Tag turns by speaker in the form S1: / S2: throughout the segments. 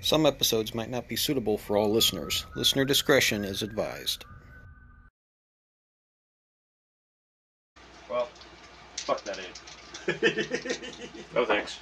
S1: Some episodes might not be suitable for all listeners. Listener discretion is advised.
S2: Well, fuck that in. no thanks.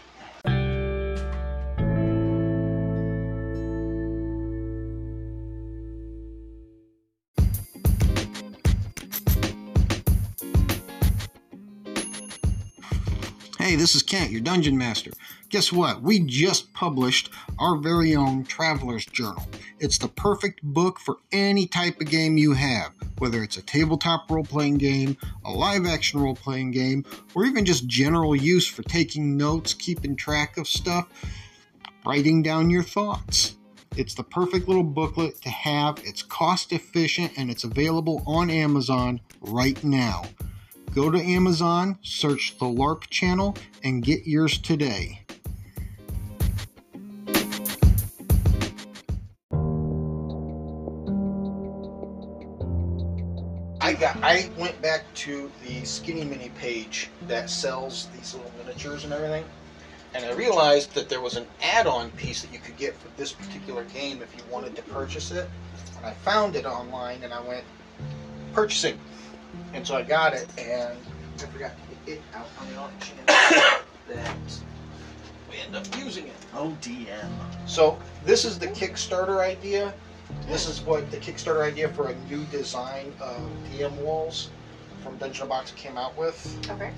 S1: Hey, this is Kent, your dungeon master. Guess what? We just published our very own Traveler's Journal. It's the perfect book for any type of game you have, whether it's a tabletop role playing game, a live action role playing game, or even just general use for taking notes, keeping track of stuff, writing down your thoughts. It's the perfect little booklet to have. It's cost efficient and it's available on Amazon right now. Go to Amazon, search the LARP channel, and get yours today. I got. I went back to the Skinny Mini page that sells these little miniatures and everything, and I realized that there was an add-on piece that you could get for this particular game if you wanted to purchase it. And I found it online, and I went purchasing. And so I got it, and I forgot to get it out on the off chance that we end up using it.
S2: Oh, DM.
S1: So this is the Kickstarter idea. This is what the Kickstarter idea for a new design of DM walls from Dungeon Box came out with.
S3: Okay.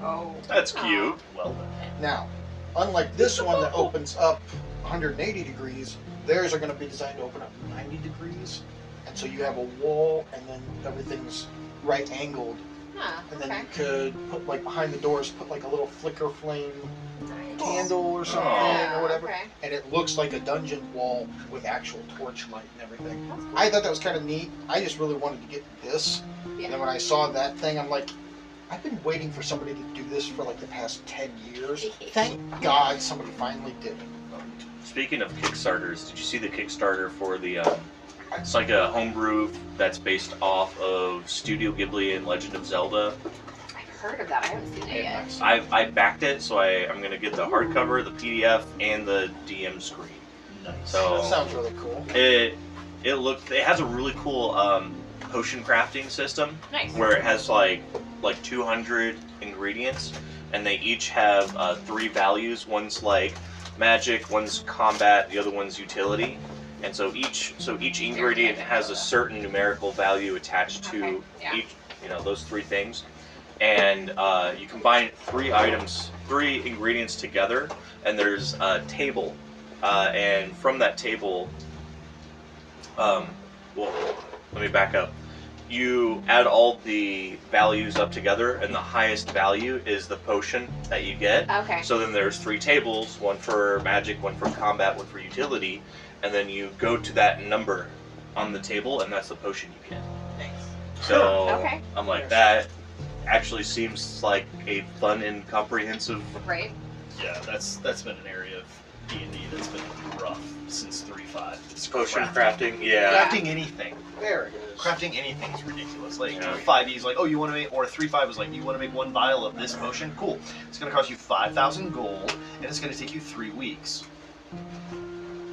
S3: Oh.
S2: That's cute. Ah, Well done.
S1: Now, unlike this one that opens up 180 degrees, theirs are going to be designed to open up 90 degrees, and so you have a wall, and then everything's right angled,
S3: Huh,
S1: and then
S3: okay.
S1: you could put like behind the doors, put like a little flicker flame
S3: Nice.
S1: candle or something
S3: Yeah,
S1: or whatever,
S3: Okay.
S1: and it looks like a dungeon wall with actual torchlight and everything.
S3: That's cool.
S1: I thought that was kind of neat. I just really wanted to get this.
S3: Yeah.
S1: And then when I saw that thing, I'm like, I've been waiting for somebody to do this for like the past 10 years. Thank God somebody finally did it.
S2: Speaking of Kickstarters, did you see the Kickstarter for the? Um, it's like a homebrew that's based off of Studio Ghibli and Legend of Zelda.
S3: I've heard of that. I haven't seen it yet.
S2: I I backed it, so I I'm gonna get the hardcover, the PDF, and the DM screen.
S4: Nice.
S2: So-
S1: That sounds really cool.
S2: It it looked it has a really cool um, potion crafting system
S3: Nice.
S2: where it has like like 200 ingredients and they each have uh, three values one's like magic one's combat the other one's utility and so each so each ingredient has a certain numerical value attached to
S3: Okay, yeah.
S2: each you know those three things and uh, you combine three items three ingredients together and there's a table uh, and from that table um, well let me back up you add all the values up together and the highest value is the potion that you get
S3: Okay.
S2: so then there's three tables one for magic one for combat one for utility and then you go to that number on the table and that's the potion you get so
S3: Okay.
S2: i'm like that actually seems like a fun and comprehensive
S3: Right.
S4: Yeah, that's that's been an area of D and D that's been rough since three five. It's
S2: potion
S4: crafting.
S2: crafting yeah
S3: Yeah.
S4: Crafting anything,
S1: There it is.
S4: crafting anything is ridiculous. Like
S2: Yeah.
S4: five E is like, oh, you want to make, or three five is like, you want to make one vial of this potion. Cool. It's gonna cost you five thousand gold, and it's gonna take you three weeks.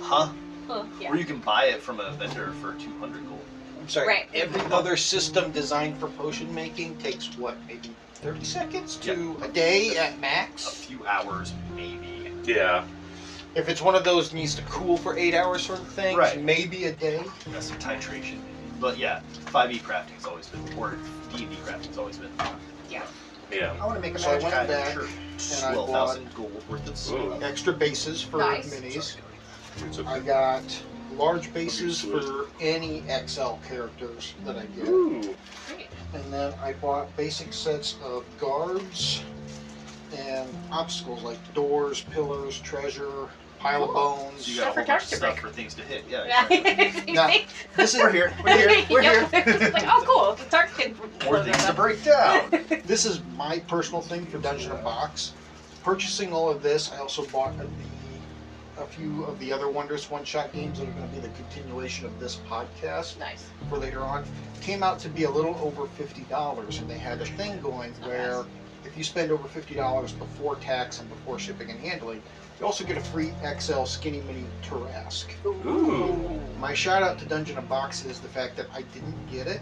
S4: Huh?
S3: Huh, yeah.
S4: Or you can buy it from a vendor for two hundred gold.
S1: I'm sorry.
S3: Right.
S1: Every other system designed for potion making takes what, maybe 30 seconds to a day at
S4: A
S1: max?
S4: few hours, maybe.
S2: yeah
S1: If it's one of those needs to cool for eight hours sort of things,
S4: Right.
S1: maybe a day.
S4: Yeah, some titration. But yeah, five E crafting's always been, or D and D crafting's always been.
S2: yeah
S1: I want to make a
S4: So I
S1: magic
S4: went
S1: item.
S4: back
S1: Sure. and I
S4: twelve thousand gold worth of
S2: Ooh.
S4: stuff.
S1: extra bases for
S3: Nice.
S1: minis.
S4: Sorry.
S2: it's
S1: I
S2: okay.
S1: got large bases
S2: Okay,
S1: for any XL characters that I get.
S2: Ooh.
S3: Great.
S1: And then I bought basic sets of guards and obstacles like doors, pillars, treasure, pile of
S3: Cool.
S1: bones.
S4: So you
S3: For
S4: got a whole bunch of
S3: character
S4: stuff
S3: break.
S4: for things to hit. Yeah.
S3: Yeah.
S4: exactly.
S3: You think?
S1: This
S4: We're
S1: is
S4: here. We're here. We're here.
S3: Yep. It's like, oh, cool. The dark skin.
S4: More things to break down.
S1: this is my personal thing for Dungeon and Box. Purchasing all of this, I also bought a, the, a few of the other Wondrous One Shot games that are going to be the continuation of this podcast.
S3: Nice.
S1: for later on came out to be a little over fifty dollars, and they had a thing going where if you spend over fifty dollars before tax and before shipping and handling, you also get a free XL Skinny Mini Tarrasque.
S2: Ooh.
S1: My shout out to Dungeon and Box is the fact that I didn't get it,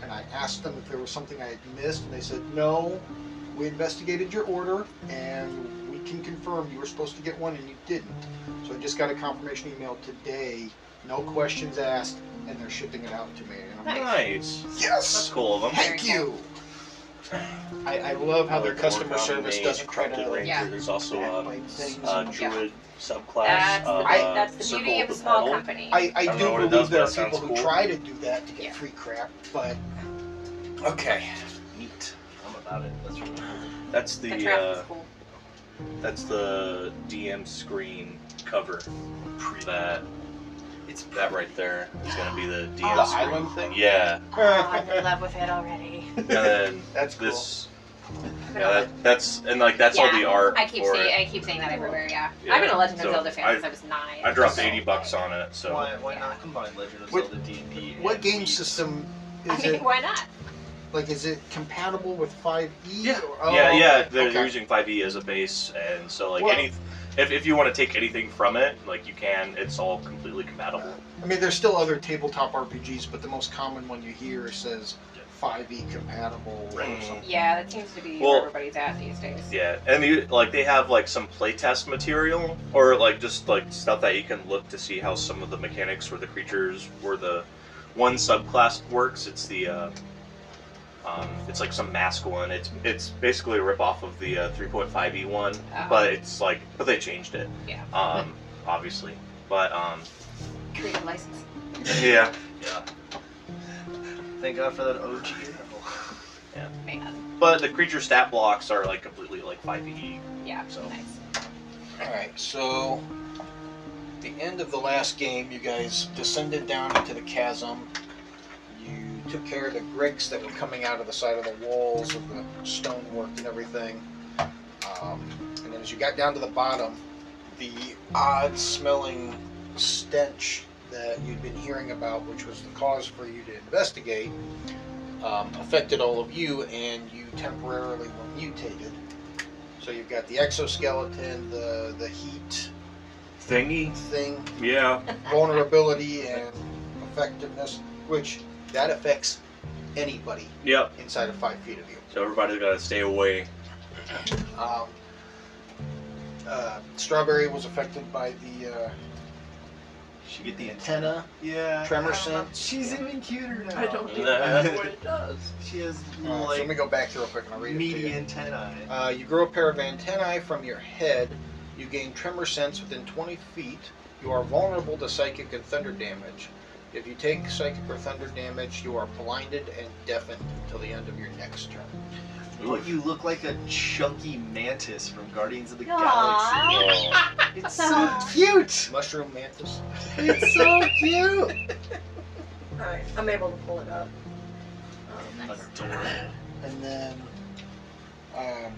S1: and I asked them if there was something I had missed, and they said no. We investigated your order, and we can confirm you were supposed to get one and you didn't. So I just got a confirmation email today, no questions asked, and they're shipping it out to me. And I'm like,
S2: Nice. That's
S1: yes,
S2: cool of them.
S1: thank you. I, I love how their
S2: Uh,
S1: customer service doesn't try
S2: corrupted
S1: to.
S2: ranger.
S3: Yeah.
S2: There's also
S1: act
S2: a,
S1: like things.
S2: uh
S3: Yeah.
S2: druid subclass.
S3: That's,
S2: of,
S3: the,
S2: uh,
S3: that's the beauty
S2: Circle
S3: of a
S2: the
S3: small
S2: Petal.
S3: company.
S1: I, I
S2: I don't know
S1: do
S2: what it
S1: believe
S2: does,
S1: there are
S2: but it
S1: people
S2: sounds
S1: who
S2: cool.
S1: try to do that to get
S3: Yeah.
S1: free crap, but
S4: Okay. Neat. I'm about it. That's really cool.
S2: That's
S3: the,
S2: the
S3: traffic
S2: uh,
S3: school.
S2: that's the DM screen cover. That
S4: It's
S2: that right there is gonna be the DM
S1: the
S2: screen.
S1: island thing.
S2: Yeah.
S3: Oh, I'm in love with it already.
S2: And then
S1: That's cool.
S2: this. Yeah, that, that's and like that's all
S3: Yeah,
S2: the art.
S3: I keep
S2: for
S3: saying
S2: it.
S3: I keep saying that everywhere. Yeah,
S2: Yeah,
S3: I've been a Legend of
S2: so
S3: Zelda fan
S2: I-
S3: since I was nine.
S2: I dropped eighty bucks on it, so
S4: Why, why
S3: Yeah.
S4: not combine Legend of
S1: What-
S4: Zelda D&D? and
S1: What game
S4: Wii?
S1: system
S3: I
S1: is
S3: mean,
S1: it?
S3: why not?
S1: Like, is it compatible with 5e?
S2: Yeah.
S1: Or, oh,
S2: yeah, yeah,
S1: okay.
S2: they're
S1: Okay.
S2: using 5e as a base, and so like
S1: Well-
S2: any, if, if you want to take anything from it, like you can, it's all completely compatible.
S1: I mean, there's still other tabletop RPGs, but the most common one you hear says 5e compatible
S2: Right.
S1: or something.
S3: Yeah, that seems to be
S2: Well-
S3: where everybody's at these days.
S2: Yeah, and you, like they have like some playtest material or like just like stuff that you can look to see how some of the mechanics or the creatures or the one subclass works. It's the uh, um, it's like some mask one. It's it's basically a rip off of the uh, 3.5e one,
S3: Uh,
S2: but it's like but they changed it.
S3: Yeah.
S2: Um, obviously, but um,
S3: creative license.
S2: yeah.
S4: Yeah. Thank God for that OG level.
S3: Man,
S2: But the creature stat blocks are like completely like 5e.
S3: yeah,
S2: So-
S3: nice.
S1: Alright, so at the end of the last game, you guys descended down into the chasm. You took care of the bricks that were coming out of the side of the walls of the stonework and everything. Um, and then as you got down to the bottom, the odd smelling stench that you'd been hearing about, which was the cause for you to investigate, um, affected all of you and you temporarily were mutated. So you've got the exoskeleton, the the heat
S2: Thingy.
S1: thing,
S2: Yeah.
S1: vulnerability and effectiveness, which that affects anybody
S2: Yep.
S1: inside of five feet of you.
S2: So everybody's gotta stay away.
S1: Um, uh, Strawberry was affected by the uh,
S4: She get the antenna.
S1: antenna
S4: Yeah.
S1: tremor sense.
S4: She's even cuter now.
S2: Nah.
S4: it does. She has
S1: Uh, so let me
S4: like
S1: go back here real quick and I'll read it to
S4: meaty
S1: you.
S4: antennae.
S1: Uh, you grow a pair of antennae from your head. You gain tremor sense within 20 feet. You are vulnerable to psychic and thunder damage. If you take psychic or thunder damage, you are blinded and deafened until the end of your next turn.
S4: Well, you look like a chunky mantis from Guardians of the
S3: Aw.
S2: Oh.
S4: Galaxy. It's so
S3: Aw.
S4: cute.
S1: Mushroom mantis.
S4: It's so cute.
S5: Alright, I'm able to pull it up.
S4: Adorable.
S1: And then um,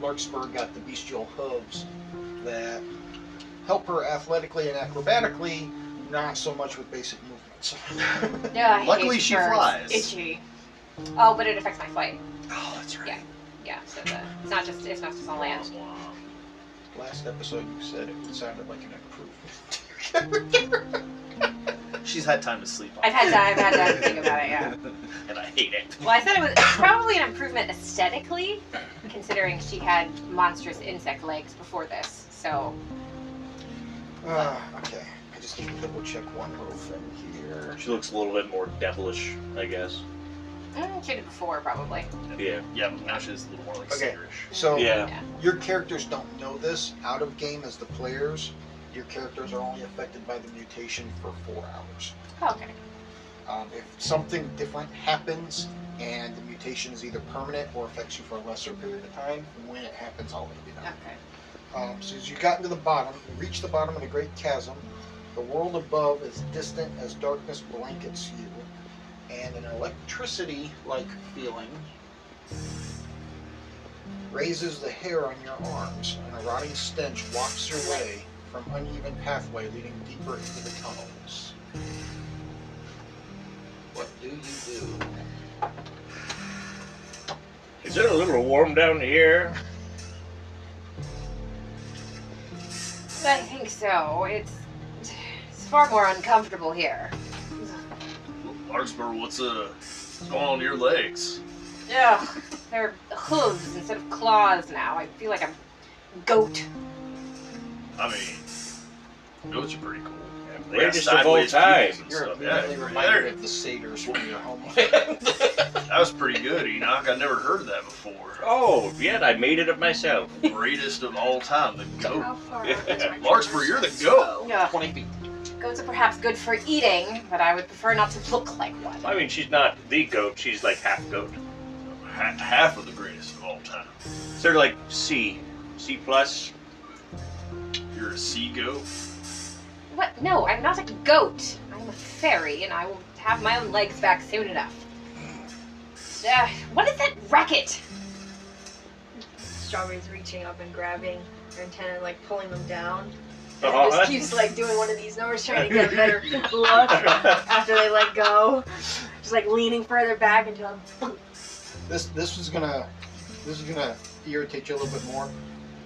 S1: Larkspur got the bestial hooves that help her athletically and acrobatically, not so much with basic movements.
S3: Yeah, I hate
S4: Luckily, she
S3: birds.
S4: flies.
S3: Itchy. Oh, but it affects my flight.
S4: Oh, that's right.
S3: Yeah. Yeah, so the, it's not just it's not just on land.
S1: Last episode, you said it sounded like an improvement.
S4: She's had time to sleep on
S3: I've had time. I've had time to think about it. Yeah.
S4: and I hate it.
S3: Well, I said it was it's probably an improvement aesthetically, considering she had monstrous insect legs before this. So
S1: Ah, okay. I just need to double check one little thing here.
S2: She looks a little bit more devilish, I guess.
S3: mm, she did before probably.
S2: Yeah.
S4: Yeah, but now she's a little more like
S1: Okay.
S4: cedarish.
S1: So,
S2: Yeah.
S1: your characters don't know this out of game as the players. Your characters are only affected by the mutation for four hours.
S3: Okay.
S1: Um, if something different happens and the mutation is either permanent or affects you for a lesser period of time, when it happens, I'll let you know.
S3: Okay.
S1: Um, so as you got into the bottom, you reached the bottom of the great chasm. The world above is distant as darkness blankets you, and an electricity-like feeling raises the hair on your arms, and a rotting stench wafts your way from uneven pathway leading deeper into the tunnels. What do you do?
S2: Is it a little warm down here?
S3: I think so. It's it's far more uncomfortable here.
S4: Larkspur, what's, uh, what's going on to your legs?
S3: Ugh, they're hooves instead of claws now. I feel like a goat.
S4: I mean, those are pretty cool. They got
S2: Greatest of all
S4: sideways
S2: time.
S4: beams and
S1: You're
S4: stuff. Yeah,
S1: immediately
S4: they're-
S1: reminded of the satyrs from your homeland.
S4: That was pretty good, Enoch. I never heard that before.
S2: Oh, yet I made it up myself.
S4: Greatest of all time, the
S5: How
S4: goat.
S5: far?
S2: Yeah.
S5: is my
S4: Larkspur, you're the goat.
S3: Ugh,
S1: Twenty feet.
S3: goats are perhaps good for eating, but I would prefer not to look like one.
S2: I mean, she's not the goat. She's like half goat.
S4: Ha- half of the greatest of all time.
S2: Sort of like C, C plus.
S4: You're a sea goat.
S3: What? No, I'm not a goat. I'm a fairy, and I will have my own legs back soon enough. Ugh, what is that racket?
S5: Strawberry's reaching up and grabbing her antenna and like pulling them down. And it
S2: Uh-huh.
S5: just keeps like doing one of these numbers trying to get a better look after they let go. Just like leaning further back until
S1: This this is gonna this is gonna irritate you a little bit more.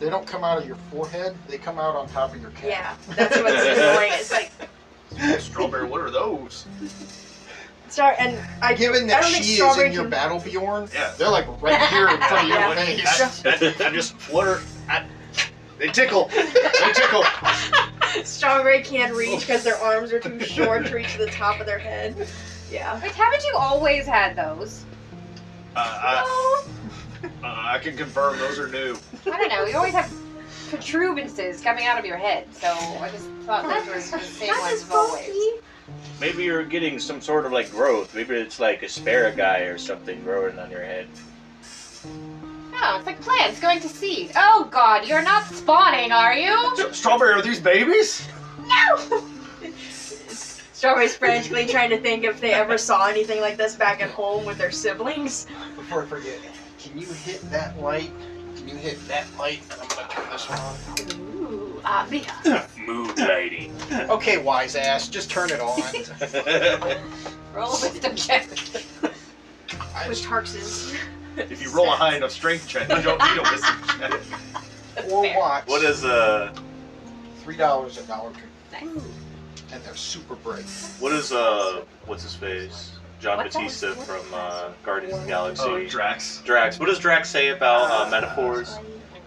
S1: They don't come out of your forehead. They come out on top of your cap.
S5: Yeah, that's what's annoying. It's like
S4: Strawberry, what are those?
S5: start and I
S1: Given
S5: I
S1: that
S5: don't think
S1: she is
S5: strawberry
S1: in your
S5: can-
S1: battle, Bjorn,
S4: Yeah.
S1: they're like right here in front of
S4: I,
S1: your
S4: I,
S1: face.
S4: I- I just flutter. I, they tickle. They tickle.
S5: Strawberry can't reach because their arms are too short to reach the top of their head. Yeah.
S3: Wait, haven't you always had those?
S4: Uh, I, uh, I can confirm those are new.
S3: I don't know. You always have protuberances coming out of your head, so I just thought those were the same
S5: That
S3: ones
S5: is
S3: of always.
S5: funky.
S2: Maybe you're getting some sort of like growth. Maybe it's like asparagus or something growing on your head.
S3: Oh, it's like plants going to seed. Oh God, you're not spawning, are you?
S4: St- Strawberry, are these babies?
S5: Strawberry's frantically trying to think if they ever saw anything like this back at home with their siblings.
S1: Before I forget, can you hit that light? Can you hit that light? I'm gonna turn this one on.
S3: Ooh, ah, me.
S2: Mood lighting.
S1: Okay, wise ass, just turn it on.
S3: Roll wisdom check.
S5: Which Tarks is.
S4: If you roll a high enough strength check, you don't need a wisdom check.
S1: Four
S3: Fair.
S1: watts.
S2: what is uh
S1: three dollars at Dollar Tree?
S3: Nice.
S1: And they're super bright.
S2: what is uh what's his face? John
S3: What the heck-
S2: Batista
S3: what-
S2: from uh, Guardians of the Galaxy.
S4: Oh, Drax.
S2: Drax. What does Drax say about uh, metaphors?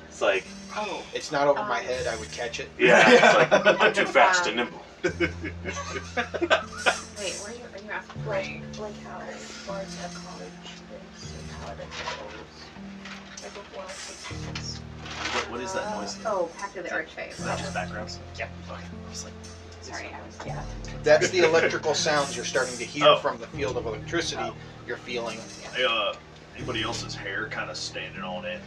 S2: It's like
S5: Oh.
S1: It's not over my head. I would catch it.
S2: yeah, it's
S4: Yeah.
S2: like I'm too fast and nimble.
S3: Wait, what are you? Are you asking? for?
S5: Like, like how far is that college is and how it goes. Like a wild success.
S4: What, what is that noise?
S3: Oh, Pact of the
S4: Is that
S3: Archfey.
S4: just background? Yeah. Okay. I was like,
S3: Sorry, I was yeah.
S1: That's the electrical sounds you're starting to hear
S4: Oh.
S1: from the field of electricity.
S3: Oh.
S1: You're feeling.
S4: uh, anybody else's hair kind of standing on end.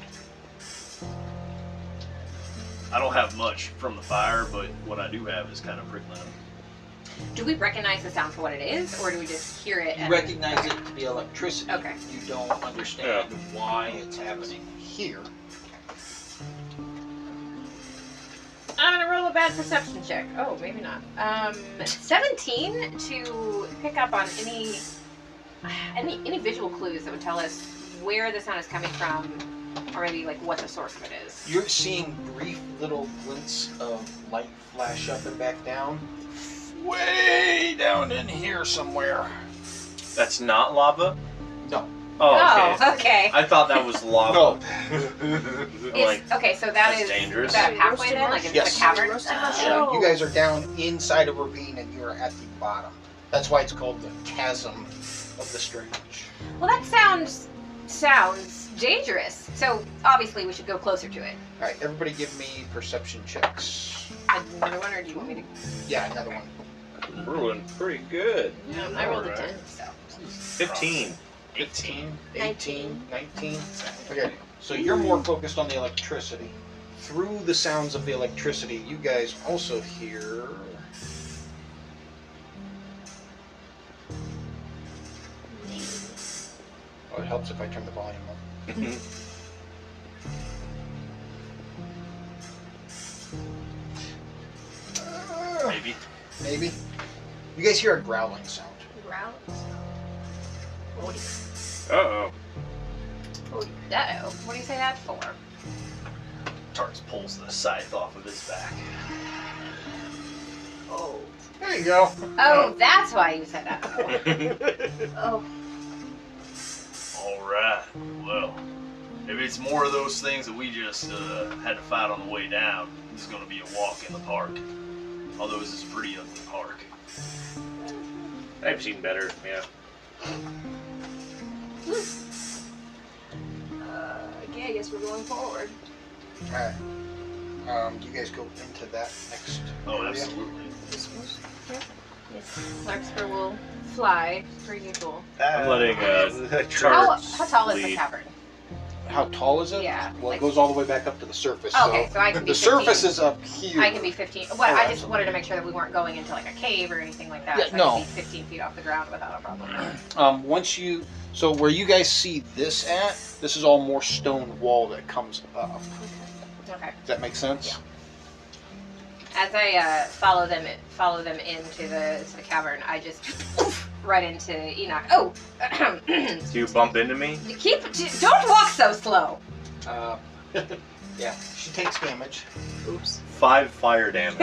S4: I don't have much from the fire, but what I do have is kind of prickling.
S3: Do we recognize the sound for what it is, or do we just hear it?
S1: You
S3: and-
S1: recognize it to be electricity.
S3: Okay.
S1: You don't understand why it's happening here.
S3: I'm gonna roll a bad perception check. Oh, maybe not. Um, 17 to pick up on any any any visual clues that would tell us where the sound is coming from, or maybe like what the source of it is.
S1: You're seeing brief little glints of light flash up and back down. Way down in here somewhere.
S2: That's not lava.
S1: No.
S2: Oh, okay.
S3: Oh, okay.
S2: I thought that was lava. No. like
S3: Is- okay, so that
S2: that's
S3: is
S2: dangerous.
S3: is that halfway then, like is it
S1: Yes.
S3: a cavern? Oh,
S5: Roasted
S1: Yeah,
S5: mushroom.
S1: you guys are down inside a ravine and you are at the bottom. That's why it's called the chasm of the strange.
S3: Well, that sounds sounds dangerous. So obviously we should go closer to it.
S1: All right, everybody, give me perception checks.
S3: Another one, or do you want me to?
S1: Yeah, another one.
S2: We're doing pretty good.
S3: No, I rolled a
S2: Alright.
S3: ten, so.
S2: Fifteen.
S1: 18, 18, 19. Okay, so you're more focused on the electricity. Through the sounds of the electricity, you guys also hear. Oh, it helps if I turn the volume up. Uh,
S4: Maybe.
S1: maybe. You guys hear a growling sound.
S5: Grout.
S2: Uh oh.
S3: Oh, that, what do you say that for?
S4: Tarks pulls the scythe off of his back.
S5: Oh.
S1: There you go.
S3: Oh, that's why you said that.
S5: Oh.
S4: All right. Well, if it's more of those things that we just uh, had to fight on the way down, this is going to be a walk in the park. Although this is a pretty ugly park.
S2: I've seen better. Yeah.
S5: Uh, yeah, I guess we're going forward.
S1: Alright. Um, you guys go into that next.
S4: Oh,
S1: area.
S4: absolutely.
S3: Larkspur will fly per usual.
S2: I'm letting, uh,
S3: How,
S2: Tarks
S3: how tall is the
S2: lead.
S3: cavern?
S1: How tall is it?
S3: Yeah,
S1: Well,
S3: like-
S1: it goes all the way back up to the surface.
S3: Oh, okay, so I can be
S1: the surface
S3: 15.
S1: is up here.
S3: I can be 15. Well, I just wanted to make sure that we weren't going into like a cave or anything like that.
S1: Yeah,
S3: so I
S1: no.
S3: could be 15 feet off the ground without a problem.
S1: Um, once you, so where you guys see this at, this is all more stone wall that comes up.
S3: Okay.
S1: Does that make sense?
S3: As I uh, follow them, follow them into the to the cavern, I just right into Enoch. Oh,
S2: Do you bump into me?
S3: keep! Don't walk so slow.
S1: Uh, yeah. She takes damage.
S5: Oops.
S2: Five fire damage.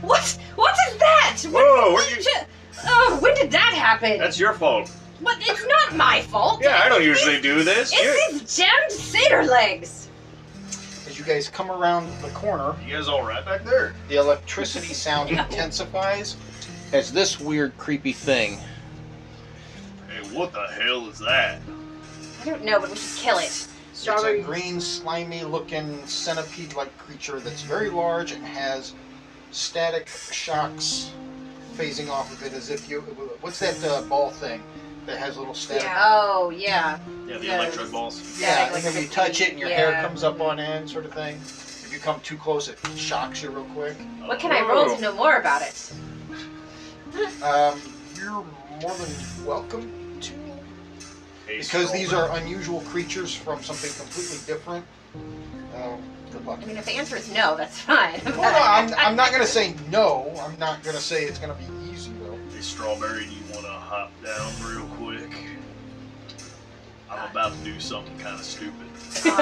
S3: What? What is that? What
S2: Whoa, where'd
S3: did
S2: you-
S3: ju- Oh, when did that happen?
S2: That's your fault.
S3: But it's not my fault.
S2: Yeah, I don't usually do this. You're-
S3: It's these jammed satyr legs.
S1: As you guys come around the corner,
S4: You guys all right back there?
S1: the electricity sound intensifies as this weird, creepy thing.
S4: Hey, what the hell is that?
S3: I don't know, but we should kill it.
S1: It's a
S5: Strawberry.
S1: green, slimy-looking centipede-like creature that's very large and has static shocks phasing off of it as if you. What's that uh, ball thing that has little static?
S5: Yeah.
S3: Oh yeah.
S4: Yeah, the
S3: Yes.
S4: electro balls.
S1: Yeah,
S3: Static, like
S1: and then you
S3: the
S1: touch
S3: feet,
S1: it and your
S3: yeah.
S1: hair comes up on end, sort of thing. If you come too close, it shocks you real quick.
S3: What can I roll
S2: Oh.
S3: to know more about it?
S1: Um, you're more than welcome to,
S4: Hey,
S1: because these
S4: strawberry.
S1: are unusual creatures from something completely different. Um, good luck.
S3: I mean, if the answer is no, that's fine.
S1: Well, no, I'm, I'm not gonna say no. I'm not gonna say it's gonna be easy though.
S4: Hey, strawberry, do you want to hop down real quick? I'm about to do something kind of stupid.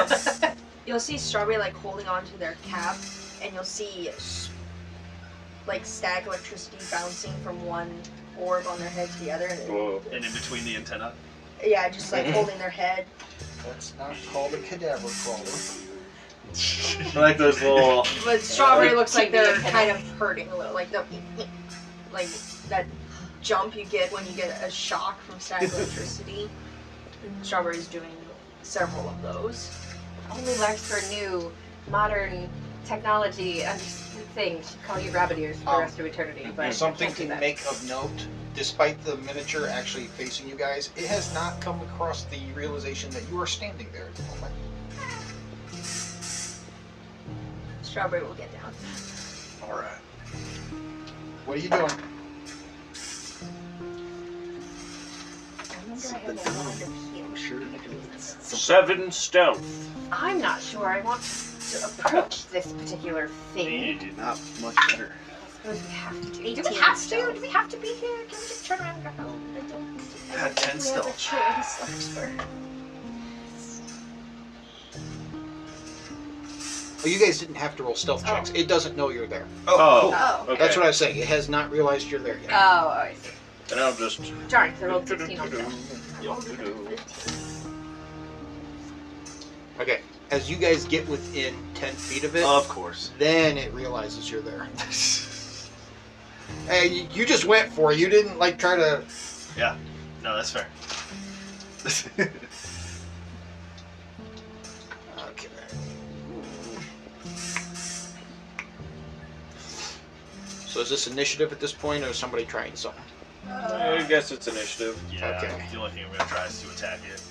S5: Um, you'll see Strawberry like holding onto their cap, and you'll see s- like static electricity bouncing from one orb on their head to the other. And it-
S2: Whoa.
S4: And in between the antenna.
S5: yeah, just like holding their head.
S1: That's not called a cadaver crawler.
S2: I like those little.
S5: But Strawberry
S2: Like,
S5: looks like
S3: keep
S5: they're
S3: the
S5: kind of hurting a little, like the like that jump you get when you get a shock from static electricity. And Strawberry's doing several of those.
S3: Only Larkspur knew modern technology under- thing should call you rabbit ears for the
S1: Um,
S3: rest of eternity. But
S1: Something
S3: can't do
S1: to
S3: that.
S1: make of note, despite the miniature actually facing you guys, it has not come across the realization that you are standing there at the moment.
S5: Strawberry will get down.
S4: All right.
S1: What are you doing?
S3: I remember I had that line of heal.
S2: Seven stealth.
S3: I'm not sure I want to approach this particular thing.
S4: did not much
S3: I
S4: better.
S3: suppose we have to. Do, do we
S5: 18
S3: have to?
S5: stealth.
S3: Do we have to be here? Can we just turn around and go home?
S5: I don't
S4: I had 10
S5: think we have a
S4: stealth.
S5: choice, Larkspur.
S1: Well, you guys didn't have to roll stealth checks. It doesn't know you're there.
S2: Oh,
S5: Oh.
S2: okay.
S1: That's what I was saying. It has not realized you're there
S3: Oh,
S1: yet.
S3: I see.
S2: And I'll just.
S3: Darn, 'cause I rolled 16 on stealth.
S1: Okay. As you guys get within 10 feet of it,
S4: Of course.
S1: then it realizes you're there. hey, you, you just went for it. You didn't, like, try to.
S4: No, that's fair.
S1: Okay. So is this initiative at this point, or is somebody trying something?
S2: I guess it's initiative.
S4: yeah,
S1: Okay.
S4: the only thing I'm gonna try is to attack it.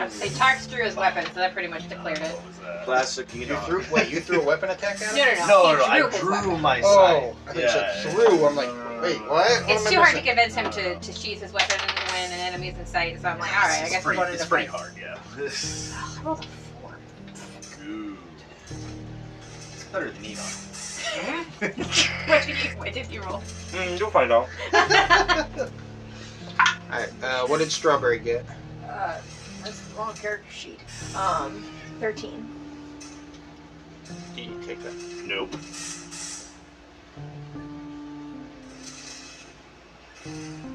S3: I say Tark's drew his weapon, so that pretty much declared it.
S4: What was that?
S2: Classic
S1: You threw wait, you threw a weapon attack at
S3: No,
S1: him?
S3: no, no. he
S4: No, no, no, I
S3: his
S4: drew
S3: weapon.
S4: my
S1: Oh,
S4: side.
S1: I think yeah.
S4: Yeah.
S1: through. I'm like,
S4: No,
S1: wait,
S4: no, no.
S1: what? What am
S3: It's
S1: I
S3: too hard to
S1: missing?
S3: convince him to, to sheath his weapon when an enemy's in sight, so I'm like, alright, I
S4: It's
S3: guess we're
S4: pretty,
S3: going
S4: It's
S3: to
S4: pretty
S3: fight.
S4: hard, yeah.
S3: Ugh, I rolled a four.
S4: Ooh. It's better than Enoch.
S3: What did you, what did you roll?
S2: Mm, you'll find out.
S1: All right, uh, what did Strawberry get?
S5: Uh, That's the wrong character sheet. Um, 13.
S2: Can you take that?
S4: Nope.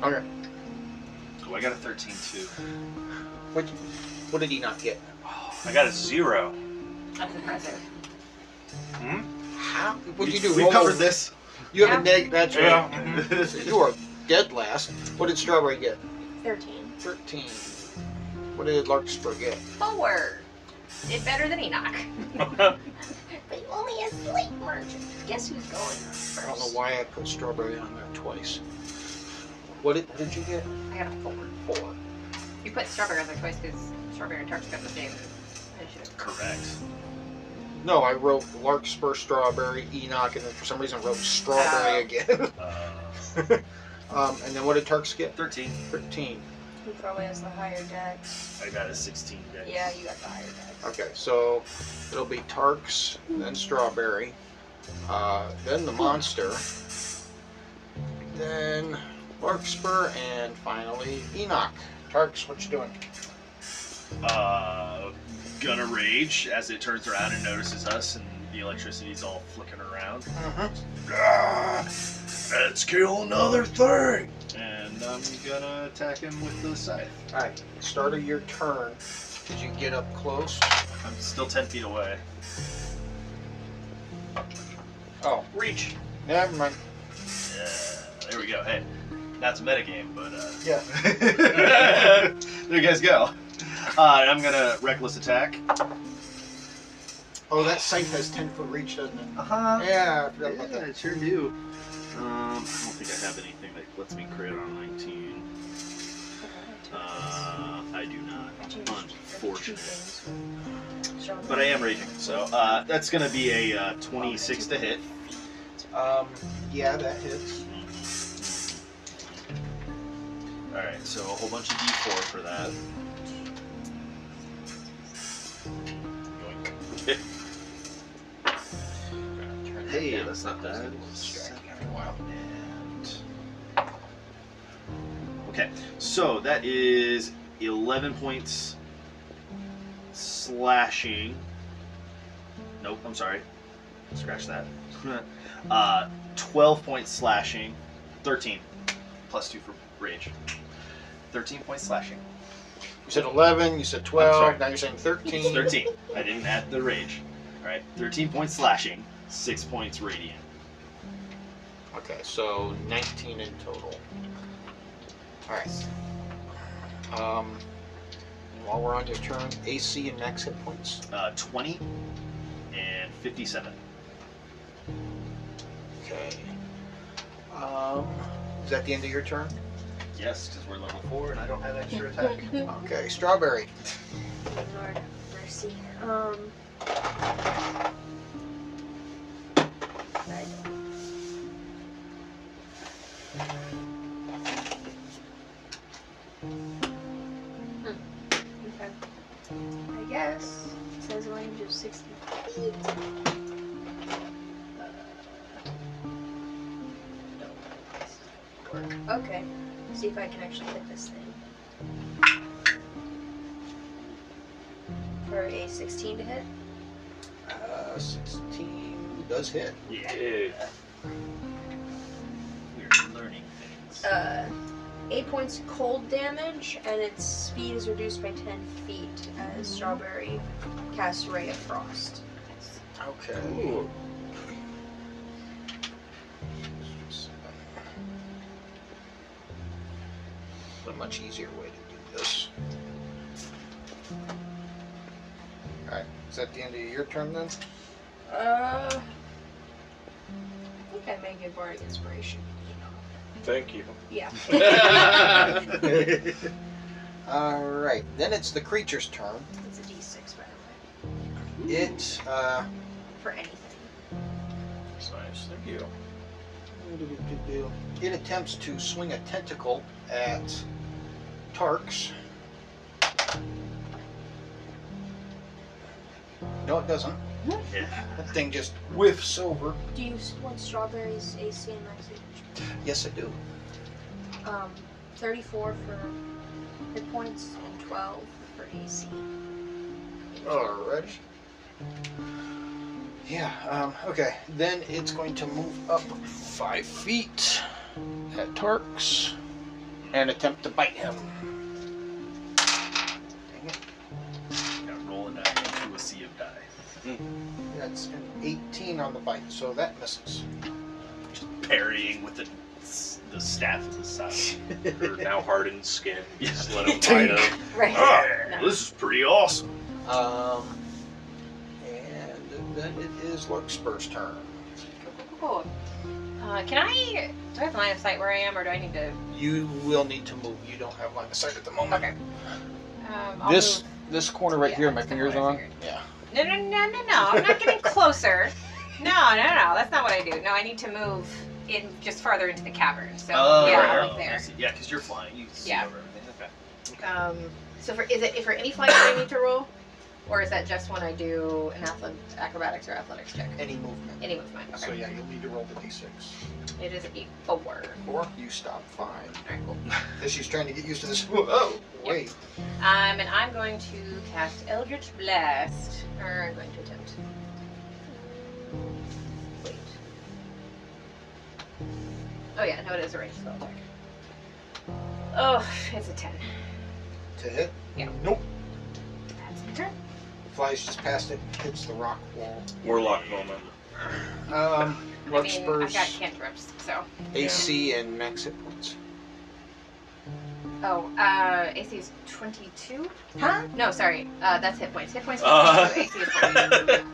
S1: Okay.
S4: Oh, I got a 13 too.
S1: What, what did he not get?
S2: I got a zero.
S3: That's impressive.
S1: How? What did you do?
S4: We
S1: Roll
S4: covered
S1: over-
S4: this.
S1: You have a neg. That's right.
S4: mhm.
S1: You are dead last. What did Strawberry get?
S5: 13.
S1: Thirteen. What did Larkspur get?
S3: Four. Did better than Enoch.
S2: Mhm.
S3: But you only a slight margin. Guess who's going first?
S1: I don't know why I put Strawberry on there twice. What did, did you get?
S3: I got a four.
S1: Four.
S3: You put strawberry on there twice because strawberry and Turk's got the same initiative.
S4: Correct.
S1: No, I wrote Larkspur, Strawberry, Enoch, and then for some reason wrote Strawberry again.
S4: Uh,
S1: um, and then what did Turks get?
S4: 13.
S1: Thirteen.
S5: He probably has the higher dex.
S4: I got a 16 guys.
S5: Yeah, you got the higher dex.
S1: Okay, so it'll be Tarks, then Strawberry, uh, then the Monster, then Larkspur, and finally Enoch. Tarks, what you doing?
S4: Uh, gonna rage as it turns around and notices us, and the electricity's all flicking around. Ah, let's kill another thing! And I'm gonna attack him with the scythe.
S1: All right, start of your turn. Did you get up close?
S4: I'm still 10 feet away.
S1: Oh,
S4: Reach!
S1: never mind.
S4: Yeah, there we go. Hey, that's metagame, but uh.
S1: Yeah.
S4: there you guys go. Uh, and I'm gonna reckless attack.
S1: Oh, that safe has 10 foot reach, doesn't it?
S4: Uh huh.
S1: Yeah, I forgot about
S4: Yeah,
S1: that.
S4: I sure do. Um, I don't think I have anything that lets me crit on 19. Uh, I do not. Unfortunate. But I am raging, so uh, that's gonna be a uh, 26 to hit.
S1: Um, yeah, that hits.
S4: All right, so a whole bunch of D4 for that. Yoink. Hey, that's not bad. And- Okay, so that is 11 points slashing. Nope, I'm sorry. Scratch that. uh, 12 points slashing. 13. Plus 2 for rage. 13 points slashing.
S1: You said 11, you said
S4: sorry.
S1: 12, now you're saying 13.
S4: It's 13. I didn't add the rage. Alright, 13 points slashing, 6 points radiant.
S1: Okay, so 19 in total. Alright. Um, while we're on your turn, AC and max hit points.
S4: Uh, 20 and 57.
S1: Okay. Um, is that the end of your turn?
S4: Yes, because we're level 4 and I don't have extra attack.
S1: Okay, Strawberry.
S5: Good Lord, have mercy. Um. I don't- Okay. I guess it says a range of 60 feet. Uh, no, that's not gonna work. Uh, Okay, see if I can actually hit this thing. For a 16 to hit.
S1: Uh, 16 does hit.
S2: Yeah.
S4: We're learning things.
S5: uh, eight points cold damage, and its speed is reduced by ten feet as Strawberry casts Ray of Frost.
S1: Okay. A much easier way to do this. Alright, is that the end of your turn then?
S5: Uh, I think I may give Bardic Inspiration.
S2: Thank you.
S5: Yeah.
S1: Alright, then it's the creature's turn.
S5: It's a d6, by the
S1: It, uh,
S5: way, for anything.
S2: That's nice. Thank you.
S1: It attempts to swing a tentacle at Tarks. No, it doesn't.
S4: yeah.
S1: That thing just whiffs over.
S5: Do you want Strawberry's AC and max damage?
S1: Yes, I do.
S5: Um, 34 for hit points and 12 for
S6: for AC.
S1: Alrighty. Yeah, um, okay. Then it's going to move up five feet at Tarks and attempt to bite him. Dang it.
S4: Gotta roll a die into a sea of die.
S1: That's an 18 on the bite, so that misses.
S4: Parrying with the the staff of the side.
S2: Her now hardened skin. Just let him bite
S4: Tink.
S2: him.
S3: Right.
S4: Ah,
S3: No.
S4: this is pretty awesome.
S1: Um, and then it is Larkspur's turn.
S3: Cool, cool, cool. Uh, can I? Do I have line of sight where I am, or do I need to?
S1: You will need to move. You don't have line of sight at the moment.
S3: Okay. Um, I'll
S1: This this corner right
S3: Yeah,
S1: here, my
S3: that's kinda
S1: fingers
S3: what I
S1: on.
S3: figured.
S1: Yeah.
S3: move- No, no, no, no, no. I'm not getting closer. No, no, no. That's not what I do. No, I need to move in just farther into the cavern. So yeah,
S4: right,
S3: I'm
S4: oh,
S3: up
S4: I
S3: there.
S4: see. Yeah, because you're flying. You can see
S3: Yeah.
S4: over everything. Okay.
S3: Um, so for is it for any flight do I need to roll, or is that just when I do an athlete, acrobatics or athletics check?
S1: Any movement.
S3: Any movement. Okay.
S1: So yeah, you'll need to roll the d6.
S3: It is a four.
S1: Or you stop fine.
S3: Alright, cool.
S1: This she's trying to get used to this. Whoa, oh, wait.
S3: Um, and I'm going to cast Eldritch Blast, or I'm going to attempt. Wait. Oh yeah, no, it is a ranged spell attack. Oh, it's a ten.
S1: To hit.
S3: Yeah.
S1: Nope.
S3: That's my turn.
S1: Flies just past it, hits the rock wall.
S2: Warlock moment.
S1: Um,
S3: I mean, I've got
S1: Larkspur's
S3: cantrips, so.
S1: AC and max hit points.
S3: Oh, uh, AC is 22? Huh? No, sorry. Uh, that's hit points. Hit points is
S2: Uh.
S3: 22. AC is 22.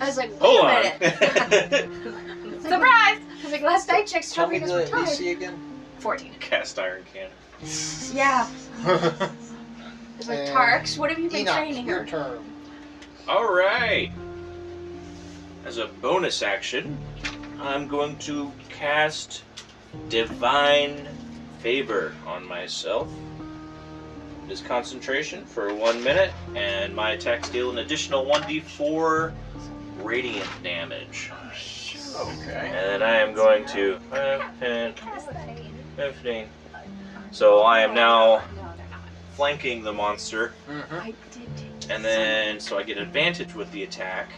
S6: I was like, wait
S2: Hold
S6: a
S2: on.
S6: minute.
S3: Surprise!
S6: I was like, last I checked,
S1: Tell me
S6: Strawberry was
S1: the
S6: retired.
S1: AC again.
S3: 14.
S2: Cast iron cannon.
S6: Yeah. It's like,
S1: And-
S6: Tarks, what have you been
S1: Enoch,
S6: training
S1: your
S6: her?
S2: Hmm?
S1: turn.
S2: All right. As a bonus action, I'm going to cast Divine Favor on myself. It is concentration for one minute, and my attacks deal an additional 1d4 radiant damage.
S1: Okay.
S2: And then I am going to 5, 10, 15. So I am now
S3: No, they're not.
S2: flanking the monster,
S1: Mm-hmm.
S6: I did take
S2: and then so I get advantage with the attack.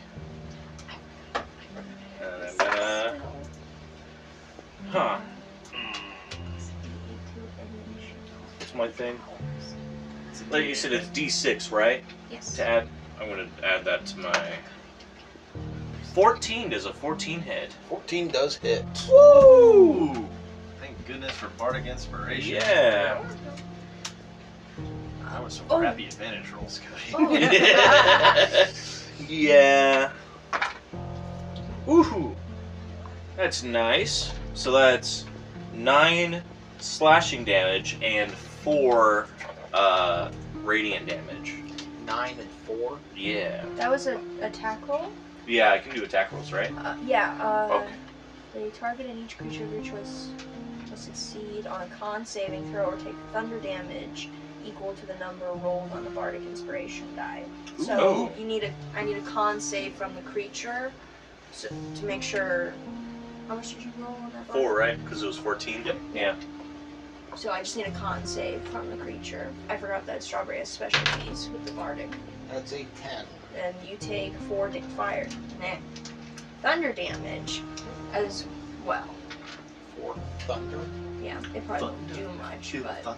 S2: And I'm gonna. Huh.
S6: uh,
S2: It's my thing. Like you said, it's D6, right?
S6: Yes.
S2: To add, I'm gonna add that to my. 14 does a 14 hit.
S1: 14 does hit.
S2: Woo!
S4: Thank goodness for bardic inspiration.
S2: Yeah.
S4: That was some
S6: Oh.
S4: crappy advantage rolls, Cody.
S6: Oh.
S2: yeah. Woohoo! That's nice. So that's nine slashing damage and four uh, radiant damage.
S1: 9 and 4.
S2: Yeah.
S6: That was a attack roll?
S2: Yeah, I can do attack rolls, right?
S6: Uh, yeah, uh,
S2: Okay.
S6: they target and each creature of your choice will succeed on a con saving throw or take thunder damage equal to the number rolled on the bardic inspiration die. So
S2: Ooh.
S6: you need a I need a con save from the creature so, to make sure. How much did you roll on that?
S2: Four, right? Because it was 14? Yep. Yeah.
S6: bardic? So I just need a con save from the creature. I forgot that strawberry has specialties with the bardic.
S1: That's a 10.
S6: and you take four da- fire, nah, thunder damage as well.
S1: 4 thunder.
S6: Yeah, it probably won't do much, but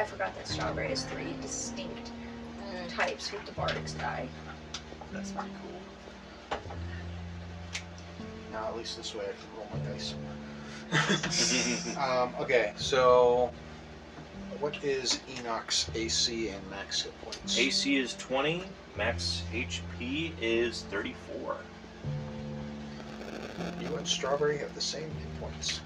S6: I forgot that strawberry has three distinct types with the bardic's die.
S4: That's pretty cool.
S1: Now, at least this way I can roll my dice. Um, okay, so what is Enoch's AC and max hit points?
S2: AC is 20, max HP is 34.
S1: You and Strawberry have the same hit points.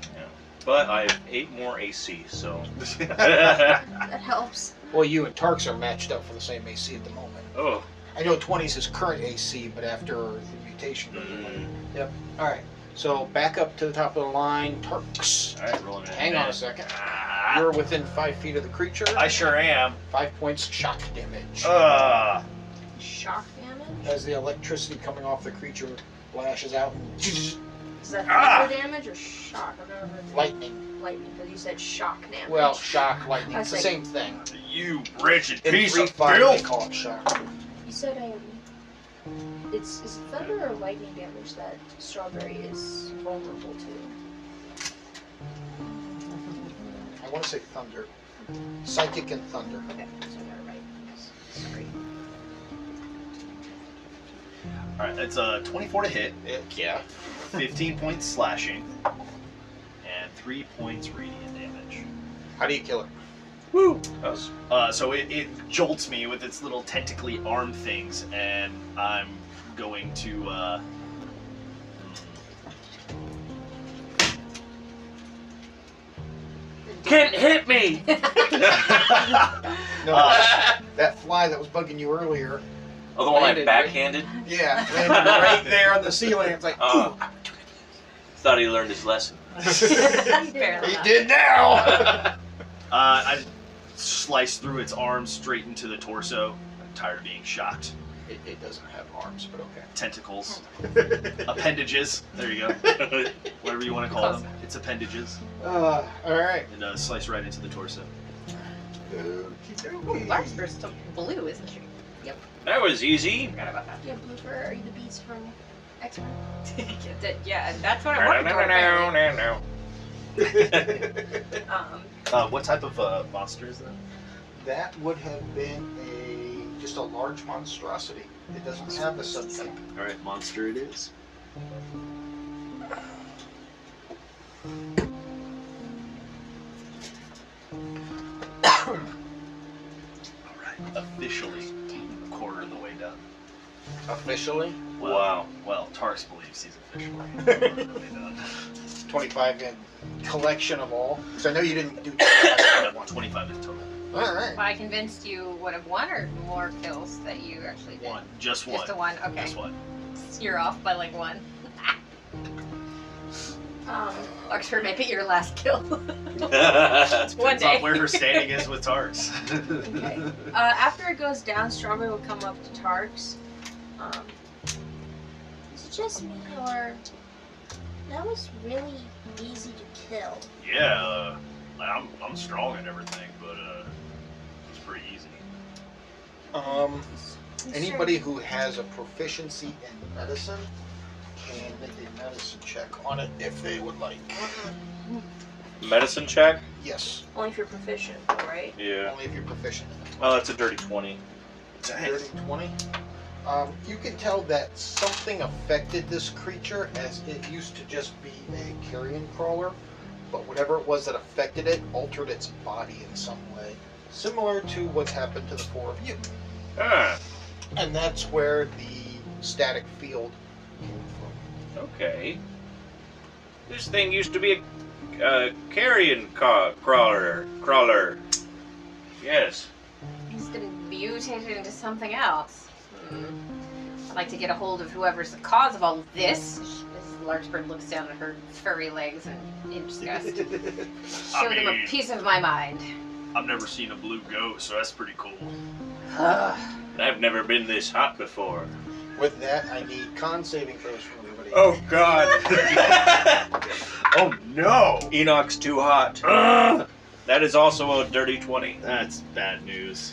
S2: But I have 8 more AC, so.
S6: That helps.
S1: Well, you and Tarks are matched up for the same AC at the moment.
S2: oh.
S1: I know 20 is his current AC, but after the mutation.
S2: Mm.
S1: All right, so back up to the top of the line, Tarks.
S4: Alright, rolling it.
S1: Hang on a second.
S4: Ah,
S1: You're within five feet of the creature.
S4: I sure am.
S1: Five points shock damage.
S4: Uh,
S6: Shock damage.
S1: As the electricity coming off the creature flashes out and
S5: Is that
S4: Ah!
S5: thunder damage or shock? I don't remember.
S1: Lightning.
S5: Lightning, because you said shock damage.
S1: Well, shock, lightning.
S5: I
S1: It's the
S5: see.
S1: same thing.
S4: You wretched
S1: In
S4: piece
S1: Free
S4: of
S1: Fire, they
S4: filth!
S1: call it shock.
S5: You said I. It's is it thunder or lightning damage that strawberry is vulnerable to?
S1: I want to say thunder. Psychic and thunder.
S5: Okay, so they're right. Sorry.
S4: Alright, that's a 24 to hit,
S1: yeah.
S4: 15 points slashing, and 3 points radiant damage.
S1: How do you kill it?
S2: That was
S4: Uh, so it, it jolts me with its little tentacly arm things, and I'm going to. Uh,
S2: Can't hit me!
S1: No,
S4: Uh,
S1: that fly that was bugging you earlier.
S2: Oh, the one I
S6: Landed, right?
S2: backhanded?
S1: Yeah, landed right there on the ceiling. It's like,
S2: Uh, thought he learned his lesson.
S3: Fair
S1: he
S3: enough.
S1: did now.
S4: uh, I slice through its arm straight into the torso. I'm tired of being shocked.
S1: it, it doesn't have arms, but okay.
S4: Tentacles, appendages. There you go. Whatever you want to call them. It's appendages,
S1: Uh, all right.
S4: and uh, slice right into the torso.
S3: Ooh, Larkspur's still blue, isn't she?
S2: That was easy.
S3: Forgot about that.
S5: Yeah, Blooper, are you the beast from X Men?
S3: Yeah, that- yeah, that's what I wanted to do.
S2: That's
S3: Um,
S4: Uh, what type of uh, monster is that?
S1: That would have been a just a large monstrosity. It doesn't have a subtype.
S4: All right, monster it is. All right, officially a quarter of the way done.
S1: Officially,
S4: Well,
S2: Wow.
S4: Well, Tarks believes he's officially a quarter of the way done.
S1: 25 in collection of all. So I know you didn't do 25 in
S4: No,
S1: one.
S4: Twenty-five in total.
S1: All right.
S3: well, I convinced you would have one or more kills that you actually did.
S4: One, just one,
S3: Just the one. Okay,
S4: Just one.
S3: you're off by like one. um, Larkspur, maybe your last kill. one
S4: Depends
S3: day.
S4: on where her standing is with Tarks.
S5: Okay. Uh, after it goes down, Strawberry will come up to Tarks. Um, is it just me, or that was really easy to kill?
S4: Yeah, uh, I'm, I'm strong at everything, but uh, it's pretty easy.
S1: Um, anybody who has a proficiency in medicine can make a medicine check on it if they would like.
S2: Medicine check?
S1: Yes,
S5: Only if you're proficient, though, right?
S2: Yeah.
S1: only if you're proficient.
S2: Oh, that's a dirty 20.
S1: Dirty 20. Um, you can tell that something affected this creature as it used to just be a carrion crawler, but whatever it was that affected it altered its body in some way, similar to what's happened to the four of you.
S2: Ah,
S1: And that's where the static field came from.
S2: okay. This thing used to be a uh, carrion ca- crawler. Crawler. Yes.
S3: He's been mutated into something else. Hmm. I'd like to get a hold of whoever's the cause of all this. Mrs. Larkspur looks down at her furry legs and in disgust. Show them a
S4: mean-
S3: piece of my mind.
S4: I've never seen a blue goat, so that's pretty cool.
S3: Ugh.
S2: I've never been this hot before.
S1: With that, I need con saving throws from everybody.
S2: God.
S4: Oh no!
S2: Enoch's too hot. That is also a dirty 20.
S4: That's bad news.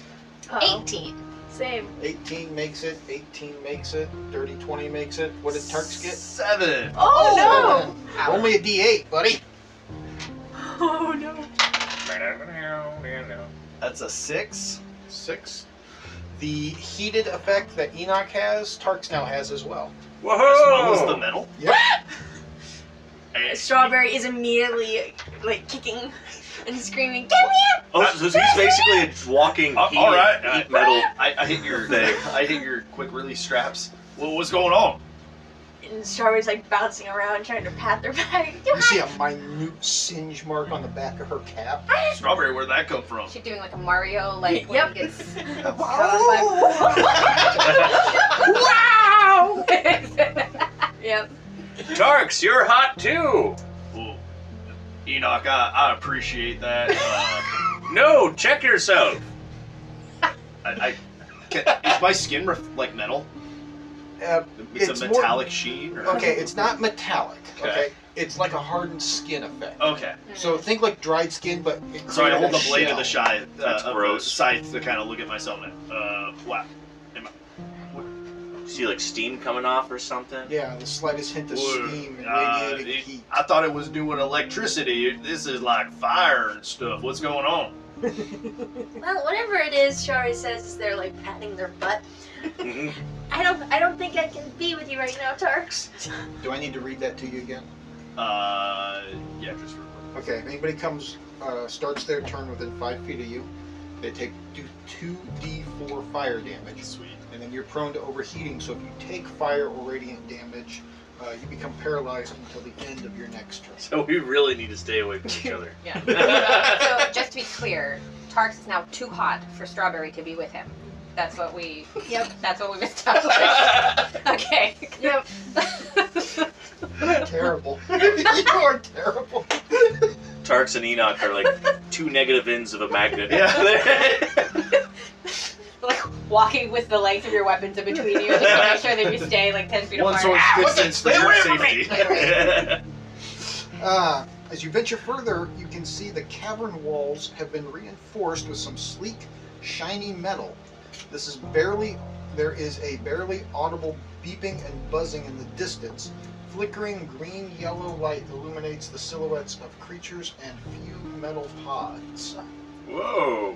S5: Uh-oh.
S3: 18.
S5: Same.
S1: 18 makes it, 18 makes it, dirty 20 makes it. What did Turks get?
S4: Seven.
S5: Oh,
S3: Ow.
S1: Only a d8, buddy.
S5: no! Oh no!
S4: That's a six.
S1: Six. The heated effect that Enoch has, Tarks now has as well.
S4: As
S2: Whoa!
S4: well as the metal.
S1: Yeah.
S4: And-
S5: Strawberry is immediately like kicking and screaming, "Get me out!"
S2: Oh, so he's basically a walking
S4: Uh,
S2: heat,
S4: all right, uh,
S2: heat metal.
S4: I, I hit your
S2: Thing.
S4: I hit your quick release straps. Well, what's going on?
S5: And Strawberry's like bouncing around, trying to pat their back.
S1: You see a minute singe mark on the back of her cap.
S4: Strawberry, where'd that come from?
S3: She's doing like a Mario, like when
S5: Yep.
S3: he gets.
S5: wow! yep.
S2: Darks, you're hot too.
S4: Well, Enoch, I, I appreciate that. Uh,
S2: No, check yourself.
S4: I, I can, is my skin ref- like metal?
S1: Uh,
S2: It's,
S1: It's
S2: a
S1: more-
S2: metallic sheen. Or...
S1: okay, it's not metallic.
S2: Okay.
S1: Okay. It's like a hardened skin effect.
S4: Okay.
S1: So think like dried skin, but it
S4: So I
S1: created
S4: hold
S1: a
S4: the blade of the
S1: shell.
S4: scythe, uh,
S2: That's
S4: of the
S2: gross.
S4: scythe to kind of look at myself and uh, wow.
S2: You see like steam coming off or something.
S1: Yeah, the slightest hint of
S4: Whoa,
S1: steam and
S4: uh,
S1: radiating
S4: it-
S1: heat.
S4: I thought it was doing electricity. This is like fire and stuff. What's going on?
S5: Well, whatever it is, Shari says they're like patting their butt.
S2: Mhm.
S5: I don't, I don't think I can be with you right now, Tarks.
S1: Do I need to read that to you again?
S4: Uh, yeah, just real quick.
S1: Okay, if anybody comes, uh, starts their turn within five feet of you, they take do two d4 fire damage,
S4: Sweet.
S1: and then you're prone to overheating. So if you take fire or radiant damage, uh, you become paralyzed until the end of your next turn.
S2: So we really need to stay away from each other.
S3: Yeah. so just to be clear, Tarks is now too hot for Strawberry to be with him. That's what we.
S5: Yep.
S3: That's what we've established. okay.
S5: Yep.
S1: terrible. you are terrible.
S2: Tarks and Enoch are like two negative ends of a magnet.
S4: Yeah.
S3: like walking with the length of your weapons in between you, just to make sure that you stay like ten feet
S4: One
S3: apart.
S4: source
S3: Ah, what
S4: distance for
S2: Stay
S4: your
S2: away from me!
S4: safety.
S1: Uh, as you venture further, you can see the cavern walls have been reinforced with some sleek, shiny metal. This is barely, there is a barely audible beeping and buzzing in the distance. Flickering green yellow light illuminates the silhouettes of creatures and few metal pods.
S2: Whoa.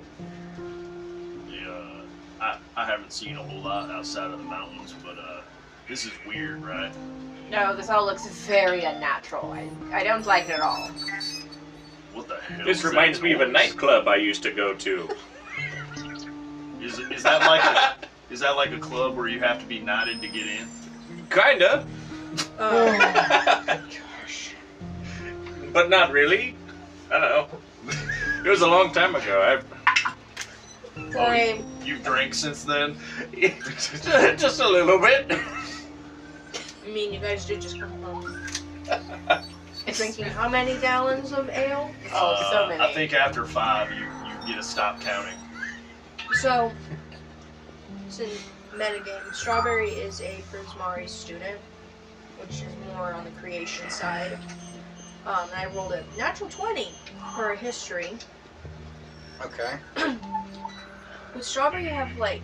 S4: Yeah, uh, I, I haven't seen a whole lot outside of the mountains, but uh, this is weird, right?
S3: the- No, this all looks very unnatural. I, I don't like it at all.
S4: What the hell?
S2: This
S4: is that
S2: reminds me of a
S4: noise?
S2: nightclub I used to go to.
S4: Is, is that like a, is that like a club where you have to be knotted to get in?
S2: Kinda,
S5: Uh, Oh.
S1: Gosh.
S2: but not really. I don't know. It was a long time ago.
S5: Sorry.
S4: You've drank since then. Uh,
S2: I just a little bit.
S5: I mean, you guys did just come home. Drinking how many gallons of ale?
S3: Oh, so many.
S4: Uh, I think after five, you you get to stop counting.
S5: So, it's in metagame. Strawberry is a Prismari student, which is more on the creation side. Um, I rolled a natural 20 for history.
S1: Okay.
S5: Would Strawberry have, like,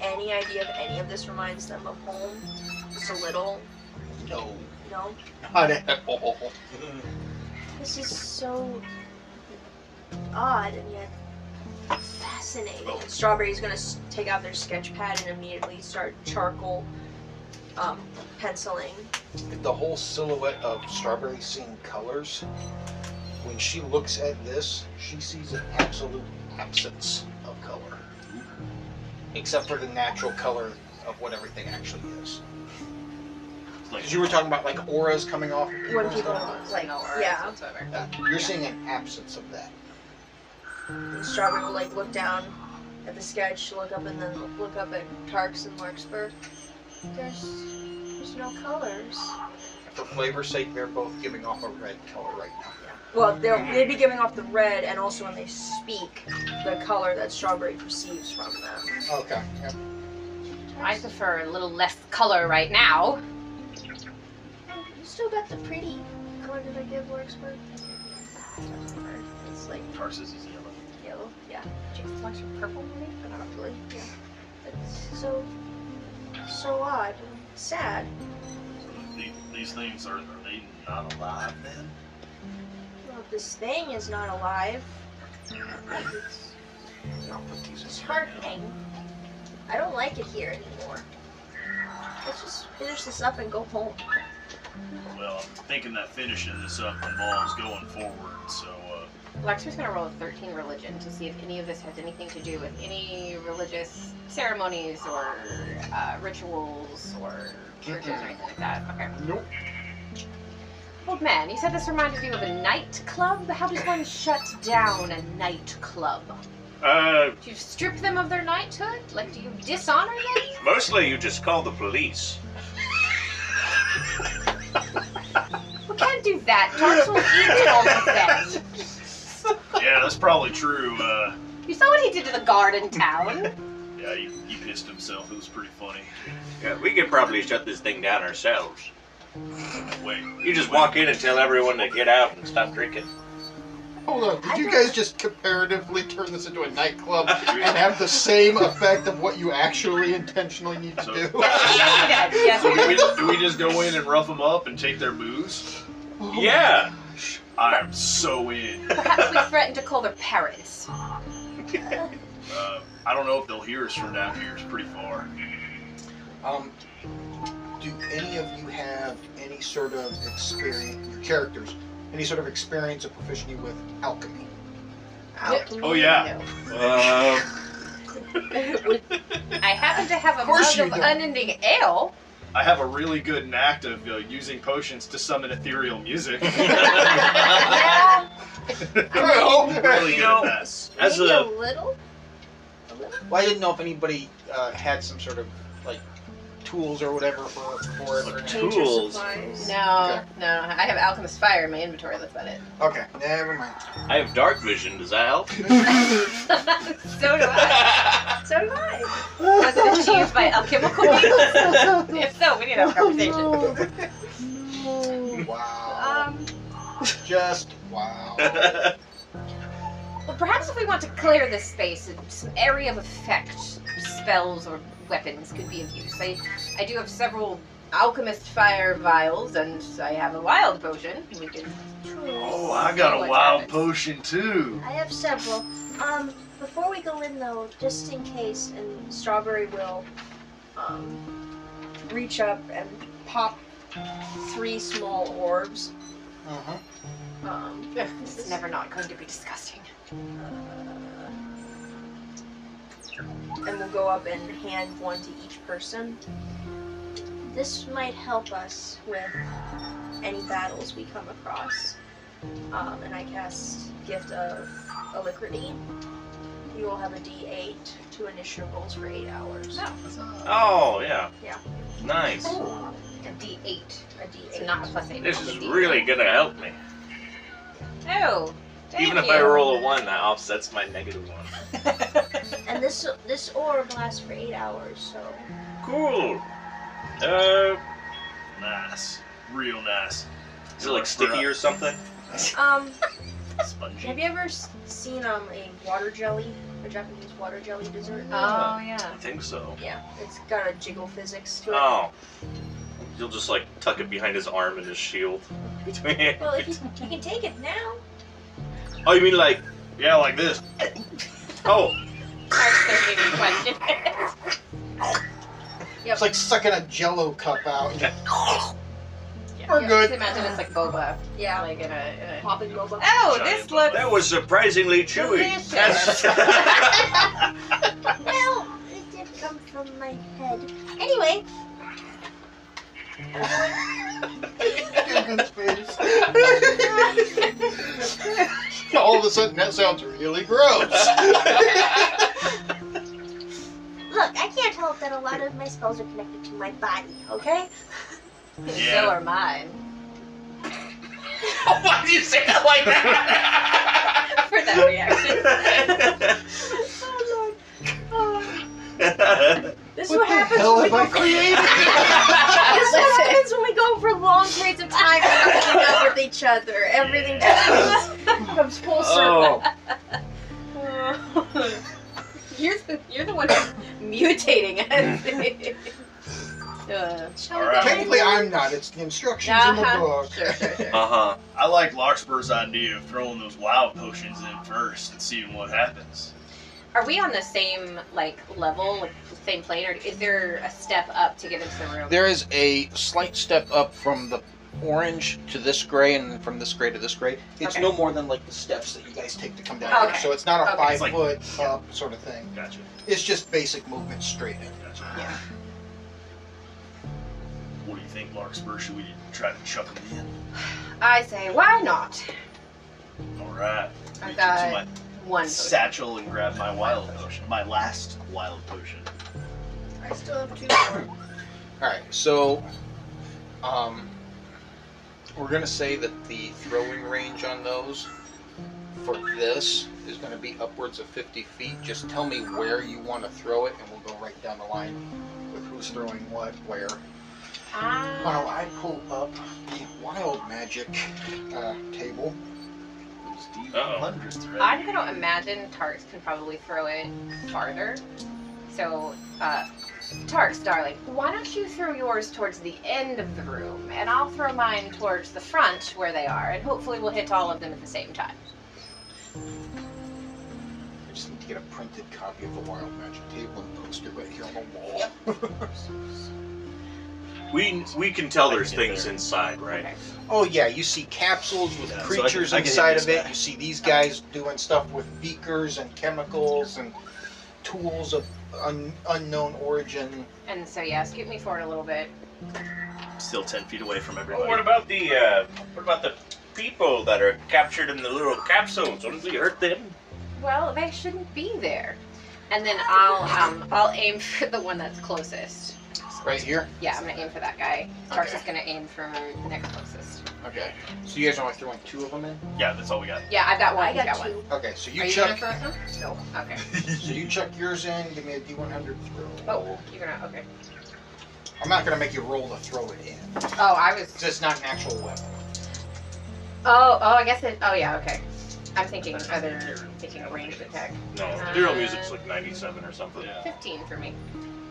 S5: any idea if any of this reminds them of home? Just a little?
S1: No.
S5: No?
S1: Not at all.
S5: This is so odd and yet fascinating.
S4: Oh.
S5: Strawberry's gonna s- take out their sketch pad and immediately start charcoal um, penciling.
S1: Did the whole silhouette of Strawberry seeing colors? When she looks at this, she sees an absolute absence of color. Except for the natural color of what everything actually is.
S4: It's Like
S1: Because you were talking about like auras coming off. of
S5: When
S1: people's
S5: people
S1: eyes.
S5: are like,
S3: no worries
S5: yeah.
S3: whatsoever.
S1: Yeah, You're seeing an absence of that.
S5: And Strawberry will like look down at the sketch, look up, and then look- look up at Tarks and Larkspur. There's, there's no colors.
S1: For flavor's sake, they're both giving off a red color right now.
S5: Well, they'll they'd be giving off the red, and also when they speak, the color that Strawberry perceives from them.
S1: Okay. yep.
S3: I prefer a little less color right now.
S5: You still got the pretty color that I give Larkspur. It's like
S4: Tarsus is yellow.
S5: yellow. Yeah,
S3: Jason wants your purple maybe?
S5: probably. Yeah. It's so so odd. and Sad.
S4: These, these things are are they not alive then?
S5: Well, this thing is not alive. It's,
S1: I'll put these in
S5: it's
S1: here.
S5: heartening. I don't like it here anymore. Let's just finish this up and go home.
S4: Well, I'm thinking that finishing this up involves going forward. So uh,
S3: Lexer's gonna roll a 13 religion to see if any of this has anything to do with any religious ceremonies or uh, rituals or churches or anything like that. Okay.
S1: Nope.
S3: Old man, you said this reminded you of a nightclub? How does one shut down a nightclub?
S2: Uh,
S3: Do you strip them of their knighthood? Like, do you dishonor them?
S2: mostly you just call the police.
S3: We can't do that. Tarks will eat all of them.
S4: yeah, that's probably true. Uh,
S3: You saw what he did to the guard in town.
S4: yeah, Yeah, he, he pissed himself. It was pretty funny.
S2: Yeah, we could probably shut this thing down ourselves.
S4: Wait,
S2: You just walk in and tell everyone to get out and stop drinking.
S7: Hold on, did
S5: I
S7: you
S5: don't-
S7: guys just comparatively turn this into a nightclub and have the same effect of what you actually intentionally need to
S4: So-
S7: do?
S3: Yes, we did. Yes,
S4: do,
S3: we did.
S4: we, do we just go in and rough them up and take their booze?
S2: Yeah.
S4: I'm so in.
S3: Perhaps we threatened to call their parents.
S4: Uh, I don't know if they'll hear us from down here. It's pretty far.
S1: Um, do any of you have any sort of experience, your characters, any sort of experience or proficiency with alchemy?
S4: Oh, yeah.
S2: Uh,
S3: Um, I happen to have a
S1: Of course
S3: mug of
S1: you don't.
S3: unending ale.
S4: I have a really good knack of uh, using potions to summon ethereal music.
S3: Yeah.
S1: Well,
S4: really
S2: You
S4: good
S2: know,
S4: at that.
S2: as
S5: Maybe a,
S2: a
S5: little.
S1: I didn't know if anybody uh, had some sort of like tools or whatever for for it. or anything.
S2: tool? Tools.
S5: Supplies.
S3: No, no. I have alchemist fire in my inventory. That's about it.
S1: Okay, never mind.
S2: I have dark vision. Does that help?
S3: so do I. So do I. Was it achieved by alchemical means? if so, we need to have a conversation.
S1: Oh, Wow.
S3: Um,
S1: Just wow.
S3: well, perhaps if we want to clear this space, some area of effect spells or weapons could be of use. I, I do have several alchemist fire vials, and I have a wild potion. We can
S4: oh, I got a wild potion too.
S5: I have several. Um, before we go in though, just in case, and Strawberry will um, reach up and pop three small orbs.
S1: Mhm.
S5: Um, uh,
S3: This is never not going to be disgusting.
S5: and we'll go up and hand one to each person. This might help us with any battles we come across. Um, and I cast Gift of Alacrity. You will have a D8 to initial rolls for eight hours.
S2: oh yeah.
S5: Yeah.
S2: Nice.
S3: A D8,
S5: A D8.
S3: so not a plus eight.
S2: This
S3: it's a
S2: is
S3: D8.
S2: really gonna help me.
S3: Oh, thank
S2: Even if
S3: you.
S2: I roll a one, that offsets my negative one.
S5: and this this orb lasts for eight hours, so
S2: Cool. Uh,
S4: Nice, real nice.
S2: is it like sticky or something?
S5: um.
S4: spongy?
S5: Have you ever s- seen um a water jelly, a Japanese water jelly dessert?
S3: Oh
S2: I
S3: yeah.
S2: think so.
S5: Yeah, it's got a jiggle physics to it.
S2: Oh. You'll just like tuck it behind his arm and his shield.
S5: Well, if you, you can take it now.
S2: oh, you mean like?
S4: Yeah, like this.
S2: Oh,
S3: That's the question.
S1: It's like sucking a Jello cup out.
S3: Yeah,
S1: We're
S3: yeah,
S1: good.
S3: just Imagine it's like boba,
S5: Yeah, like
S3: like in a. In a...
S5: popping boba.
S3: Oh,
S4: Giant
S3: this
S4: boba.
S3: looks.
S2: that was surprisingly chewy.
S3: Delicious.
S2: That's-
S5: Well, it did come from my head. Anyway,
S7: Dugan's face. All of a sudden, that sounds really gross.
S5: look, I can't help that a lot of my spells are connected to my body. Okay.
S3: So
S4: Yeah.
S3: are mine.
S2: Why do you say that
S5: Oh,
S2: like that?
S3: For that reaction.
S5: This is
S7: What
S5: what
S7: the
S5: happens
S7: hell
S5: when we
S7: have I
S5: go for this is what happens when we go for long periods of time without keeping up with each other. Everything just comes- comes full circle.
S2: oh,
S3: you're, the, you're the one who's mutating us. uh,
S5: Shall we
S4: Alright.
S5: go
S1: Technically,
S5: anywhere?
S1: I'm not. It's the instructions in the
S3: uh-huh.
S1: book.
S3: Sure, sure, sure.
S2: uh huh.
S4: I like Larkspur's idea of throwing those wild potions in first and seeing what happens.
S3: Are we on the same like level, like, same plane, or is there a step up to get into the room?
S1: There is a slight step up from the orange to this gray, and then from this gray to this gray. It's
S3: Okay.
S1: no more than like the steps that you guys take to come down.
S3: Okay.
S1: here. So it's not a
S3: Okay.
S1: five
S4: It's like-
S1: foot up sort of thing.
S4: Gotcha.
S1: It's just basic movement straight in.
S4: Gotcha. What do you think, Larkspur? Should we try to chuck them
S3: I say, why not?
S4: in? All right.
S3: I
S4: Reach
S3: got
S4: into my
S3: One. vote.
S4: satchel and grab my wild potion, my last wild potion.
S5: I still have two more.
S1: All right, so um, we're gonna say that the throwing range on those for this is going to be upwards of 50 feet. Just tell me where you want to throw it, and we'll go right down the line with who's throwing what, where. While
S3: Ah,
S1: I pull up the wild magic uh, table,
S4: Those
S2: Uh-oh.
S4: D100s, right?
S3: I'm gonna imagine Tarks can probably throw it farther. So, uh, Tarks, darling, why don't you throw yours towards the end of the room, and I'll throw mine towards the front where they are, and hopefully we'll hit all of them at the same time.
S1: I just need to get a printed copy of the wild magic table and post it right here on the wall.
S3: Yep.
S2: We we can tell there's
S4: I can get
S2: things
S4: there.
S2: inside, right?
S3: Okay.
S1: Oh yeah, you see capsules with
S4: Yeah, so I can-
S1: creatures
S4: I can hit
S1: inside
S4: this
S1: of it.
S4: guy.
S1: You see these guys doing stuff with beakers and chemicals and tools of un- unknown origin.
S3: And so, yeah, scoot me forward a little bit.
S4: Still 10 feet away from everybody.
S2: Well, Oh, what about the uh, what about the people that are captured in the little capsules? Wouldn't we hurt them?
S3: Well, they shouldn't be there. And then I'll um, I'll aim for the one that's closest.
S1: Right here.
S3: Yeah, I'm gonna aim for that guy. Tarks
S1: Okay.
S3: is gonna aim for the next closest.
S1: Okay. So you guys are only throwing two of them in.
S4: yeah, that's all we got.
S3: Yeah, I've got one.
S5: I
S3: he's
S5: got
S3: one.
S5: two.
S1: Okay. So you
S3: Are
S1: chuck.
S3: you gonna throw it? No. Okay.
S1: so you chuck yours in. Give me a D100 throw.
S3: Oh, you're gonna. Okay.
S1: I'm not gonna make you roll to throw it in.
S3: Oh, I was.
S1: 'cause it's not an actual weapon.
S3: Oh, oh, I guess it. Oh, yeah. Okay. I'm thinking other. Thinking a ranged attack.
S2: No,
S3: Uh,
S2: Hero Music's like 97 or something.
S4: Yeah.
S3: Fifteen for me.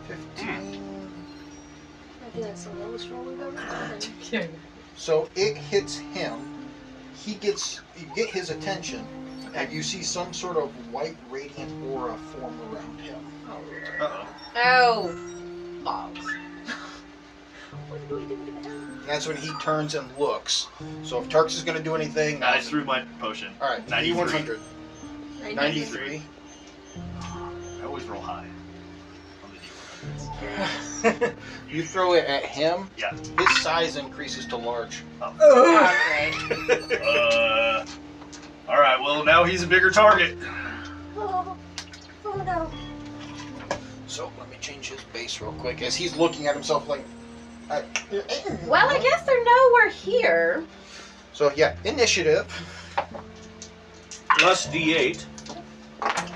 S1: Fifteen.
S5: I think that's the lowest roll we've ever done.
S1: So it hits him. He gets you get his attention, and you see some sort of white radiant aura form around him.
S3: Oh. Lord. Oh.
S4: Uh-oh.
S3: Logs.
S5: What do we do now?
S1: And that's when he turns and looks. So if Tarks is going to do anything,
S4: I threw my potion.
S1: All right,
S4: 93.
S1: 9100. 93.
S4: 93. I always roll high on the D100s.
S1: you throw it at him.
S4: Yeah.
S1: His size increases to large.
S3: Oh, great.
S4: Uh, all right, well, now he's a bigger target.
S5: Oh, oh no.
S1: So let me change his base real quick as he's looking at himself like. I-
S3: Well, I guess they're nowhere here.
S1: So yeah, initiative.
S2: Plus D8.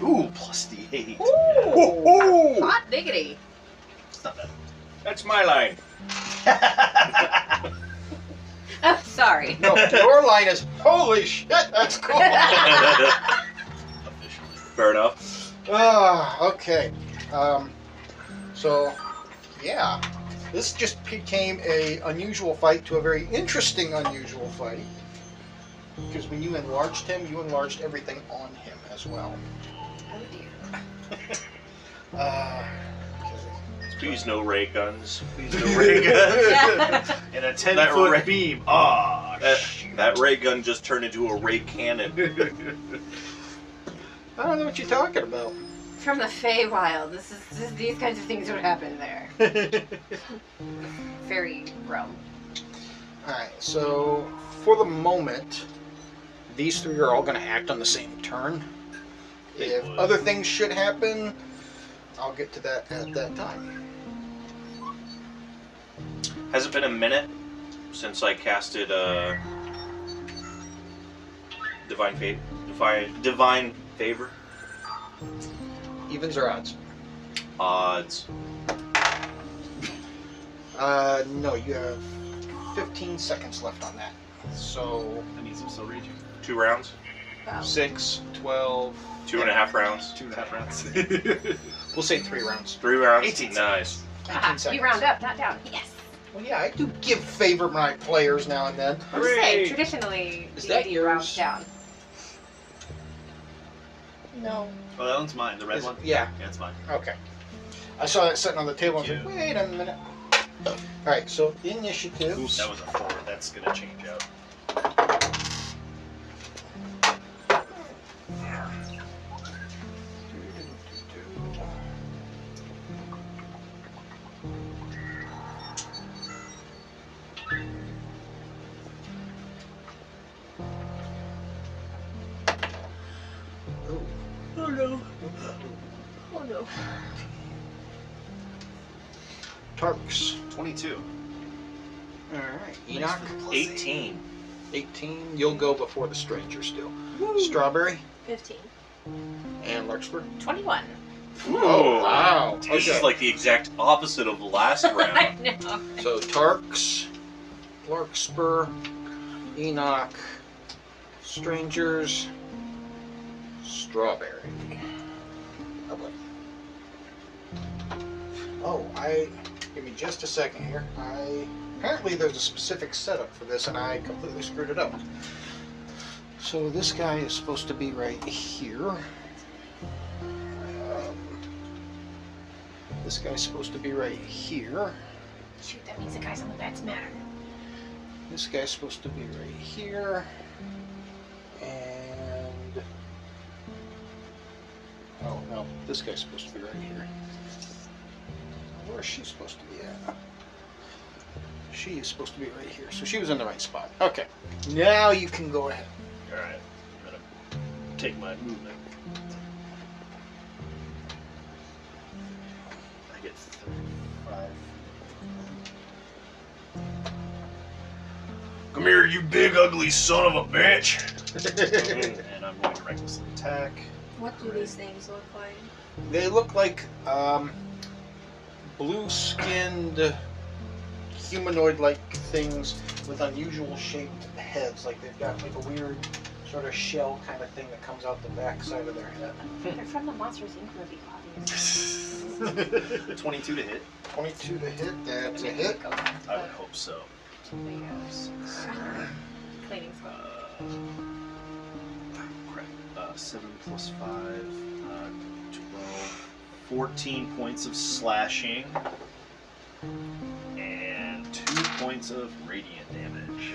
S4: Ooh, plus D8.
S2: Ooh,
S3: Hot diggity.
S4: It's not
S2: that's my line.
S4: bad.
S3: Oh, sorry.
S1: No, your line is holy shit. That's cool.
S4: Officially.
S2: Fair enough.
S1: Ah, okay. Um, so, yeah, this just became a unusual fight to a very interesting unusual fight. Because when you enlarged him, you enlarged everything on him as well.
S3: Oh, dear.
S1: Uh,
S2: Please no ray guns. Please no ray guns.
S3: Yeah.
S4: And a 10
S2: That Uh,
S4: foot
S2: ra-
S4: beam. Ah,
S2: That-
S4: shoot.
S2: that ray gun just turned into a ray cannon.
S1: I don't know what you're talking about.
S3: From the Feywild, this is this, these kinds of things would happen there. Fairy realm.
S1: Alright, so for the moment, these three are all going to act on the same turn.
S4: They
S1: if
S4: would.
S1: other things should happen, I'll get to that at that time.
S2: Has it been a minute since I casted uh, divine fate, divine divine favor
S1: Evens or odds?
S2: odds?
S1: Uh, no, you have 15 seconds left on that. So,
S4: That means I'm still raging.
S2: Two rounds,
S3: Wow.
S1: 6, 12,
S2: two and a half rounds,
S4: Two and a half rounds.
S1: we'll say 3 rounds.
S2: three rounds.
S4: 18
S2: Nice.
S3: Ah, you
S1: seconds.
S3: round up, not down. Yes.
S1: Well, yeah, I do give favor my players now and then.
S3: I'm just
S2: Hooray.
S3: saying, traditionally,
S1: Is
S3: D&D
S1: that yours?
S3: rounds down.
S5: No.
S4: Oh, that one's mine. The red
S1: Is-
S4: one?
S1: Yeah,
S4: Yeah, it's mine.
S1: okay. I saw that sitting on the table and I was like, wait a minute. Alright, so initiative.
S4: That was a four. That's going to change out.
S5: Oh no. Oh no.
S1: Tarks.
S4: 22.
S1: Alright, Enoch.
S2: Eighteen.
S1: 18. You'll go before the stranger still. Strawberry.
S5: 15.
S1: And Larkspur. Oh,
S3: 21.
S2: Ooh.
S1: wow.
S2: Oh, This is like the exact opposite of last
S3: I
S2: round.
S3: know.
S1: So Tarks, Larkspur, Enoch, Strangers, Strawberry. Oh, wait. Oh, I. Give me just a second here. I. Apparently, there's a specific setup for this, and I completely screwed it up. So this guy is supposed to be right here. Um, this guy's supposed to be right here.
S3: Shoot, that means the guys on the beds matter.
S1: This guy's supposed to be right here. And. Oh, no. This guy's supposed to be right here. Where is she supposed to be at? She is supposed to be right here. So she was in the right spot. Okay. Now you can go ahead.
S4: Alright. I'm gonna take my movement. I get thirty-five. Come here, you big ugly son of a bitch! and I'm going to recklessly attack.
S5: What do these things look like?
S1: They look like um, blue skinned humanoid like things with unusual shaped heads. Like they've got like a weird sort of shell kind of thing that comes out the back side of their head.
S3: They're from the Monsters Inc. movie, obviously.
S4: 22 to hit.
S1: 22 to hit, that's a
S3: Maybe
S1: hit.
S3: they go back
S4: I would
S3: to
S4: hope so.
S3: the videos. Cleaning
S4: Uh,
S3: squad.
S4: crap. Uh, 7 plus 5, uh, 12, 14 points of slashing, and 2 points of radiant damage.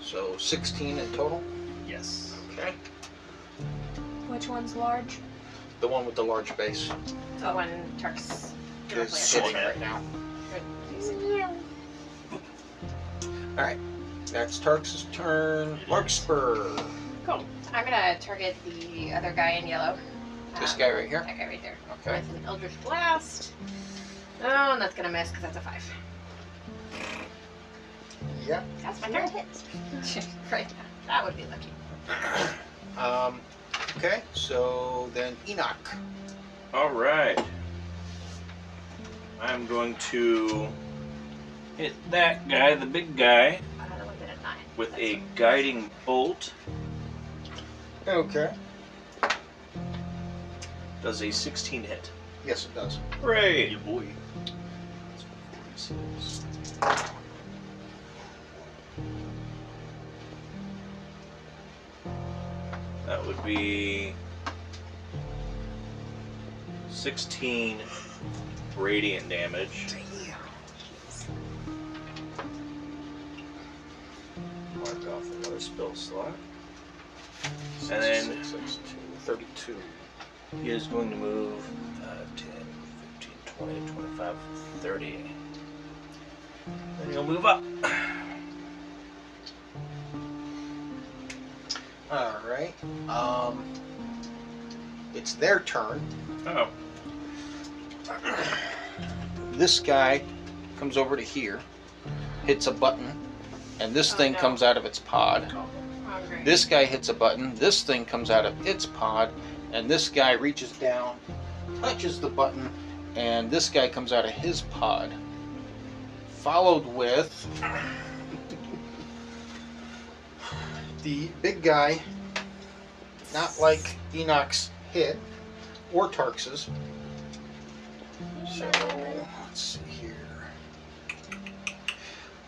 S1: So 16 in total.
S4: Yes.
S1: Okay.
S5: Which one's large?
S1: The one with the large base
S3: The one Turks.
S1: is
S4: sitting
S1: sitting right now.
S5: Yeah.
S1: That's Tark's turn.
S4: It
S1: Larkspur.
S3: Cool. I'm gonna target the other guy in yellow.
S1: This
S3: Um,
S1: guy right here.
S3: That guy right there.
S1: Okay.
S3: With an Eldritch Blast. Oh, and that's gonna miss because that's a five.
S1: Yeah.
S3: That's my turn. right. That would be lucky.
S1: Um, okay. So then Enoch.
S2: All right. I'm going to hit that guy, the big guy,
S3: I don't know what did at nine.
S2: with
S3: That's
S2: a guiding bolt.
S1: Okay.
S2: Does a 16 hit?
S1: Yes, it does.
S2: Great.
S4: Your boy.
S2: That would be 16 radiant damage. Mark off another spell slot. And then
S1: Six, six, two, 32.
S2: He is going to move 5, 10, 15, 20, 25, 30. Then he'll move up.
S1: All right. Um, it's their turn.
S2: Oh.
S1: This guy comes over to here, hits a button, and this
S3: Oh,
S1: thing
S3: no.
S1: comes out of its pod.
S3: Oh, great.
S1: This guy hits a button. This thing comes out of its pod, and this guy reaches down, touches the button, and this guy comes out of his pod. Followed with the big guy, not like Enoch's hit or Tarx's. So let's see here.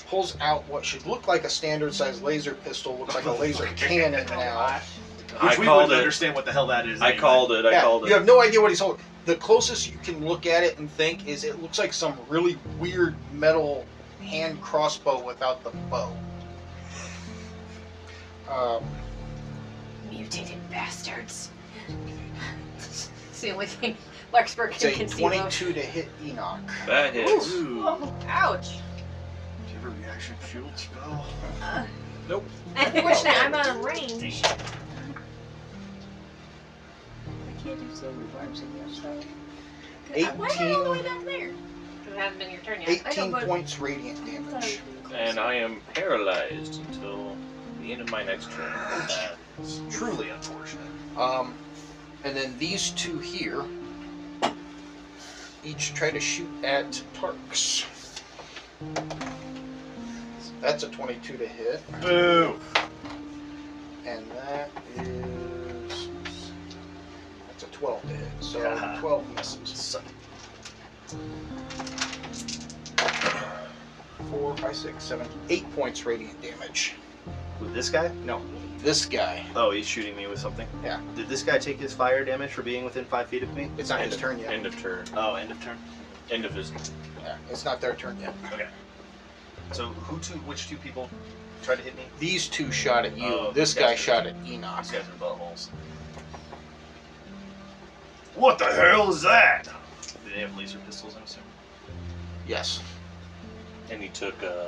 S1: Pulls out what should look like a standard sized laser pistol, looks like a laser cannon now.
S2: I
S4: Which we
S2: called
S4: wouldn't
S2: it.
S4: understand what the hell that is.
S2: I
S4: anyway.
S2: called it. I
S1: Yeah,
S2: called it.
S1: You have no idea what he's holding. The closest you can look at it and think is it looks like some really weird metal hand crossbow without the bow. Um,
S3: Mutated bastards. it's the only thing Larkspur
S1: it's
S3: can
S1: a
S3: conceive of.
S1: 22 to hit Enoch.
S2: That hits.
S4: Ooh.
S3: Ooh. Ouch.
S4: Do you have a reaction shield spell?
S3: Unfortunately, I'm out of range.
S4: Dang.
S5: I can't do silver barbs in your stuff. Why am I all
S1: 18,
S5: the way back there?
S3: It hasn't been your turn yet.
S1: 18
S5: but-
S1: points radiant
S5: I thought
S1: damage.
S5: it was
S2: And I am paralyzed until the end of my next turn.
S4: That is truly unfortunate.
S1: Um, and then these two here each try to shoot at Tarks. That's a 22 to hit,
S4: Boo!
S1: and that is that's a 12 to hit. So
S4: Yeah.
S1: 12 misses.
S4: Suck.
S1: Four, five, six, seven, eight points radiant damage.
S4: With this guy?
S1: No, this guy.
S4: Oh, he's shooting me with something?
S1: Yeah.
S4: Did this guy take his fire damage for being within five feet of me?
S1: It's not his
S2: of,
S1: turn yet.
S2: End of turn.
S4: Oh, end of turn.
S2: End of his.
S1: Yeah, it's not their turn yet.
S4: So who two? Which two people tried to hit me?
S1: These two shot at you.
S4: Oh,
S1: this
S4: gotcha.
S1: guy shot at Enoch.
S4: These guys are buttholes. What the hell is that? Do they have laser pistols? I'm assuming.
S1: Yes.
S2: And he took. Uh,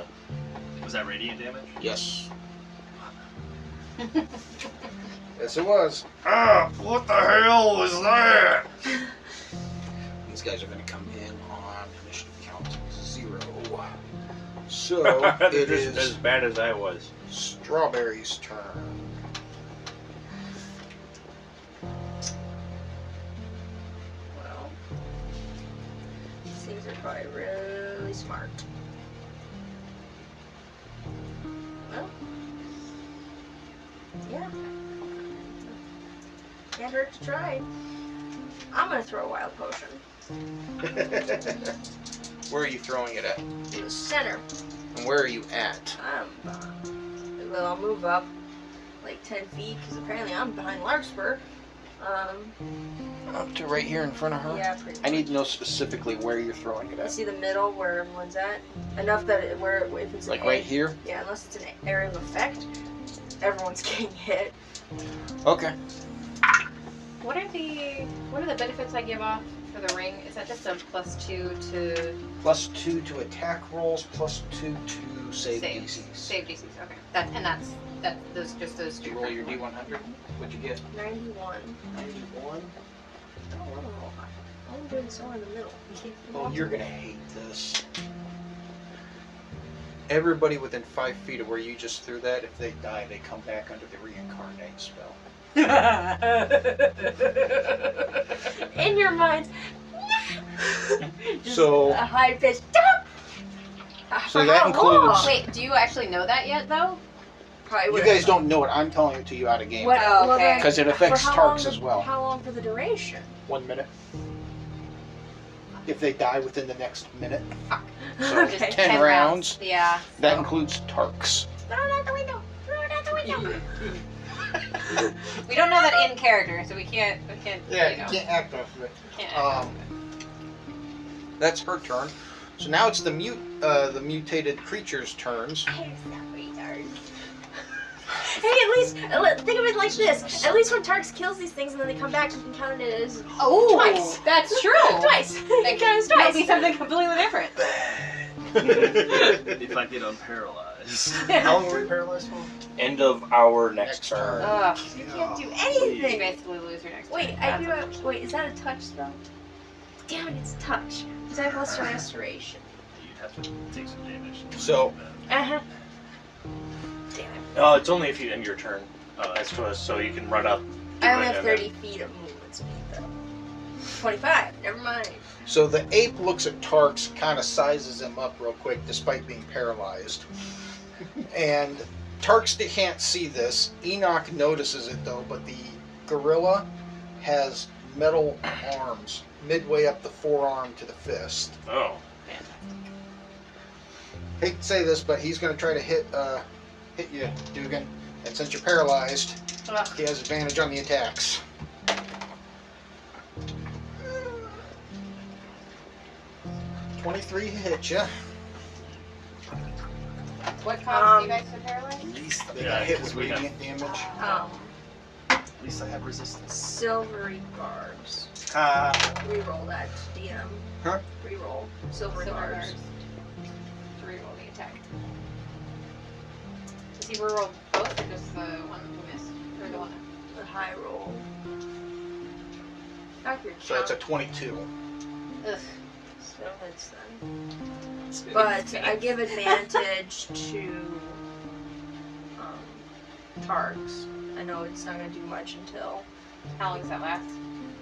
S4: Was that radiant damage?
S1: Yes. yes, it was.
S4: Ah! What the hell was that?
S1: These guys are going to come in on initiative count zero. So it
S2: just as
S1: is
S2: bad as I was.
S1: Strawberry's turn.
S5: Well, these things are probably really smart. Well, yeah. Can't hurt to try. I'm gonna throw a wild potion
S1: Where are you throwing it at?
S5: in the center.
S1: And where are you at?
S5: I'm. Uh, well, I'll move up like 10 feet because apparently I'm behind Larkspur. Um,
S1: Up to right here in front of her.
S5: yeah, pretty
S1: Uh-huh. I need to know specifically where you're throwing it
S5: You
S1: at.
S5: see the middle where everyone's at? Enough that it, where if it's an
S1: Like
S5: A-
S1: right here.
S5: Yeah, unless it's an area of effect, everyone's getting hit.
S1: Okay.
S3: What are the what are the benefits I give off for the ring? Is that just a plus two to
S1: Plus two to attack rolls. Plus two to save
S3: save
S1: DCs.
S3: save DCs? Okay, that and that's that those just those
S1: You
S3: two.
S1: roll your D100. What'd you get?
S5: 91.
S1: 91.
S5: I don't want to roll high. I'm doing this all in the middle.
S1: Oh, you're gonna hate this. Everybody within five feet of where you just threw that, if they die, they come back under the reincarnate spell.
S5: In your mind. Just
S1: So-
S5: a high pitch.
S1: So that includes-
S3: Oh, Wait, do you actually know that yet though?
S5: Probably
S1: You
S5: would-
S1: guys don't know it. I'm telling it to you out of game
S5: What?
S3: Oh,
S5: well,
S3: okay.
S5: then,
S1: because it affects
S5: for how long
S1: Tarks
S5: the-
S1: as well.
S5: How long for the duration?
S1: One minute. If they die within the next minute, So,
S3: Just
S5: okay.
S1: ten rounds.
S3: Yeah.
S1: that includes Tarks.
S5: Throw it out the window. Throw it out the window.
S3: We don't know that in character, so we can't we can't you know,
S1: can't act off of it.
S3: can't-
S1: Um, that's her turn. So now it's the mute, uh, the mutated creature's turns.
S5: You're so retarded. Hey, at least at le- think of it like this. At least when Tarks kills these things and then they come back, you can count it as
S3: Oh,
S5: twice.
S3: That's true.
S5: twice.
S3: It
S5: It counts
S3: might
S5: twice.
S3: be something completely different.
S4: if I get unparalyzed. How long were we paralyzed for?
S2: End of our
S1: Next
S2: next turn.
S3: Ugh.
S5: You can't do
S3: You
S5: anything.
S3: basically lose your next.
S5: Wait,
S3: turn.
S5: I do
S3: That's
S5: a wait. Is that a touch spell? Damn it, it's touch. Because I have lesser restoration.
S4: You'd have to take some damage.
S1: So-
S5: Uh huh. Damn it.
S2: No, Uh, it's only if you end your turn. Uh, as to us, so you can run up.
S5: I only
S2: Right,
S5: have
S2: okay.
S5: thirty feet of movement speed though. Twenty-five. Never mind.
S1: So the ape looks at Tarks, kind of sizes him up real quick, despite being paralyzed. and Tarks d- can't see this. Enoch notices it though, but the gorilla has metal arms midway up the forearm to the fist.
S2: Oh.
S1: Hate to say this, but he's going to try to hit uh, hit you, Dugan. And since you're paralyzed,
S3: Ugh.
S1: he has advantage on the attacks. Twenty-three hit you.
S3: What
S5: Um,
S3: caused you guys to paralyze?
S4: At least,
S1: They got hit with
S4: because we have,
S1: radiant damage.
S3: Oh,
S5: Um,
S4: at least I have resistance.
S5: silvery barbs.
S4: Ah,
S5: Reroll that, DM.
S1: Huh?
S5: Reroll. Silvery
S3: Silver
S5: barbs.
S3: To reroll the attack. Does he reroll both or just the one we missed? Or the one
S5: The high roll. Back your
S1: So that's a
S5: count.
S1: twenty-two.
S3: that. Ugh.
S5: So it's then. But I give advantage to um, Targs. I know it's not going to do much until
S3: How long does that last?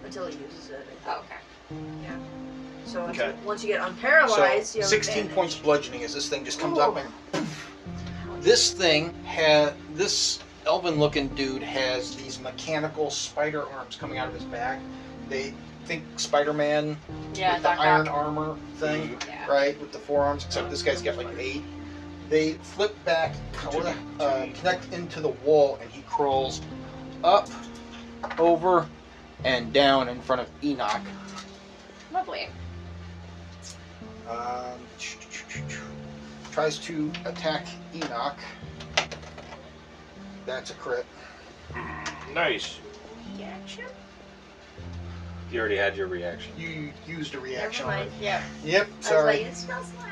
S5: until it uses it.
S3: Oh, okay.
S5: So once,
S4: Okay.
S5: you, once you get
S1: So,
S5: unparalyzed, you have
S1: 16
S5: advantage.
S1: points bludgeoning as this thing just comes up and. This thing had. This elven looking dude has these mechanical spider arms coming out of his back. They think Spider Man
S3: Yeah,
S1: with the
S3: Doc
S1: iron
S3: Ock.
S1: armor thing,
S3: Yeah.
S1: right? With the forearms, except this guy's got like eight. They flip back, co- uh, connect into the wall, and he crawls up, over, and down in front of Enoch.
S3: Lovely.
S1: Um, tries to attack Enoch. That's a crit.
S2: Nice.
S5: Reaction?
S2: You already had your reaction.
S1: You used a
S5: Never
S1: reaction on
S5: mind.
S1: it.
S5: Yeah.
S1: Yep,
S5: I was
S1: sorry.
S5: like, it smells like.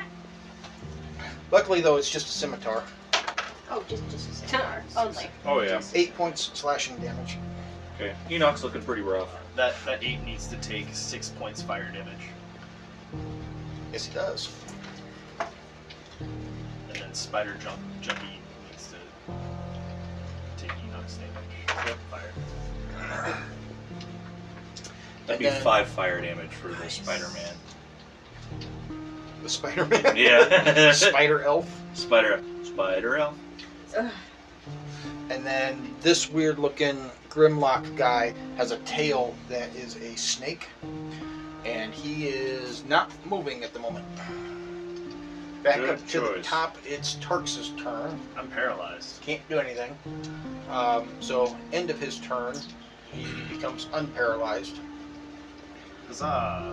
S1: Luckily, though, it's just a scimitar.
S5: Oh, just just a second.
S3: Only.
S2: Oh yeah.
S1: Eight points slashing damage.
S2: Okay. Enoch's looking pretty rough.
S4: That that eight needs to take six points fire damage,
S1: Yes, he does.
S4: and then Spider Jump Jumpy needs to take Enoch's damage. Yep, fire.
S2: That'd be
S1: And then-
S2: five fire damage for the
S5: Nice.
S2: Spider-Man.
S1: The Spider Man.
S2: Yeah.
S1: Spider Elf.
S2: Spider. Spider elf.
S1: And then this weird looking Grimlock guy has a tail that is a snake. And he is not moving at the moment. Back
S2: Good
S1: up to the
S2: choice.
S1: top, it's Tarx's turn.
S4: I'm paralyzed.
S1: Can't do anything. Um, so, end of his turn, he becomes unparalyzed.
S4: Huzzah!
S2: Oh.
S1: Uh,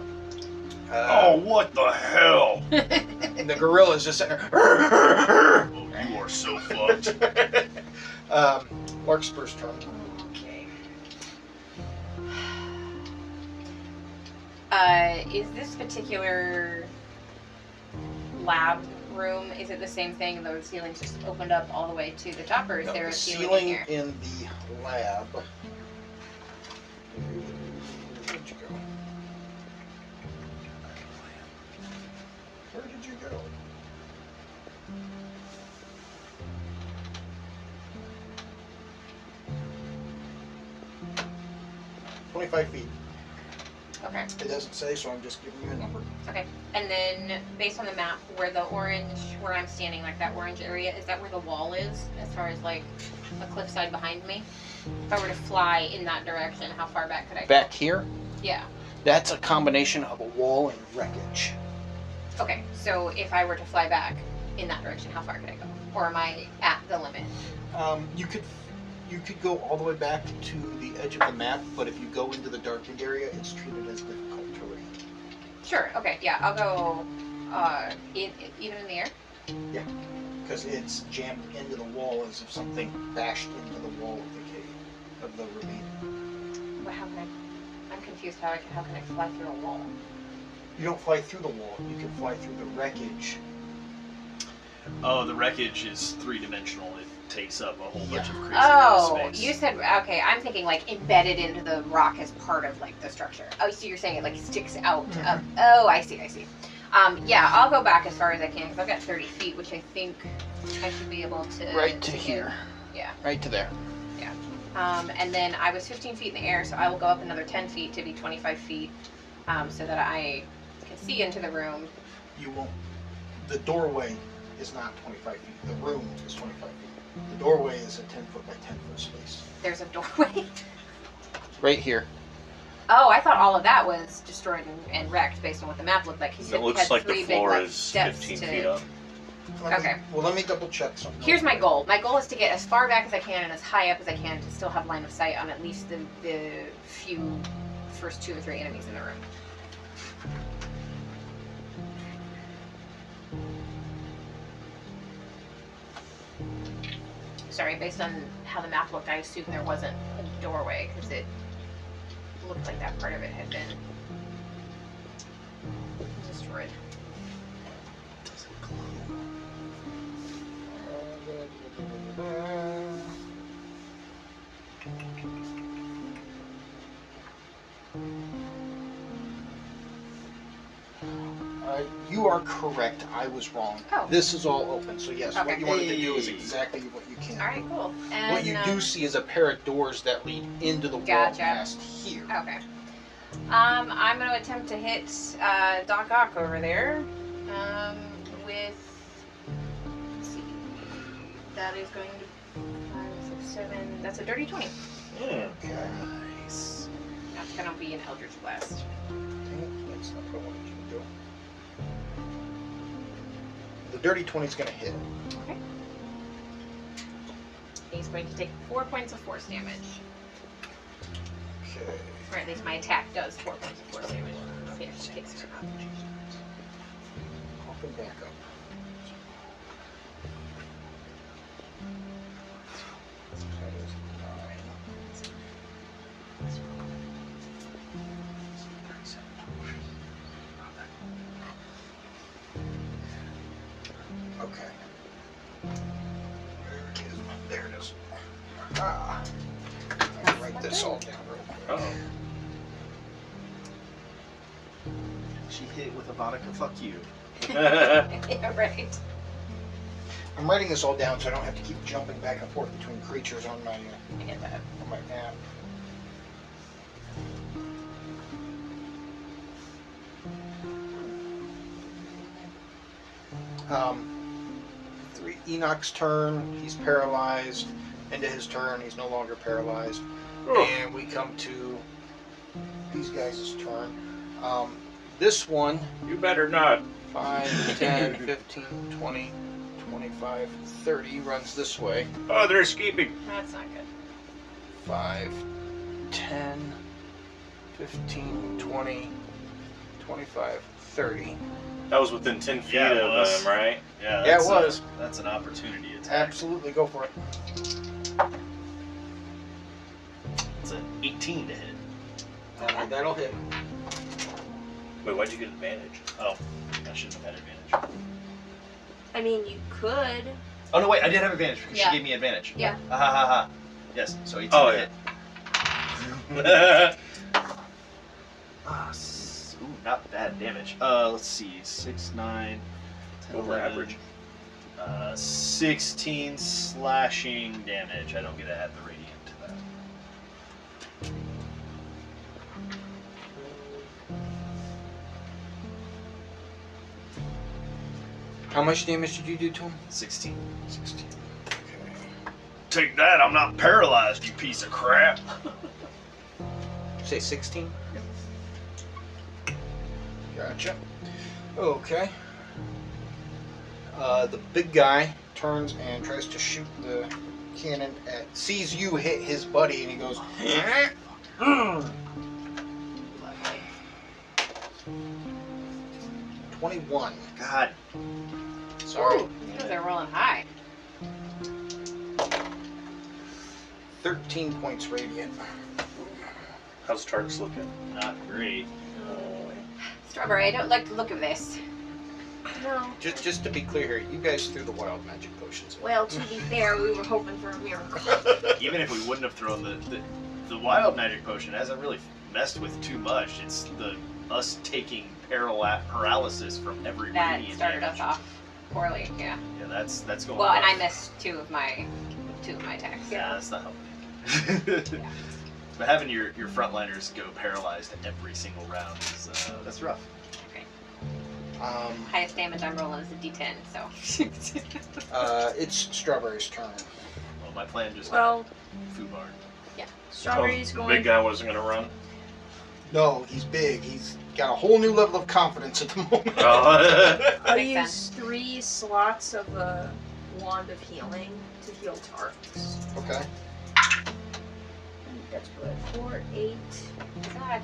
S4: Oh, what the hell!
S1: And the gorilla is just sitting there.
S4: Oh, you are so fucked.
S1: um, Larkspur's turn.
S3: Okay. Uh, is this particular lab room? Is it the same thing? Though the ceiling's just opened up all the way to the top, or is
S1: No,
S3: there a
S1: the
S3: ceiling,
S1: ceiling
S3: in here?
S1: in the lab. Where'd you go? Where did you go? Twenty-five feet.
S3: Okay.
S1: It doesn't say, so I'm just giving you a number.
S3: And then, based on the map, where the orange, where I'm standing, like that orange area, is that where the wall is, as far as like a cliffside behind me? If I were to fly in that direction, how far back could I?
S1: Back here,
S3: Yeah.
S1: that's a combination of a wall and wreckage.
S3: Okay. So if I were to fly back in that direction, how far could I go? Or am I at the limit?
S1: Um, you could you could go all the way back to the edge of the map, but if you go into the darkened area, it's treated as difficult terrain.
S3: Sure. Okay. Yeah. I'll go. Uh, in, even in the air.
S1: Because it's jammed into the wall as if something bashed into the wall of the cave of the ravine.
S3: But how can I? I'm confused. How I can, how can I fly through a wall?
S1: You don't fly through the wall, you can fly through the wreckage.
S4: Oh, the wreckage is three dimensional. It takes up a whole bunch of crazy
S3: Oh,
S4: amount of space.
S3: you said okay. I'm thinking like embedded into the rock as part of like the structure. Oh, so you're saying it like sticks out. Of,
S1: Mm-hmm.
S3: oh, I see. I see. Um, yeah, I'll go back as far as I can because I've got 30 feet, which I think I should be able to.
S1: right to
S3: get.
S1: here.
S3: yeah.
S1: Right to there.
S3: Um, and then I was 15 feet in the air, so I will go up another 10 feet to be 25 feet, um, so that I can see into the room.
S1: You won't. The doorway is not 25 feet, the room is 25 feet. The doorway is a 10 foot by 10 foot space.
S3: There's a doorway.
S1: Right here.
S3: Oh, I thought all of that was destroyed and, and wrecked based on what the map looked like. He said
S2: It
S3: he
S2: looks
S3: had
S2: like
S3: three
S2: the floor
S3: big, like,
S2: is
S3: steps
S2: 15
S3: to-
S2: feet up.
S3: Okay.
S1: well, let me double check something.
S3: Here's my goal. My goal is to get as far back as I can and as high up as I can to still have line of sight on at least the, the few first two or three enemies in the room. Sorry, based on how the map looked, I assumed there wasn't a doorway because it looked like that part of it had been destroyed.
S1: Uh, You are correct. I was wrong.
S3: Oh.
S1: This is all open. So yes,
S3: Okay.
S1: what you wanted to do is
S4: Hey.
S1: exactly what you can.
S3: All right, cool. And
S1: What you
S3: um,
S1: do see is a pair of doors that lead into the
S3: Gotcha. Oh.
S1: wall past here.
S3: Okay. Um, I'm going to attempt to hit uh, Doc Ock over there um, with. Let's see. That is going to. Five, six, seven. That's a dirty 20.
S2: Hmm.
S1: Okay.
S4: Nice.
S3: That's going to be an Eldritch Blast.
S1: That's not what I wanted you to do. The dirty 20 is going to hit.
S3: He's going to take four points of force damage.
S1: Okay.
S3: Or at least my attack does four points of force damage. Let's see if it takes it or not.
S1: Pop him back up. That is nine. Okay. Where it is? There it is. Ah. I'll write this all down real quick.
S2: Oh.
S4: She hit with a vodka. Fuck you.
S2: Oh.
S3: yeah, right.
S1: I'm writing this all down so I don't have to keep jumping back and forth between creatures on my uh,
S3: I get that.
S1: on my app. Um, three, Enoch's turn. He's paralyzed. Into his turn, he's no longer paralyzed.
S2: Oh,
S1: And we come to these guys' turn. Um, this one
S2: you better not.
S1: 5, 10, 15, 20, 25, 30 runs this way.
S2: Oh, they're escaping.
S3: That's not good.
S1: 5, 10, 15, 20, 25, 30.
S2: That was within 10 feet
S4: Yeah, it
S2: of
S4: was.
S2: them, right?
S4: Yeah,
S1: Yeah, it
S4: that's a-
S1: was.
S4: that's an opportunity attack.
S1: Absolutely, go for it.
S4: It's an 18 to hit.
S1: Uh, that'll hit.
S2: Wait, why'd you get advantage?
S4: Oh, I shouldn't have had advantage.
S5: I mean, you could.
S4: Oh no, wait, I did have advantage because
S3: Yeah.
S4: she gave me advantage.
S5: Yeah.
S4: Ah, ha ha ha. Yes, so 18
S2: Oh,
S4: to
S2: yeah.
S4: hit. Ah, s- ooh, not bad damage. Uh, let's see, six, nine, 10,
S2: Over
S4: 11,
S2: average.
S4: Uh, 16 slashing damage. I don't get to add the radiant to that.
S1: How much damage did you do to him?
S4: 16.
S1: 16. Okay.
S4: Take that! I'm not paralyzed, you piece of crap.
S1: Say 16? Gotcha. Okay. Uh, the big guy turns and tries to shoot the cannon at. Sees you hit his buddy and he goes. Twenty-one.
S4: God.
S1: Sorry.
S3: Because they're rolling high.
S1: Thirteen points radiant.
S2: How's Tark's looking?
S4: Not great.
S3: Strawberry, I don't like the look of this.
S5: No.
S1: Just, just to be clear here, you guys threw the wild magic potions. in.
S5: Well, to be fair, we were hoping for a miracle.
S4: Even if we wouldn't have thrown the, the the wild magic potion hasn't really messed with too much. It's the us taking paraly- paralysis from every
S3: That
S4: radiant
S3: started
S4: damage.
S3: us off poorly, yeah.
S4: Yeah, that's that's going.
S3: Well, and I
S4: rough.
S3: missed two of my two of my attacks.
S4: Yeah, that's not helping. but having your your frontliners go paralyzed every single round is uh, that's rough.
S1: Um,
S3: Highest damage I'm rolling is a D10, so.
S1: uh, it's Strawberry's turn.
S4: Well, my plan just
S5: well,
S4: food barn.
S5: Strawberry's
S2: oh, the
S5: going.
S2: big guy wasn't going to run.
S1: No, he's big. He's got a whole new level of confidence at the moment.
S2: Oh.
S5: I'll
S3: Makes
S5: use three slots of a wand of healing to heal Tarks.
S1: Okay.
S5: That's good. Four, eight.
S3: Is that,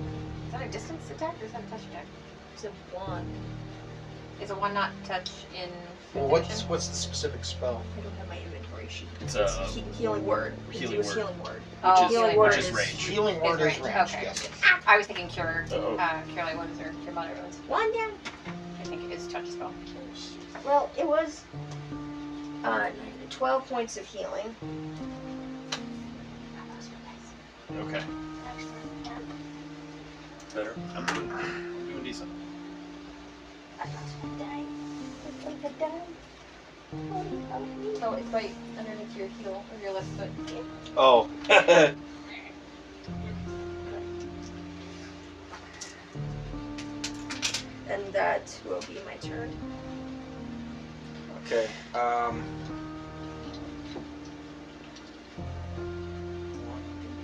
S3: is that a distance attack or is that a touch attack?
S5: It's a one.
S3: Is a one not touch in.
S1: Well, what's
S3: protection?
S1: what's the specific spell?
S5: I don't have my inventory sheet.
S4: It's
S5: It's
S4: uh,
S5: he- healing word. We
S4: healing
S5: do is
S4: word.
S5: healing word.
S3: oh,
S4: which is-
S5: healing
S3: healing
S5: word
S4: which is
S5: is-
S4: range.
S1: Healing word
S3: range,
S1: is range.
S3: okay.
S1: Yes.
S3: I was thinking cure.
S2: Uh-oh.
S3: Uh, cure like what is her? Your mother was.
S5: One down.
S3: I think it is touch spell.
S5: Well, it was uh, twelve points of healing.
S4: okay.
S2: Better.
S4: I'm doing, I'm doing decent.
S5: die. It's like a die. Oh, help me.
S3: So it's like underneath your heel or your left foot.
S2: Oh.
S5: And that will be my turn.
S1: Okay. Um,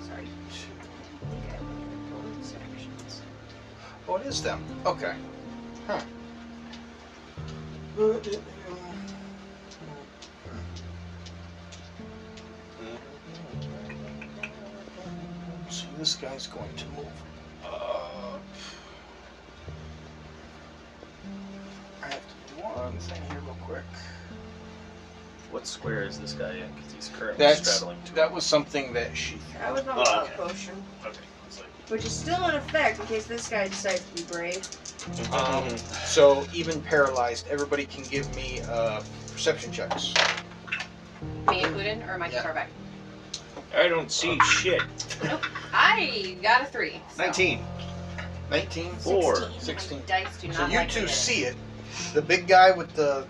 S5: Sorry. I think I have any other bonus actions.
S1: oh, it is them. Okay. Huh. Hmm. So this guy's going to move up. I have to do one thing here real quick.
S4: What square is this guy in? Because he's currently
S1: That's
S4: straddling two.
S1: that was something that she.
S6: I was on
S4: Oh,
S6: the love
S4: okay.
S6: potion,
S4: Okay. It's like,
S6: which is still in effect in case this guy decides to be brave.
S1: Um, so even paralyzed, everybody can give me uh, perception checks.
S3: Me included, or am I too
S1: Yeah.
S3: far back?
S2: I don't see shit.
S3: I got a three. so-
S1: 19. 19.
S2: Four.
S3: My
S1: 16.
S3: dice do not
S1: So you
S3: like me
S1: two
S3: today.
S1: see it. The big guy with the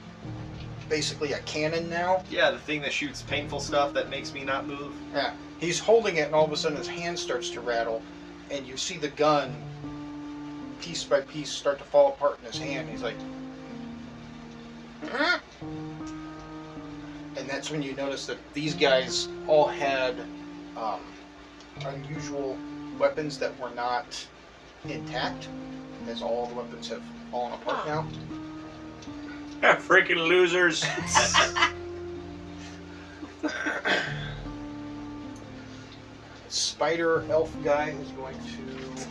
S1: basically a cannon now.
S4: yeah, the thing that shoots painful stuff that makes me not move.
S1: He's holding it, and all of a sudden his hand starts to rattle, and you see the gun piece by piece start to fall apart in his hand. He's like. "Huh?" And that's when you notice that these guys all had um, unusual weapons that were not intact, as all the weapons have fallen apart now.
S2: Freaking losers.
S1: Spider elf guy is going to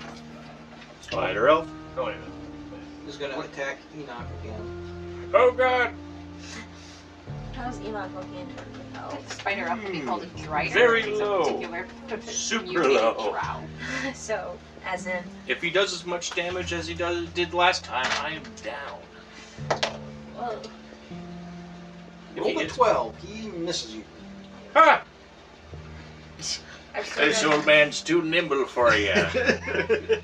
S2: Spider elf.
S4: Don't even.
S8: He's gonna attack Enoch again.
S2: Oh god.
S5: How's Enoch looking in terms of health?
S3: That spider up to be called a drider.
S2: Very
S3: It's a
S2: low.
S3: particular-
S2: Super
S3: unique
S2: low.
S3: drow.
S5: so, as in,
S2: If he does as much damage as he does, did last time, I am down.
S5: whoa.
S2: If he
S8: Roll a
S2: gets-
S8: 12. He misses you.
S2: Ha!
S6: I've still
S2: This
S6: got-
S2: old man's too nimble for you.
S4: Mr.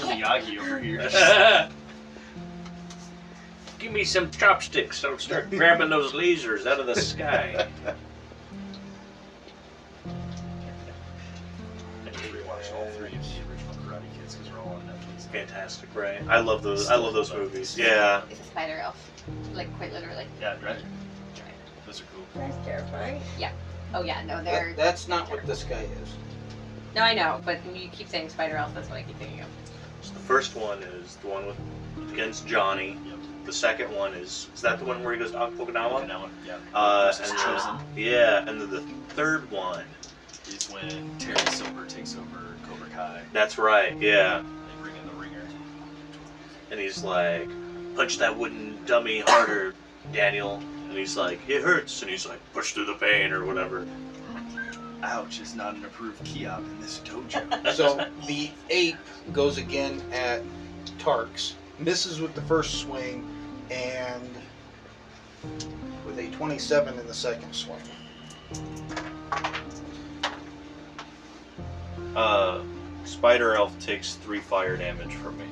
S4: Miyagi over here.
S2: Give me some chopsticks. I'll start grabbing those lasers out of the sky.
S4: I need to rewatch all three of the original Karate Kids because they're all on Netflix.
S2: Fantastic, right? I love those. I love those movies. Yeah.
S3: It's a spider elf. Like, quite literally.
S4: Yeah, right.
S3: Drider.
S4: Those are cool.
S5: That's terrifying.
S3: Oh, yeah, no, they're.
S8: That, that's not what this guy is.
S3: No, I know, but when you keep saying spider elf, that's what I keep thinking of.
S2: So the first one is the one with against Johnny.
S4: Yep.
S2: The second one is is that the one where he goes to Okinawa?
S4: Okinawa. Yeah.
S2: Uh,
S4: Versus
S2: and
S4: Chosen.
S2: then, yeah, and then the third one.
S4: is when Terry Silver takes over Cobra Kai.
S2: That's right. Yeah,
S4: They bring in the ringer.
S2: and he's like, punch that wooden dummy harder, Daniel. And he's like, it hurts. And he's like, push through the pain or whatever.
S4: Ouch is not an approved kiosk in this dojo.
S1: So the ape goes again at Tark's, misses with the first swing, and with a 27 in the second swing.
S2: Uh, Spider Elf takes three fire damage from me.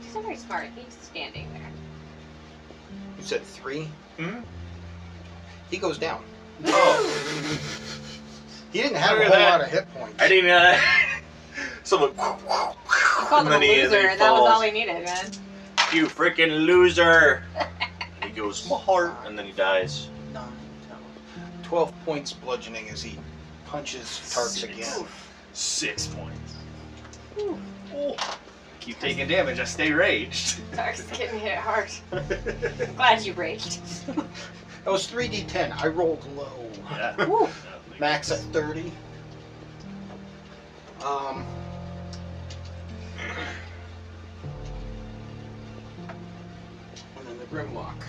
S3: He's not very smart. He's standing there.
S1: You said three?
S2: Hmm?
S1: He goes down.
S2: Oh,
S1: He didn't have a
S2: Look at
S1: whole
S2: that.
S1: lot of hit points.
S2: I didn't. Uh, someone.
S3: He called
S2: And then
S3: him a
S2: he- and
S3: loser,
S2: then he
S3: and that was
S2: falls.
S3: all he needed, man.
S2: You freaking loser! he goes, my heart, and then he dies.
S1: Nine, ten, 12 points bludgeoning as he punches Tarks
S4: Six.
S1: again.
S4: Six points. Keep taking damage, I stay raged.
S3: Dark's getting hit hard. I'm glad you raged.
S1: That was 3d10. I rolled low.
S4: Yeah.
S3: Woo.
S1: Max at 30. Um. And then the Grimlock.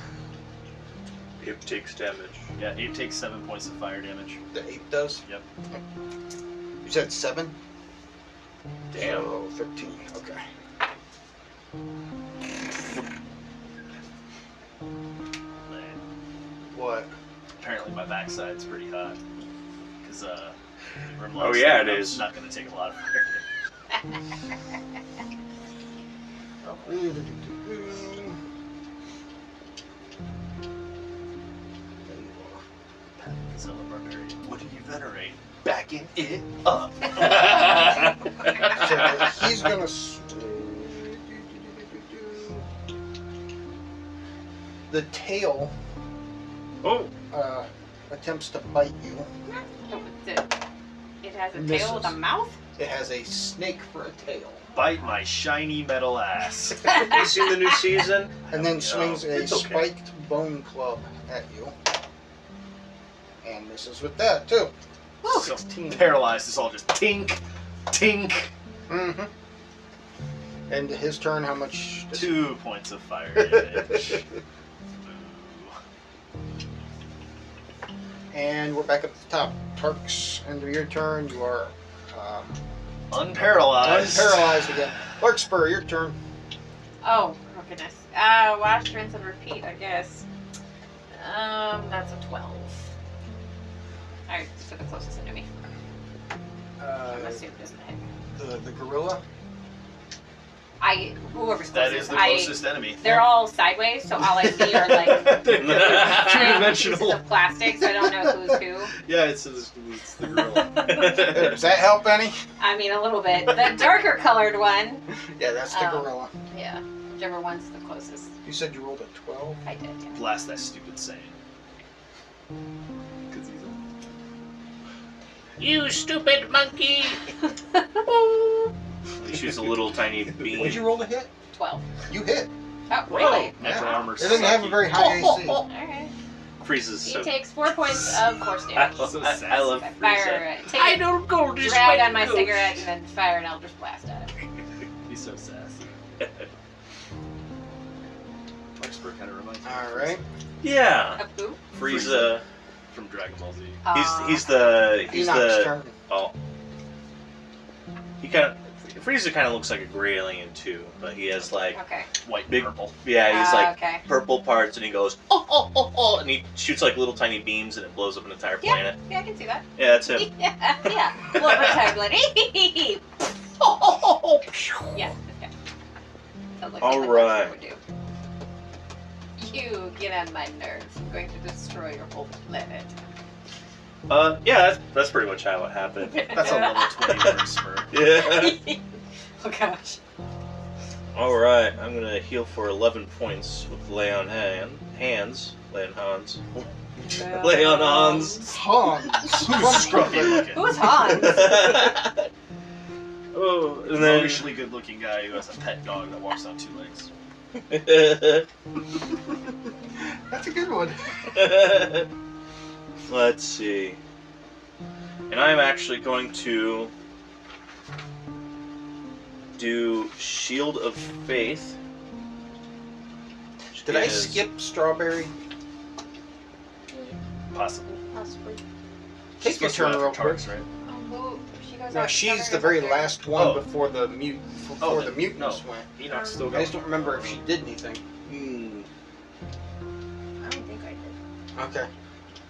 S2: It takes damage.
S4: Yeah, Abe takes seven points of fire damage.
S1: The ape does?
S4: Yep.
S1: You said 7?
S2: Damn.
S1: So 13. Okay.
S4: Man,
S1: What?
S4: apparently my backside's pretty hot. Cause uh the Grimlock's
S2: Oh, yeah, it
S4: not-
S2: is.
S4: Not gonna take a lot of fire.
S6: go.
S4: It's a barbarian. What do you venerate? Backing it up.
S1: So he's gonna. s- The tail
S4: oh,
S1: uh, attempts to bite you.
S3: Oh, but the- It has a tail with a
S1: Misses.
S3: mouth?
S1: It has a snake for a tail,
S4: bite my shiny metal ass.
S2: you seen the new season?
S1: and then
S4: Yeah,
S1: swings a
S2: it's okay.
S1: spiked bone club at you, and misses with that too.
S4: So paralyzed. It's all just tink, tink.
S1: Mm-hmm. And his turn. How much? does-
S4: Two points of fire damage. Boo.
S1: And we're back up at the top. Tarks, end of your turn. You are um,
S4: Unparalyzed.
S1: paralyzed again. Larkspur, your turn.
S3: Oh, oh goodness. Uh, wash, rinse, and repeat, I guess. Um, that's a 12. Alright, so the closest enemy. I'm
S1: Uh,
S3: assuming doesn't hit.
S1: the the gorilla.
S3: I, whoever's closest,
S4: That is the
S3: I,
S4: closest enemy.
S3: they're all sideways, so all I see are like pieces
S4: two-dimensional.
S3: of plastic, so I don't know who's who.
S4: Yeah, it's, it's, it's the gorilla.
S1: There, does that help any?
S3: I mean, a little bit. The darker colored one.
S1: Yeah, that's the
S3: Um,
S1: gorilla.
S3: Yeah, whichever one's the closest.
S1: You said you rolled a twelve.
S3: I did, yeah.
S4: Blast that stupid saying. 'Cause he's a-
S9: You stupid monkey!
S2: He shoots a little tiny beam.
S1: Would you roll to hit?
S3: 12.
S1: You hit.
S3: Oh,
S2: Whoa.
S3: really?
S4: Natural
S1: Yeah.
S4: armor.
S1: It doesn't have a very high AC.
S3: Alright.
S2: freezes.
S3: He
S2: So
S3: takes four points of force
S2: I,
S3: damage.
S4: So
S2: I, I
S4: sassy.
S2: love
S3: I
S2: freezes.
S3: fire. Take
S9: I
S3: a
S9: don't go this
S3: drag
S9: way.
S3: on my
S9: you-
S3: cigarette and then fire an eldritch blast at him.
S4: He's so sassy. Blacksburg kind of reminds me.
S1: All right.
S2: Yeah,
S3: Of who?
S2: Frieza.
S4: From Dragon Ball Z.
S3: Uh,
S2: He's he's the he's
S1: Enoch's
S2: the
S1: turn.
S2: he kind of Frieza kind of looks like a gray alien too, but he has like
S3: Okay.
S4: White
S2: Big-
S4: purple.
S2: yeah he's
S3: Uh,
S2: like
S3: okay.
S2: purple parts and he goes oh oh oh oh and he shoots like little tiny beams and it blows up an entire
S3: Yeah.
S2: planet.
S3: Yeah, I can see that.
S2: Yeah, that's him.
S3: yeah. yeah. Well, every time, like, oh, oh, oh, oh. Yeah. Okay. Sounds like
S2: All
S3: something
S2: right.
S3: Blackstar would do. You get on my nerves. I'm going to destroy your whole planet.
S2: Uh, yeah, that's, that's pretty much how it happened.
S4: That's a level 20 Blacksburg.
S2: Yeah.
S3: oh gosh.
S2: All right, I'm gonna heal for 11 points with lay on hand hands. Lay on hands. Lay on hands.
S1: Hans.
S4: Who's scruffy looking?
S3: Who's Hans?
S2: oh, and then
S4: Obviously good looking guy who has a pet dog that walks on two legs.
S1: That's a good one.
S2: let's see. And I'm actually going to do Shield of Faith. which
S1: Did I
S2: is-
S1: skip strawberry?
S4: Possible.
S5: Possibly.
S1: Take your
S4: Supposed to
S1: turn
S4: go
S1: real
S4: after
S1: quick.
S4: Tarks, right?
S3: Oh, she goes
S1: No,
S3: out
S1: she's
S3: cover
S1: the very
S3: there.
S1: last one
S4: Oh.
S1: before the mute before
S4: Oh,
S1: the
S4: then-
S1: mutants
S4: no.
S1: went.
S4: Enoch's still
S1: Um, I
S4: going.
S1: just don't remember if she did anything.
S2: Hmm.
S5: I don't think I did.
S1: Okay.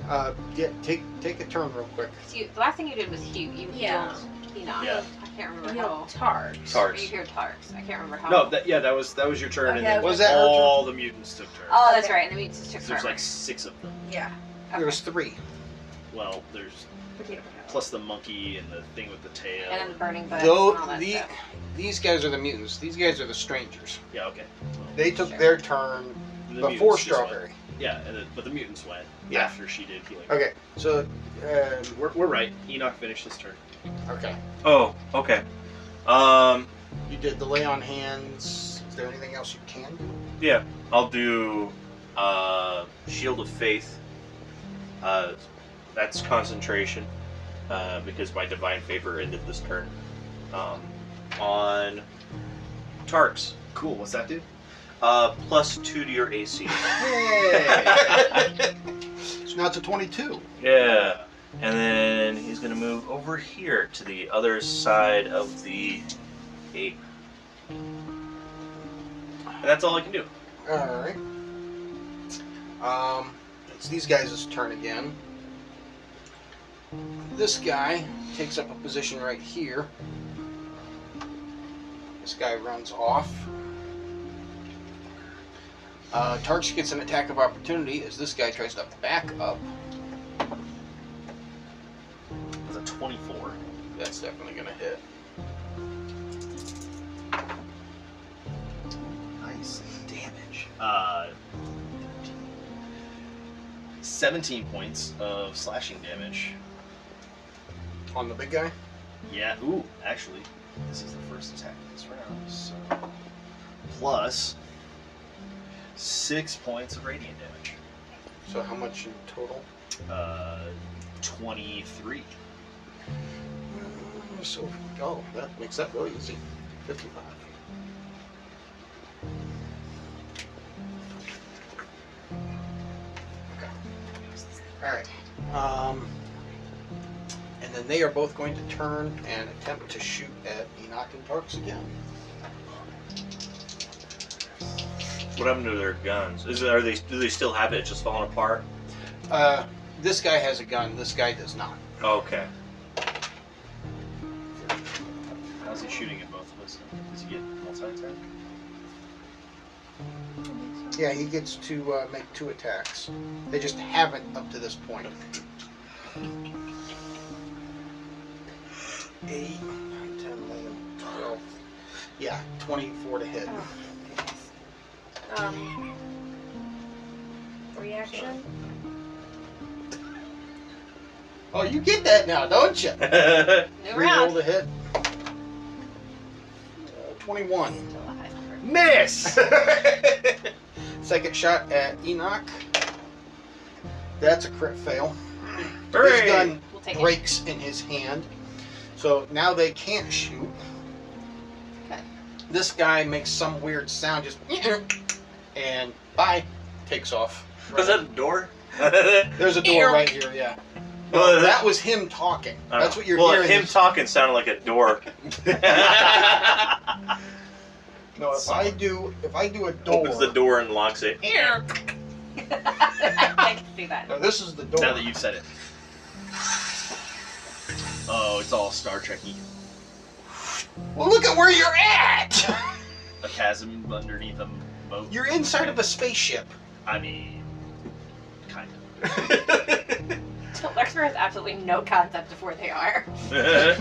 S1: Uh, yeah, take take a turn real quick.
S3: So you, the last thing you did was Hugh. You
S5: Yeah.
S3: healed Enoch.
S4: Yeah.
S3: I can't remember
S5: You know,
S6: Uh-huh.
S3: how.
S5: Targs.
S3: Or
S2: Tarks.
S3: you healed Tarks. I can't remember how.
S4: No, that, yeah, that was that was your turn,
S6: Okay,
S4: and then
S6: okay.
S1: Was that her
S4: all the mutants took turns.
S3: Oh, that's right. And then we just took
S4: So there's
S3: forever.
S4: like six of them.
S6: Yeah.
S3: Okay.
S1: There was three.
S4: Well, there's
S6: Potato, potato.
S4: plus the monkey and the thing with the tail.
S3: and then the burning bush.
S1: Though
S3: and all that
S1: the
S3: stuff.
S1: these guys are the mutants. These guys are the strangers.
S4: yeah, okay. Well,
S1: They took
S3: Sure.
S1: their turn
S4: the
S1: before
S4: mutants just went.
S1: strawberry.
S4: Yeah, and the, but the mutants went
S1: Yeah.
S4: after she did healing.
S1: Okay, so um,
S4: We're, we're right. Enoch finished his turn.
S1: okay,
S2: Oh, okay. Um,
S1: you did the lay on hands. Is there anything else you can do?
S2: I'll do uh, Shield of Faith. Uh, that's concentration uh, because my divine favor ended this turn. Um, on Tarks,
S4: Cool. What's that do?
S2: uh, plus two to your AC.
S1: So now it's a twenty-two.
S2: yeah, and then he's gonna move over here to the other side of the ape. And that's all I can do.
S1: All right. Um, it's these guys' turn again. This guy takes up a position right here. This guy runs off. Uh, Tarks gets an attack of opportunity as this guy tries to back up.
S4: It's a 24.
S1: That's definitely going to hit.
S4: Nice damage. Uh, 17 points of slashing damage.
S1: On the big guy?
S4: Yeah, ooh, actually, this is the first attack of this round, so. Plus, six points of radiant damage.
S1: So how much in total?
S4: Uh, 23.
S1: Uh, So, oh, that makes that really easy. 55. Okay. Alright. Um, and then they are both going to turn and attempt to shoot at Enoch and Parks again.
S2: What happened to their guns? Is are they do they still have it? It's just falling apart.
S1: Uh, this guy has a gun, this guy does not.
S2: Okay.
S4: How's he shooting at both of us? Does he get multi attack?
S1: Yeah, he gets to uh, make two attacks. They just haven't up to this point. Eight, nine, 10, 11, 12. Yeah, 24 to hit.
S6: Um, reaction.
S1: Oh, you get that now, don't you?
S3: New
S1: Reroll
S3: round.
S1: the hit. Uh, 21.
S3: Still alive.
S4: Miss!
S1: Second shot at Enoch. That's a crit fail. His
S2: Hooray!
S1: gun
S3: We'll take it.
S1: breaks in his hand. So now they can't shoot.
S3: Okay.
S1: This guy makes some weird sound, just and bye, takes off.
S2: Was that a door?
S1: There's a door right here, yeah. No, that was him talking. That's what you're
S2: Uh, well,
S1: hearing.
S2: him talking sounded like a door.
S1: no, if I do, if I do a door,
S2: Opens the door and locks it.
S3: I can do that.
S1: No, this is the door.
S4: Now that you've said it. Oh, it's all Star Trekky.
S1: well, look at where you're at.
S4: A chasm underneath a boat.
S1: you're inside of a spaceship.
S4: I mean, kind
S3: Larkspur has absolutely no concept of where they are.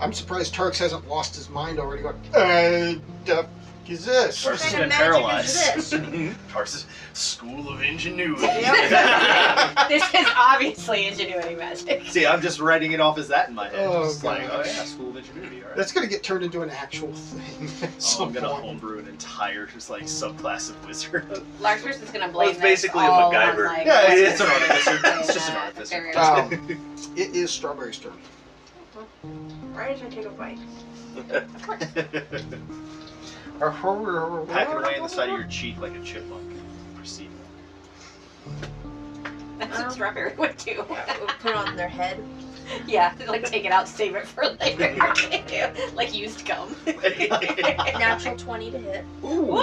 S1: I'm surprised Turks hasn't lost his mind already. Going, uh, the fuck is this?
S4: Tarsus has
S6: kind
S4: been
S6: of magic
S4: paralyzed.
S6: is this?
S4: Tarsus, School of Ingenuity.
S3: Yep. This is obviously ingenuity magic.
S4: See, I'm just writing it off as that in my head.
S1: Oh,
S4: just like, oh
S1: gosh.
S4: yeah, School of Ingenuity. All right.
S1: That's gonna get turned into an actual thing. at
S4: Oh, I'm
S1: some
S4: gonna
S1: point.
S4: homebrew an entire just like subclass of wizard.
S3: Larkspur's just gonna
S2: Well,
S3: blame
S2: it's basically
S3: this
S2: a
S3: all
S2: MacGyver.
S3: On, like,
S4: Yeah,
S3: what's his
S4: it's an
S3: name?
S4: artificer. It's
S3: Uh,
S4: just an artificer.
S3: very-
S1: Um, it is Strawberry's turn.
S6: Right as I take a bite.
S4: Pack it away in the side of your cheek like a chipmunk. Proceed.
S3: That's what strawberry would do.
S6: Put it on their head.
S3: Yeah, like take it out, save it for later. like used gum.
S6: Natural 20 to hit.
S1: Ooh,
S3: Woo!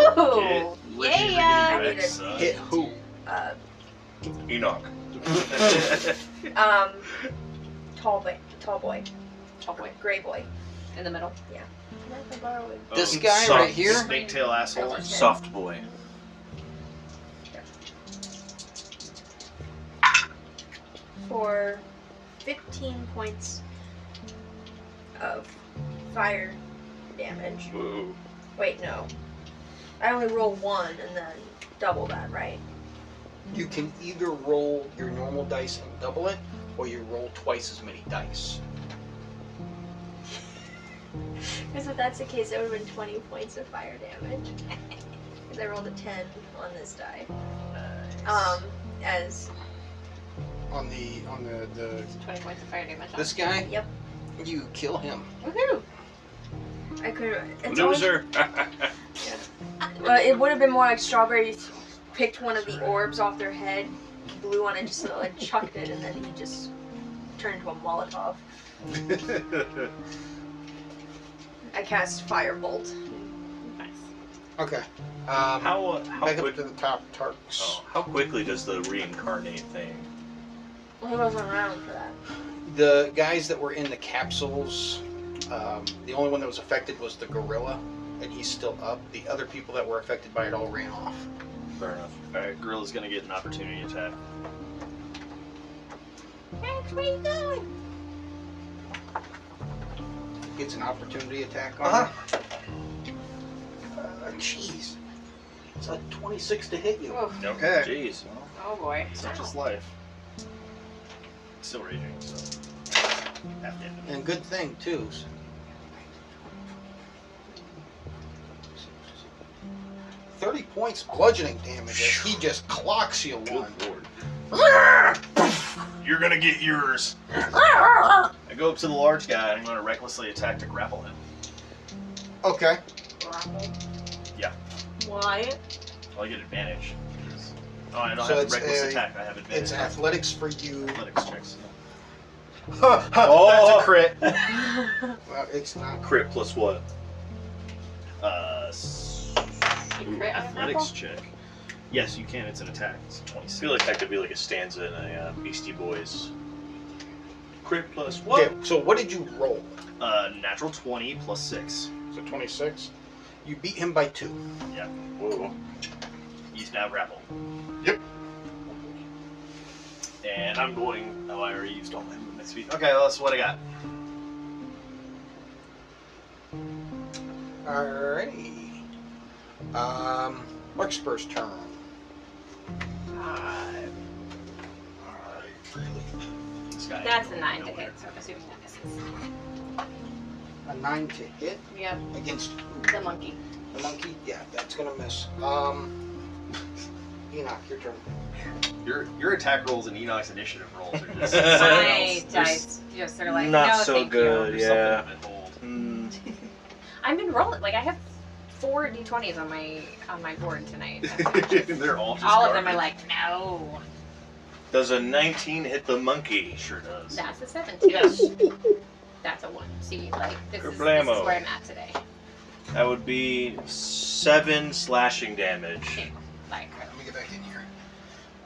S4: yeah.
S3: Yeah!
S1: hit who?
S6: Uh,
S2: Enoch.
S6: um, tall boy. Tall boy.
S3: Tall boy
S6: Gray boy.
S3: in the middle.
S5: Can I borrow it?
S1: This
S2: Oh,
S1: guy
S2: soft-
S1: right here?
S4: Snake tail asshole.
S2: Soft boy.
S6: for 15 points of fire damage.
S2: Whoa.
S6: Wait, no. I only roll one and then double that, right?
S1: You can either roll your normal dice and double it, or you roll twice as many dice.
S6: Because if that's the case, it would have been 20 points of fire damage. Because I rolled a 10 on this die. Um, as
S1: On the on the the
S3: It's 20 points of fire damage. on
S1: this guy.
S6: Yep.
S1: You kill him.
S3: it. Woohoo!
S6: I could have.
S2: Loser.
S6: Uh, it would have been more like strawberries picked one of the orbs off their head, blew on it, just uh, like chucked it, and then he just turned into a Molotov. I cast Firebolt.
S3: Nice.
S1: Okay. Um,
S2: how uh, how
S1: back up
S2: quick?
S1: to the top, Tarks.
S2: Oh, how quickly does the reincarnate thing?
S6: Well, he wasn't around for that.
S1: The guys that were in the capsules, um, the only one that was affected was the gorilla, and he's still up. The other people that were affected by it all ran off.
S2: Fair enough.
S4: Alright, Gorilla's gonna get an opportunity attack.
S5: Max, where you going?
S1: Gets an opportunity attack on
S8: Uh
S1: it.
S8: huh. Uh, Jeez. It's a 26 to hit you.
S3: Oh,
S1: Okay.
S2: Jeez.
S3: oh boy.
S4: Such is life. Still raging, so. Have to end it.
S8: And good thing, too. so-
S1: Thirty points bludgeoning damage. as He just clocks you one.
S2: Good lord.
S4: You're gonna get yours. I go up to the large guy and I'm gonna recklessly attack to grapple him.
S1: Okay.
S6: Why?
S4: Well, I get advantage. because- Oh, I don't
S1: So
S4: have
S1: it's
S4: reckless
S1: a-
S4: attack. I have advantage.
S1: It's athletics for you.
S4: athletics checks.
S1: oh,
S4: That's a crit.
S1: well, it's not.
S2: Crit plus what?
S4: Uh, s-
S3: You
S4: ooh,
S3: crit on a grapple?
S4: athletics check. Yes, you can. It's an attack. It's
S2: I
S4: 26.
S2: feel like that could be like a stanza in a uh, Beastie Boys. Crit plus what?
S1: Okay, so what did you roll?
S4: Uh, natural 20 plus 6.
S1: So twenty six. You beat him by two.
S2: Whoa.
S4: He's now grappled.
S1: Yep.
S4: And I'm going. Oh, I already used all my movement speed. Okay, well, that's what I got.
S1: Alrighty. Um, Larkspur's turn.
S3: uh,
S4: This guy
S3: That's a
S4: ain't
S3: nine
S4: going
S3: to hit,
S4: nowhere.
S3: so I'm assuming that misses.
S1: A nine to hit
S3: Yep,
S1: against
S3: the monkey.
S1: the monkey. Yeah, that's gonna miss. Um, Enoch, your turn.
S4: Your, your attack rolls and Enoch's initiative rolls are just. something else.
S3: My
S4: There's-
S3: dice just are like,
S2: Not
S3: no,
S2: so
S3: thank
S2: good.
S4: there's
S2: Yeah.
S4: something of it old.
S2: Mm.
S3: you. I've been rolling, like, I have four d20s on my on my board tonight.
S4: They're all just
S3: All of them are
S4: garbage.
S3: like, no,
S2: Does a 19 hit the monkey?
S4: Sure does.
S3: that's a 17.
S2: Yes.
S3: That's a 1. See, like, this is, this is
S2: Kerblamo.
S3: where I'm at today.
S2: That would be seven slashing damage.
S3: Like,
S1: Alright, let me get back in here.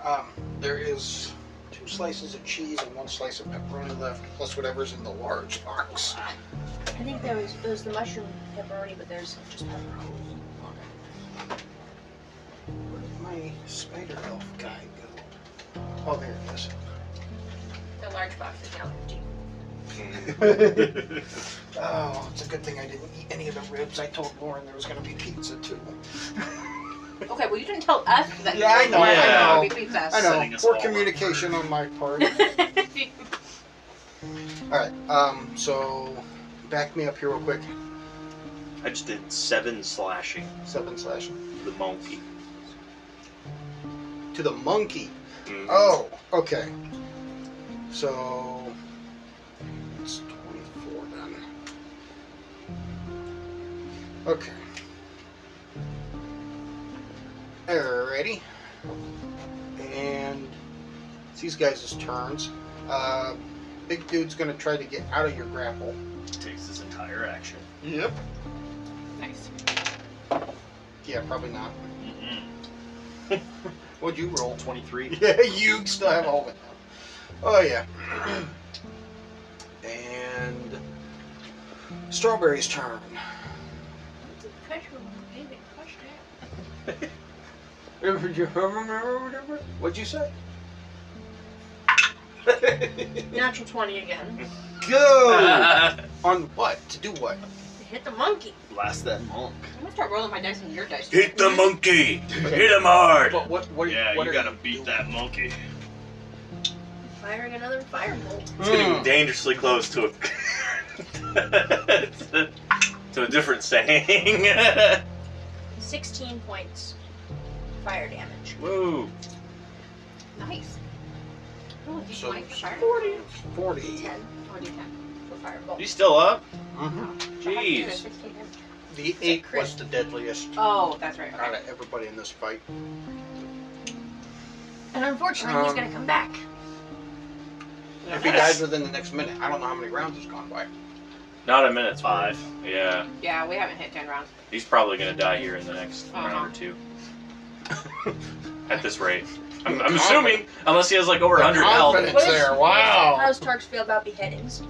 S1: Um, there is two slices of cheese and one slice of pepperoni left, plus whatever's in the large box.
S5: I think there was there's the mushroom pepperoni, but there's just pepperoni.
S1: Where did my spider elf guy go? Oh, there it is.
S3: the large box is now empty.
S1: Oh, it's a good thing I didn't eat any of the ribs. I told Lauren there was gonna be pizza too.
S3: Okay, well, you didn't tell us that.
S1: Yeah, I know,
S3: Why
S4: I
S3: would
S1: know.
S3: we believe that?
S1: I
S4: Setting
S1: know,
S4: us
S1: poor
S4: all up.
S1: communication on my part. Alright, um, so back me up here real quick.
S2: I just did seven slashing
S1: Seven slashing.
S2: to the monkey.
S1: To the monkey.
S2: Mhm.
S1: Oh, okay. So it's 24 then. Okay. Alrighty. And it's these guys' turns. Uh, big dude's gonna try to get out of your grapple.
S4: Takes his entire action.
S1: Yep.
S3: nice.
S1: Yeah, probably not.
S4: Mm-mm.
S1: What'd you roll?
S4: 23.
S1: Yeah, you still have all of it. Oh yeah. and strawberry's turn. What'd you say?
S6: Natural 20 again.
S1: Go on what? To do what?
S6: Hit the monkey.
S4: Blast that monk.
S3: I'm gonna start rolling my dice on your dice.
S2: Hit the monkey! Hit him hard!
S1: But what? What?
S4: Yeah,
S1: what
S4: you
S1: are
S4: gotta beat
S1: doing?
S4: that monkey.
S6: Firing another firebolt.
S2: It's
S4: Hmm.
S1: Hmm.
S2: getting dangerously close to a to a different saying.
S5: 16 points fire damage.
S2: Whoa!
S3: Nice. Oh, Roll a d20
S1: So,
S3: for fire.
S1: Forty.
S5: 10.
S3: Or d10 for firebolt.
S2: You still up?
S1: Mm-hmm.
S2: Jeez.
S1: The eight was the deadliest
S3: Oh, that's right.
S1: out
S3: Okay.
S1: of everybody in this fight.
S5: And unfortunately, he's
S1: Um,
S5: gonna come back.
S1: If he dies within the next minute, I don't know how many rounds has gone by.
S2: Not a minute, five. Yeah,
S3: Yeah, we haven't hit 10 rounds.
S2: he's probably gonna die here in the next
S3: Uh-huh.
S2: round or two. At this rate, I'm, I'm assuming, unless he has like over 100 health.
S1: Confidence there. Wow.
S5: How's Tarks feel about beheadings?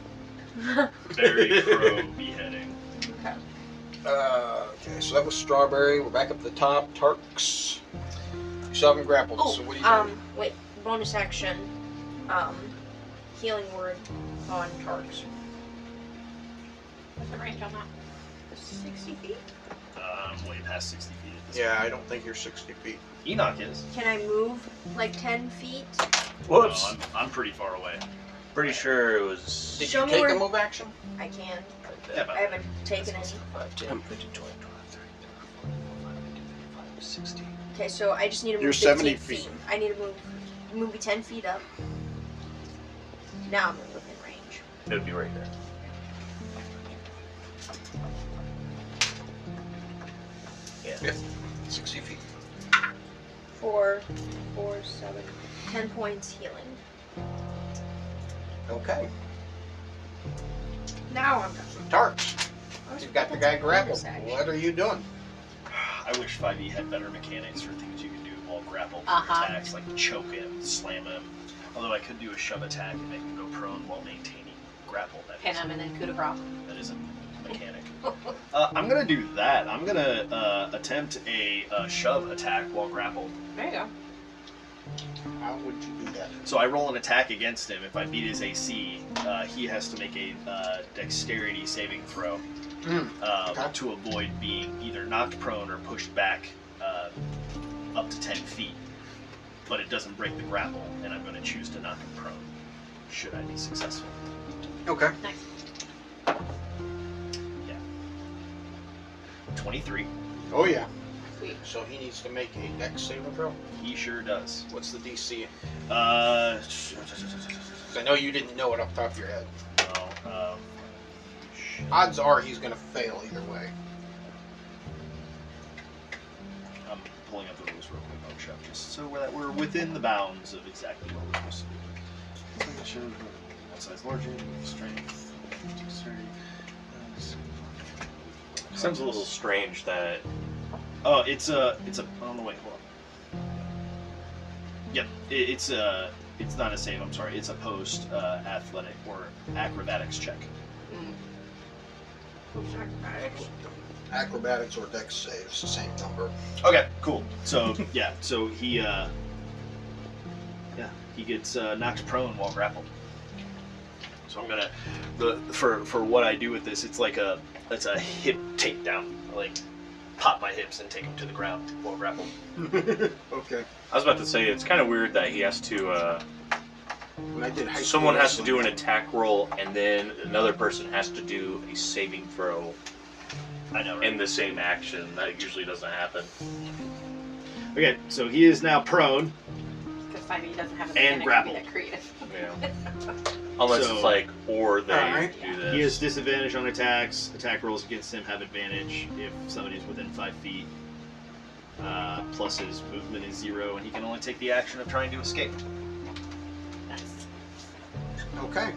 S4: Very pro beheading.
S1: Uh, okay, so that was strawberry. We're back up to the top. Tarks. You still haven't grappled,
S6: Oh,
S1: so what do you
S6: um, wait, bonus action, um, healing word on Tarks.
S3: What's the range on that?
S6: 60 feet?
S4: Uh, I'm way past 60 feet. At this
S1: Yeah, I don't think you're 60 feet.
S4: point. Enoch is.
S6: Can I move like 10 feet?
S4: No, I'm, I'm pretty far away.
S2: Pretty sure it was.
S1: Did
S6: Show
S1: you
S6: me
S1: take
S6: where-
S1: a move action?
S6: I can.
S4: Yeah,
S6: I
S4: about
S6: haven't taken any.
S8: 5, 10, 15, 20, 25, 30, 35, 40, 45, 60.
S6: Okay, so I just need to move
S1: You're
S6: 15
S1: 70
S6: feet.
S1: feet.
S6: I need to move, move 10 feet up. Now I'm within range.
S2: It would be right there. Yeah.
S1: 60 feet.
S6: Four, four, seven, ten points healing.
S1: Okay.
S6: Now I'm done.
S1: Tarks. You've got the guy grappled.
S6: Bonus action.
S1: What are you doing?
S4: I wish 5e had better mechanics for things you can do while grappled for
S3: Uh-huh.
S4: attacks, like choke him, slam him. Although I could do a shove attack and make him go prone while maintaining grapple. That
S3: Pin
S4: is-
S3: him and then coup de grace.
S4: That is a mechanic. Uh, I'm gonna do that. I'm gonna uh, attempt a uh, shove attack while grappled.
S3: There you go.
S1: How would you do that?
S4: So I roll an attack against him. If I beat his AC, uh, he has to make a uh, dexterity saving throw
S1: Mm.
S4: uh,
S1: Okay.
S4: to avoid being either knocked prone or pushed back uh, up to 10 feet. But it doesn't break the grapple, and I'm going to choose to knock him prone should I be successful.
S1: Okay.
S3: Nice.
S4: 23.
S1: Oh, yeah.
S3: Sweet.
S1: So he needs to make a dex saving throw.
S4: He sure does.
S1: What's the DC?
S4: Uh,
S1: 'Cause I know you didn't know it off the top of your head.
S4: no, um, shit.
S1: Odds are he's going to fail either way.
S4: I'm pulling up the rules real quick on Chef, just so we're, that we're within the bounds of exactly what we're supposed to do. Like I showed, uh, One size larger, strength, dexterity. uh, s-
S2: Sounds a little strange that
S4: Oh, it's a, it's a. Oh no, wait, hold on. Yep, it, it's a, it's not a save. I'm sorry, it's a post uh, athletic or acrobatics check.
S1: Acrobatics or dex saves, the same number.
S4: Okay, cool. So yeah, so he, uh, yeah, he gets uh, knocked prone while grappled. So I'm gonna the for for what I do with this, it's like a it's a hip takedown. I, like pop my hips and take him to the ground while grappled.
S1: Okay.
S2: I was about to say it's kind of weird that he has to. Uh,
S1: When I did high school
S2: someone has to
S1: wrestling-
S2: do an attack roll, and then another person has to do a saving throw
S4: I know. Right?
S2: in the same action. That usually doesn't happen.
S4: okay, so he is now prone.
S3: Because 5e doesn't have a
S4: And
S3: mechanic to be
S4: grapple.
S3: that creative.
S2: Yeah. Unless
S4: So-
S2: it's like, or they
S1: Alright.
S2: do this.
S4: He has disadvantage on attacks. Attack rolls against him have advantage if somebody's within five feet. Uh, plus his movement is zero, and he can only take the action of trying to escape.
S3: Nice.
S1: Okay.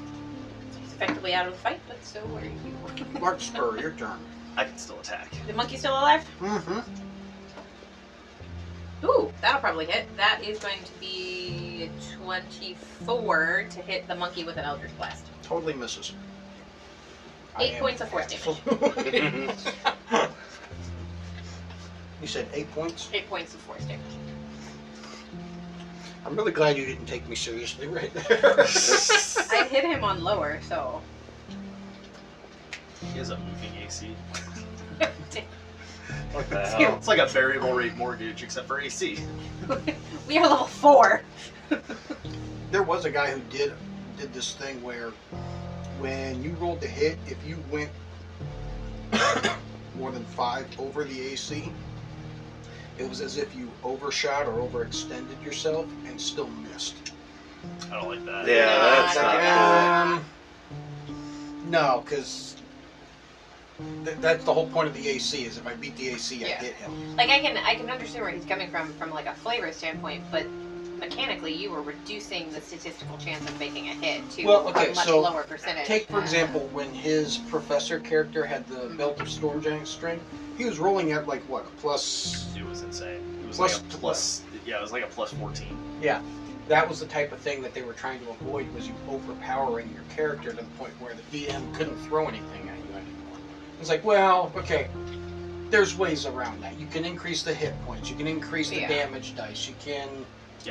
S3: He's effectively out of the fight, but so are you.
S1: Bart Spur, your turn.
S4: I can still attack.
S3: The monkey's still alive?
S1: Mm-hmm.
S3: Ooh, that'll probably hit. That is going to be 24 to hit the monkey with an Eldritch Blast.
S1: Totally misses.
S3: Eight points of force
S1: damage.
S2: Mm-hmm.
S1: you said eight points?
S3: Eight points of force damage.
S1: I'm really glad you didn't take me seriously right there.
S3: I hit him on lower, so.
S4: He has a moving AC.
S2: What the
S4: Yeah,
S2: hell?
S4: It's like a variable rate mortgage, except for AC.
S3: we are level four.
S1: there was a guy who did did this thing where when you rolled the hit, if you went more than five over the AC, it was as if you overshot or overextended yourself and still missed.
S4: I don't like that.
S2: Yeah, that's
S1: It's
S3: Yeah,
S2: not
S1: like,
S2: cool.
S1: um, no, because th- that's the whole point of the AC is if I beat the AC, I
S3: Yeah.
S1: hit him.
S3: Like I can, I can understand where he's coming from, from like a flavor standpoint, but mechanically, you were reducing the statistical chance of making a hit to
S1: Well, okay,
S3: a much
S1: so
S3: lower percentage.
S1: Take for example when his professor character had the belt of storm giant string. He was rolling at like what a plus.
S4: It was insane. It was
S1: Plus-
S4: like a plus. Yeah, it was like a plus 14.
S1: That was the type of thing that they were trying to avoid was you overpowering your character to the point where the DM couldn't throw anything at you anymore. It's like, well, okay, there's ways around that. You can increase the hit points. You can increase the
S3: Yeah.
S1: damage dice. You can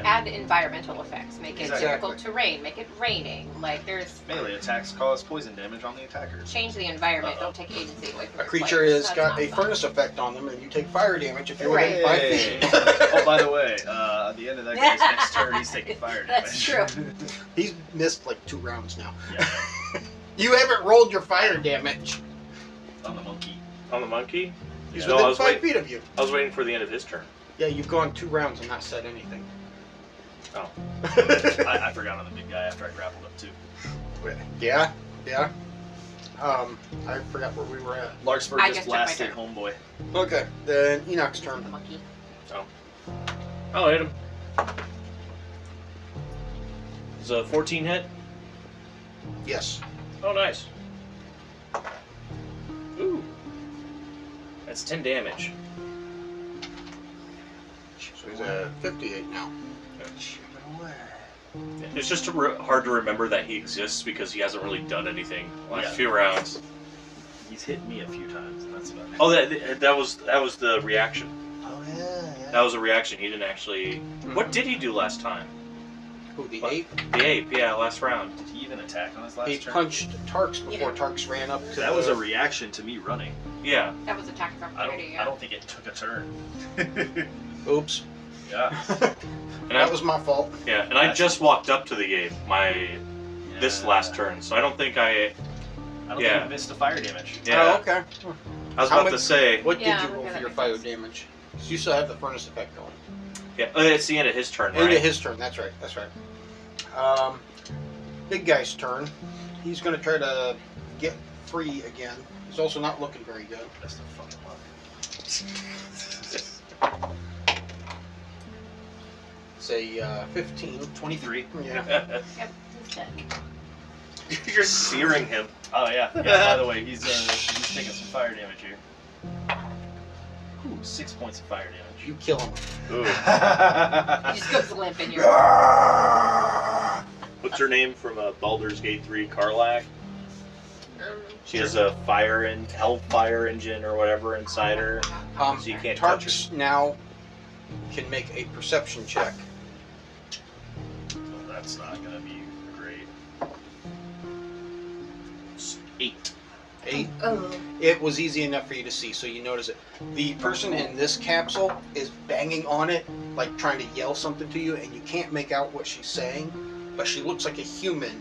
S3: Add environmental effects. Make it
S4: Exactly.
S3: difficult terrain. Make it raining. Like there's
S4: Melee attacks cause poison damage on the attacker.
S3: change the environment. Don't take agency away from
S1: a
S3: the
S1: creature
S3: players.
S1: has
S3: That's
S1: got
S3: not
S1: a
S3: fun.
S1: furnace effect on them, and you take fire damage if you're
S3: Right.
S1: within five feet.
S4: Hey. oh, by the way, uh, at the end of that guy's next turn, he's taking fire damage.
S3: That's true.
S1: Oh, He's missed like two rounds now.
S4: Yeah.
S1: you haven't rolled your fire damage.
S4: on the monkey.
S2: On the monkey?
S1: He's
S2: No, I
S1: within
S2: was
S1: five
S2: wait-
S1: feet of you.
S2: I was waiting for the end of his turn.
S1: Yeah, you've gone two rounds and not said anything.
S2: Oh.
S4: I, I forgot on the big guy after I grappled him too.
S1: yeah, yeah. Um, I forgot where we were at.
S4: Larkspur
S3: I just
S4: just,
S3: took my
S4: blasted
S3: turn.
S4: homeboy.
S1: Okay, then Enoch's
S3: The
S1: turn.
S3: monkey.
S2: I'll hit him. It's a 14 hit.
S1: Yes.
S2: Oh, nice. Ooh. That's 10 damage.
S1: So he's at 58 now.
S2: It's just re- hard to remember that he exists because he hasn't really done anything last
S4: Yeah.
S2: few rounds.
S4: He's hit me a few times, and that's about it.
S2: Oh, that that was that was the reaction.
S1: Oh yeah.
S2: That was a reaction. He didn't actually. What did he do last time?
S1: Who the
S2: What?
S1: ape?
S2: The ape. Yeah, last round.
S4: Did he even attack on his last
S1: He
S4: turn?
S1: punched Tarks before Tarks ran up. To
S4: That was
S1: the-
S4: a reaction to me running.
S2: Yeah.
S3: That was attack of
S4: I don't.
S3: opportunity.
S4: I
S3: yeah.
S4: don't think it took a turn.
S1: Oops.
S4: yeah.
S2: And
S1: That
S2: I,
S1: was my fault.
S2: yeah. And I just walked up to the ape. My this last turn. So I don't think I.
S4: I don't
S2: yeah.
S4: think he missed a fire damage.
S2: Yeah.
S1: Oh, okay.
S2: I was
S1: How
S2: about
S1: much-
S2: to say.
S1: What did
S3: Yeah, I'm
S1: you roll
S3: looking
S1: for
S3: at
S1: your
S3: my
S1: fire
S3: dice.
S1: damage? 'Cause you still have the furnace effect going.
S2: Yeah. oh, It's the end of his turn, right?
S1: Into his turn. That's right. That's right. Um, big guy's turn. He's going to try to get free again. He's also not looking very good.
S4: That's no fucking luck.
S1: Say uh, 15.
S4: 23.
S1: Yeah.
S3: Yep, he's dead.
S2: You're searing him.
S4: Oh yeah. Yeah. by the way, he's uh, he's taking some fire damage here. Ooh, six points of fire
S1: You kill him.
S2: Ooh.
S3: He
S4: damage.
S3: just goes limp in your.
S2: What's her name from uh, Baldur's Gate 3 Carlac? She has a fire and hellfire engine or whatever inside her.
S1: Um,
S2: So you can't touch her.
S1: Tarks now can make a perception check.
S4: Well, that's not gonna be great.
S2: Eight.
S1: Eight.
S6: Oh.
S1: It was easy enough for you to see, so you notice it. The person in this capsule is banging on it, like trying to yell something to you, and you can't make out what she's saying, but she looks like a human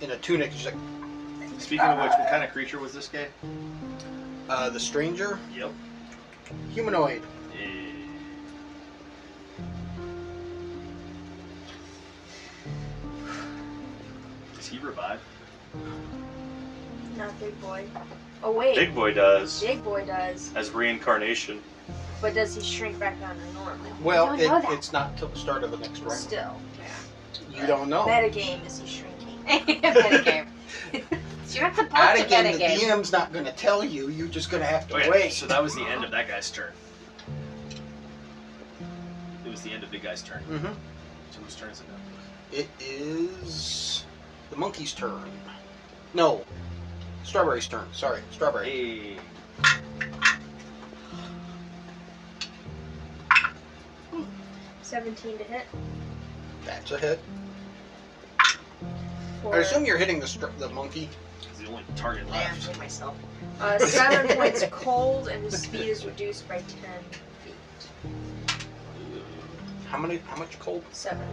S1: in a tunic. She's like,
S4: Speaking of which, what kind of creature was this guy?
S1: uh, the stranger,
S4: Yep.
S1: humanoid.
S4: Is he revived?
S6: Not big boy. Oh wait.
S2: Big Boy does.
S6: Big boy does,
S2: As reincarnation.
S6: but does he shrink back down to normal?
S1: Well,
S3: don't
S1: it,
S3: know that.
S1: it's not till the start of the next round.
S6: Still.
S1: You don't know.
S6: Metagame is he shrinking?
S3: Metagame. You're not supposed
S1: Out
S3: to
S1: again,
S3: get a
S1: the
S3: game.
S1: DM's not going to tell you. You're just going to have to
S4: Oh, yeah.
S1: wait.
S4: So that was the end of that guy's turn. It was the end of Big Guy's turn.
S1: hmm
S4: So whose turn is it now?
S1: It is the monkey's turn. No, strawberry's turn. Sorry, strawberry.
S4: Hey.
S6: Seventeen to hit.
S1: That's a hit.
S6: For,
S1: I assume you're hitting the str- the monkey.
S4: He's the only target
S6: I am
S4: left.
S6: hitting myself. Uh, seven points cold, and his speed is reduced by ten feet.
S1: How many? How much cold?
S6: Seven.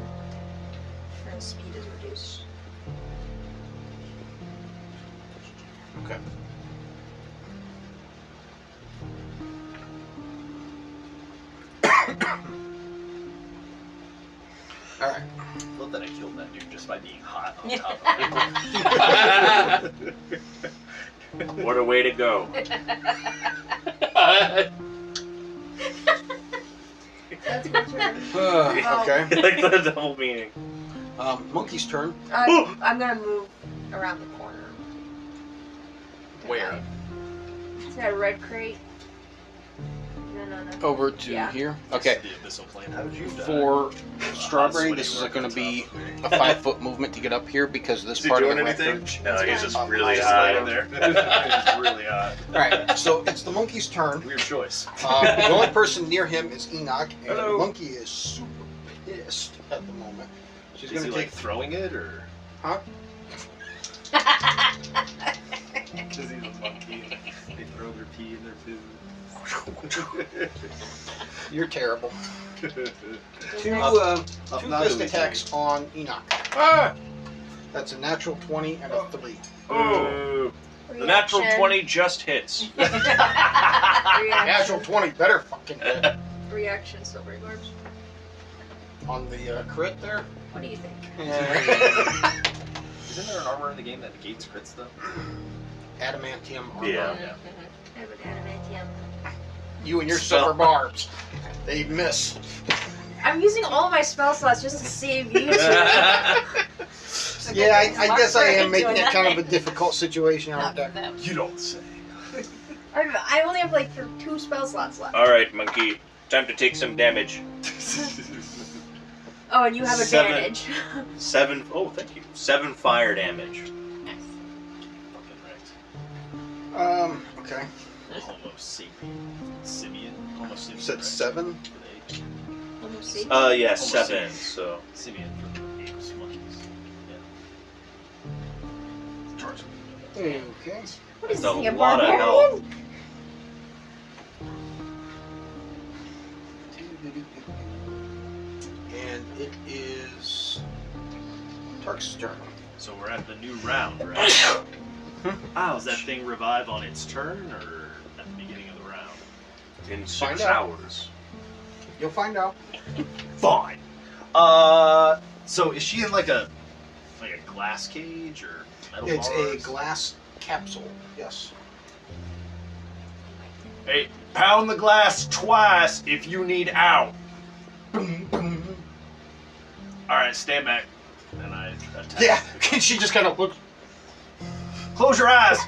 S6: And his speed is reduced.
S1: Okay. All right.
S4: I love that I killed that dude just by being hot on top of him.
S2: What a way to go.
S6: That's my turn.
S1: okay.
S2: like the double meaning.
S1: Um, monkey's turn.
S6: I'm, I'm gonna move around the corner.
S1: Where?
S6: Is that a red crate? No. no, no.
S1: over to
S6: Yeah.
S1: here. Okay.
S4: The abyssal plane. How did you die?
S1: For strawberry,
S4: Sweaty
S1: this is
S4: work
S1: going
S4: on
S1: to be
S4: top of me.
S1: a five foot movement to get up here because this
S4: Is he
S1: part of
S4: doing
S1: the
S4: anything?
S1: record.
S2: No, he's just really
S4: He's
S2: high.
S4: laying there. He's really high.
S1: All right, so it's the monkey's turn.
S4: Weird choice.
S1: Um, the only person near him is Enoch, and
S4: Hello.
S1: the monkey is super pissed at the moment. She's
S4: Is
S1: going
S4: he
S1: to
S4: like
S1: take.
S4: throwing it or?
S1: Huh?
S4: Because he's a monkey. They throw their pee in their food.
S1: You're terrible. Two,
S4: Up-
S1: uh,
S4: up
S1: two
S4: not
S1: fist
S4: doing
S1: attacks on Enoch.
S4: ah! Oh.
S1: That's a natural 20 and a 3.
S2: Ooh. The natural
S6: Reaction.
S2: 20 just hits.
S1: Natural 20, better fucking hit.
S6: Reaction, silvery garbs.
S1: on the uh, crit there.
S6: What do you think?
S1: Yeah.
S4: Isn't there an armor in the game that negates crits though?
S1: Adamantium armor.
S2: Yeah.
S3: Mhm.
S6: I have an adamantium.
S1: You and your
S4: Spell.
S1: silver barbs. They miss.
S6: I'm using all my spell slots just to save you two.
S1: Yeah, I, I guess I am
S6: Doing
S1: making it kind of a
S6: nothing.
S1: difficult situation out
S3: Not
S1: there.
S3: them.
S4: you don't say.
S6: I'm, I only have like th- two spell slots left.
S2: All right, monkey. Time to take some damage.
S6: Oh, and you have
S2: Seven.
S6: advantage.
S2: Seven oh thank you. Seven fire damage.
S4: Fucking wrecked.
S1: Um, okay.
S4: Homo sapien. Simeon? Homo sapien.
S1: You said
S4: right?
S1: seven?
S4: For the apes.
S2: Uh, yeah,
S4: Almost
S2: seven.
S4: six.
S2: So
S4: Simeon for the apes. monkeys. Yeah. Charles would know that.
S1: Okay.
S6: What is
S2: That's a
S6: he, a
S2: lot of
S6: barbarian?
S1: And it is Tark's turn.
S4: So we're at the new round, right? Does that thing revive on its turn or at the beginning of the round?
S2: in
S1: Find
S2: six
S1: out.
S2: hours.
S1: You'll find out.
S4: Fine. Uh, so is she in like a like a glass cage or metal
S1: It's a
S4: bars?
S1: glass capsule. Yes.
S4: Hey, pound the glass twice if you need out.
S1: Boom, boom.
S4: All right, stand back. And I attack.
S1: Yeah. And she just kind of looks.
S4: Close your eyes.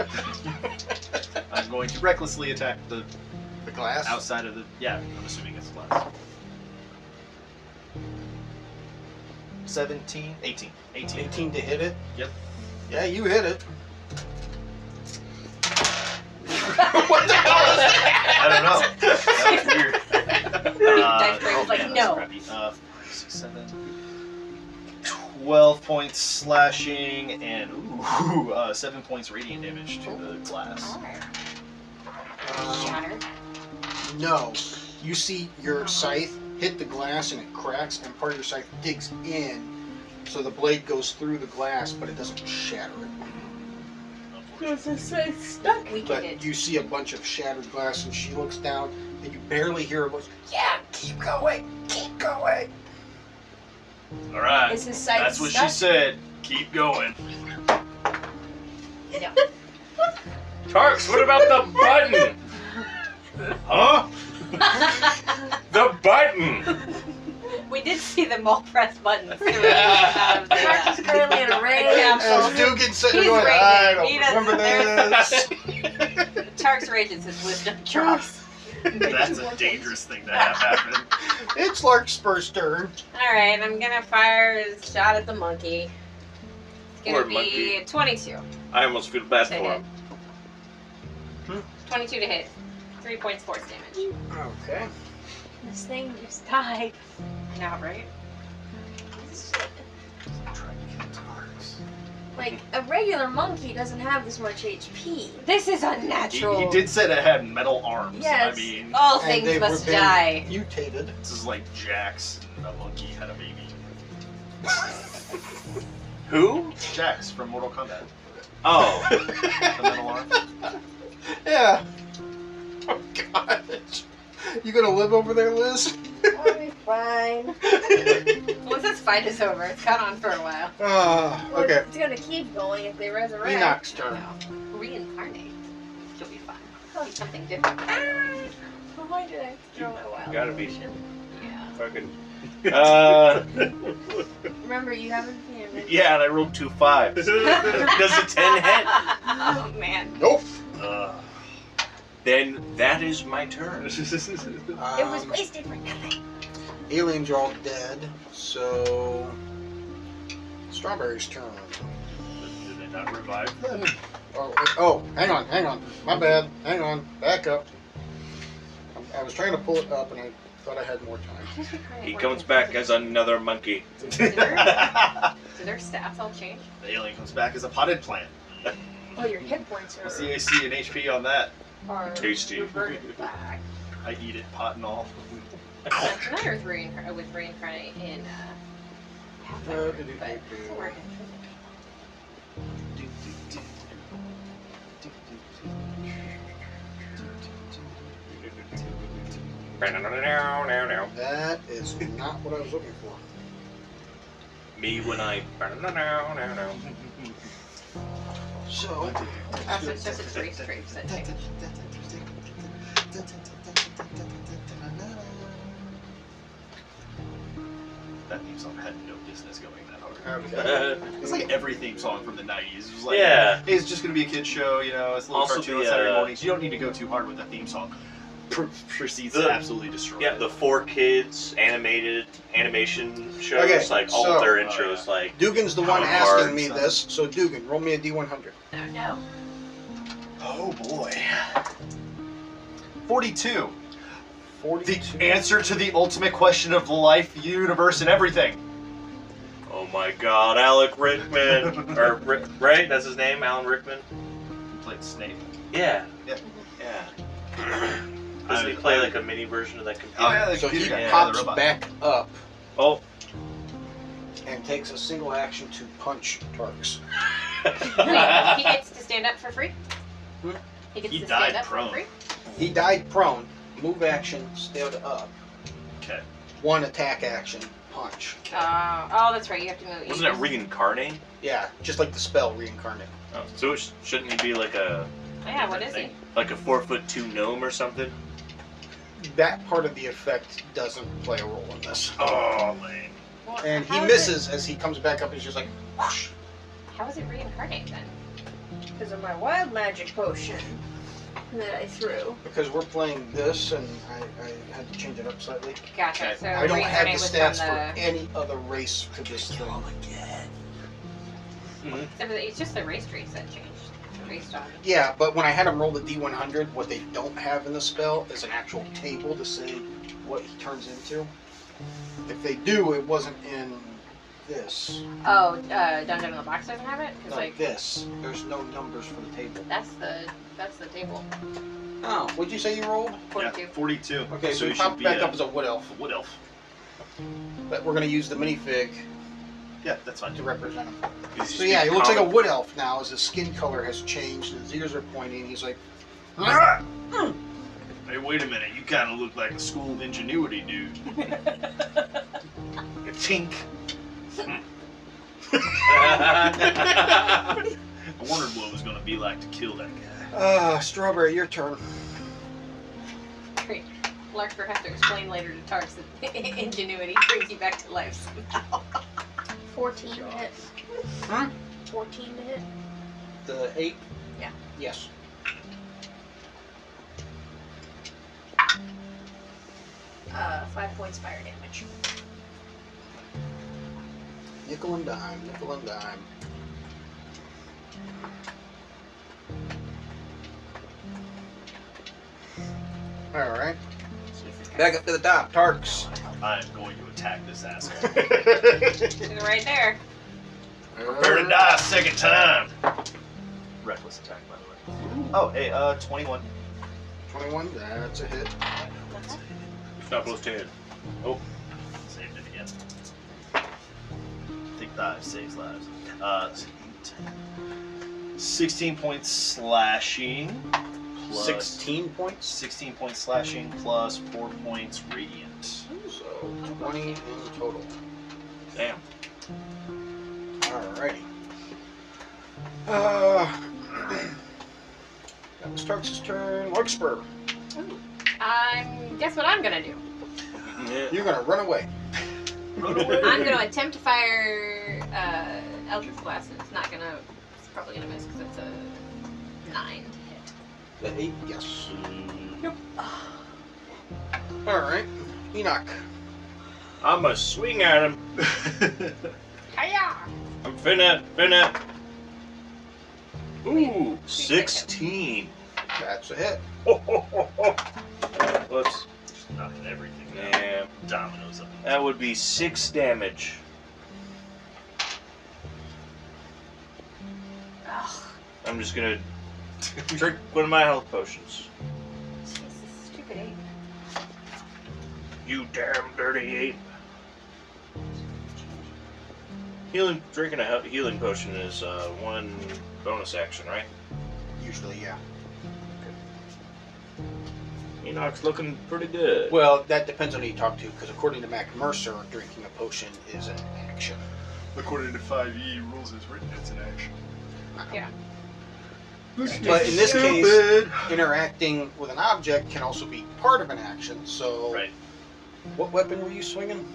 S4: I'm going to recklessly attack the
S1: The glass.
S4: outside of the. Yeah, I'm assuming it's glass. 17, 18. 18.
S1: 18 to hit it.
S4: Yep.
S1: Yeah, you hit it. what the hell is that?
S4: I don't know. That was weird. Oh,
S3: Dice break was like,
S4: yeah, that's
S3: no.
S4: crappy. Uh, five, six, seven, 12 points slashing and ooh, uh, 7 points radiant damage to the glass.
S1: Um,
S3: Shatter.
S1: no. You see your scythe hit the glass and it cracks, and part of your scythe digs in, so the blade goes through the glass, but it doesn't shatter it.
S3: We can
S1: But
S3: do.
S1: you see a bunch of shattered glass, and she looks down, and you barely hear a voice. Yeah, keep going, keep going.
S4: Alright,
S6: Is his sight
S4: that's what she
S6: stuck?
S4: said. Keep going.
S2: Tarks, what about the button? Huh? the button.
S3: We did see them all press buttons. so we were out of
S6: Tark
S3: the-
S6: is currently in a raid.
S3: Yeah.
S1: As Dugan said,
S3: He's
S1: going,
S3: raging.
S1: I don't
S3: He doesn't-
S1: remember this.
S3: Tark's rages his wisdom drops.
S4: That's a dangerous thing to have happen.
S1: it's Larkspur's turn.
S3: All right, I'm gonna fire a shot at the monkey. It's gonna
S2: Poor
S3: be
S2: monkey.
S3: 22
S2: I almost feel bad
S3: to
S2: for
S3: hit.
S2: him.
S1: Hmm?
S3: 22 to hit. Three points force damage.
S1: Okay.
S5: This thing just died.
S3: Now, right?
S6: Like, a regular monkey doesn't have this much HP.
S3: This is
S4: He,
S3: unnatural.
S4: he did say it had metal arms.
S6: Yes.
S4: I mean,
S3: All
S1: And they
S3: things
S1: were
S3: must
S1: being
S3: die.
S1: Mutated.
S4: this is like Jax and a monkey had a baby.
S2: Who?
S4: Jax from Mortal Kombat.
S2: Oh,
S4: The metal arm.
S1: Yeah. Oh God. You gonna live over there, Liz?
S6: I'll be fine.
S3: Once this fight is over, it's gone on for a while.
S1: Ah,
S6: Well,
S1: okay.
S6: It's gonna keep going if they resurrect.
S1: Enoch's
S3: I don't
S1: turn.
S3: know. Reincarnate. You'll be fine. Be something different. Ah!
S6: Why did I throw it a while?
S2: gotta be
S3: Yeah.
S2: fucking. Uh,
S6: Remember, you haven't. Yeah, but-
S2: yeah, and I rolled two fives. Does a ten hit?
S3: Oh man.
S1: Nope.
S4: Uh,
S2: Then that is my turn.
S5: It was
S1: Um,
S5: wasted for nothing.
S1: Aliens are all dead, so Strawberry's turn.
S4: Did they not revive?
S1: Oh, wait- oh, hang on, hang on. My bad. Hang on. Back up. I- I was trying to pull it up, and I thought I had more time.
S2: He comes back as another monkey.
S4: the
S3: Do their stats all change?
S4: alien comes back as a potted plant.
S6: Oh, your hit points
S4: What's
S6: are,
S4: the AC and HP on that?
S6: are
S2: Tasty.
S6: reverted back.
S4: I eat it pot and all.
S3: I'm familiar with, reincar- with reincarnate in. Uh, Pathfinder, but it's a word.
S1: That is not what I was looking for.
S2: Me when I.
S8: So.
S3: Uh, so it's just its race traits that change.
S4: That theme song had no business going that
S2: Uh.
S4: hard.
S1: Okay.
S4: It's like every theme song from the 90s. It was like,
S2: Yeah.
S4: hey, it's just going to be a kid's show, you know, it's a little
S2: Also
S4: cartoon on
S2: the,
S4: Saturday
S2: uh,
S4: mornings. You don't need to go too hard with the theme song. Pr- proceeds
S2: The-
S4: to absolutely destroy
S2: Yeah,
S4: it.
S2: the four kids animated animation shows,
S1: Okay,
S2: like all
S1: so-
S2: of their intros, like
S1: Dugan's the one
S2: How
S1: asking
S2: hard,
S1: me
S4: son?
S1: this, so Dugan, roll me a D100.
S3: Oh no.
S4: Oh boy. 42. The
S1: 42.
S4: answer to the ultimate question of life, universe, and everything.
S2: Oh my god, Alec Rickman! or, Ri- right? That's his name, Alan Rickman?
S4: He played Snape.
S2: Yeah.
S4: Yeah.
S2: Yeah. Doesn't he play like a mini version of that computer?
S4: Oh, yeah, the
S1: So he
S4: computer guy, yeah, the
S1: pops
S4: robot.
S1: back up
S2: Oh.
S1: and takes a single action to punch Tarks.
S3: Wait, he gets to stand up for free?
S1: Hmm?
S3: He gets
S4: He
S3: to
S4: died
S3: stand up
S4: prone.
S3: for free?
S1: He died prone, move action, stood up,
S4: Okay.
S1: one attack action, punch.
S3: Uh, oh, that's right. You have to move.
S2: Wasn't it reincarnate?
S1: Yeah, just like the spell reincarnate.
S2: Oh, so it sh- shouldn't he be like a
S3: Yeah, what is
S2: thing?
S3: he?
S2: Like a four foot two gnome or something?
S1: That part of the effect doesn't play a role in this.
S4: Oh, lame.
S3: Well,
S1: And he
S3: how is
S1: misses as he comes back up. He's just like, whoosh.
S3: it- how is it reincarnate then?
S6: Because of my wild magic potion that I threw.
S1: Because we're playing this, and I, I had to change it up slightly.
S3: Gotcha.
S4: Okay.
S3: So
S1: I don't have
S3: reincarnate
S1: the
S3: was
S1: stats
S3: from
S1: for
S3: the.
S1: any other race to this thing.
S3: it was- It's just the race traits that changed based on.
S1: Yeah, but when I had him roll the D100, what they don't have in the spell is an actual table to say what he turns into. If they do, it wasn't in this.
S3: Oh, uh, Dungeon in the Box doesn't have it because
S1: Not
S3: like
S1: this. There's no numbers for the table.
S3: that's the that's the table.
S1: Oh, what'd you say you rolled?
S3: Forty-two.
S4: Yeah, 42.
S1: Okay, so,
S4: so
S1: he
S4: you should
S1: popped
S4: be
S1: back
S4: a
S1: up as a wood elf.
S4: wood elf.
S1: But we're gonna use the minifig
S4: Yeah, that's fine.
S1: to represent him.
S2: He's
S1: So
S2: just
S1: yeah, he
S2: being
S1: looks like a
S2: common.
S1: wood elf now as his skin color has changed, his ears are pointy, and he's like,
S4: Hey, wait a minute. You kind of look like a school of ingenuity dude. a tink. I wondered what it was going to be like to kill that guy.
S1: Ah, strawberry, your turn.
S3: Great. Larker has to explain later to Tarks that ingenuity brings you back to life somehow.
S5: 14 minutes.
S1: Huh?
S5: 14 minutes.
S1: The eight?
S3: Yeah.
S1: Yes.
S5: Uh, 5 points fire damage.
S1: Nickel and dime, nickel and dime. Alright.
S3: Jesus
S1: Back up to the top, Tarks.
S4: I'm going to attack this asshole.
S3: Christ. Right there.
S4: Prepare to
S1: Uh,
S4: die a second time. Reckless attack, by the way. Oh, hey, uh, 21.
S1: 21, that's a hit.
S2: It's not close to it.
S4: Saved it again. Thick thighs saves lives. Uh, 16 points slashing. Plus
S1: 16 points.
S4: 16 points slashing plus 4 points radiant.
S1: So 20 in total.
S2: Damn.
S1: Alrighty. Uh, that was Tarks' turn. Larkspur,
S3: Um, guess what I'm gonna do?
S1: you're gonna run away.
S3: I'm gonna attempt to fire uh, Eldritch Blast, and it's not gonna. It's probably gonna miss because it's a nine to hit.
S1: The eight, yes.
S6: Nope.
S1: All right, Enoch.
S2: I'm a swing at him.
S3: Hiya!
S2: I'm finna, finna. Ooh, 16.
S1: That's a hit.
S2: Whoops.
S4: Just knocking everything down.
S2: Yeah,
S4: Dominoes up.
S2: that would be six damage.
S3: Ugh.
S2: I'm just gonna drink one of my health potions.
S3: Jesus, stupid ape.
S2: You damn dirty ape. Healing, drinking a he- healing potion is uh, one bonus action, right?
S1: Usually, yeah.
S2: Enoch's looking pretty good.
S1: Well, that depends on who you talk to, because according to Mac Mercer, drinking a potion is an action.
S4: According to 5e rules, it's written it's an action.
S3: Yeah.
S1: But in this case- Interacting with an object can also be part of an action. So,
S4: Right.
S1: what weapon were you swinging?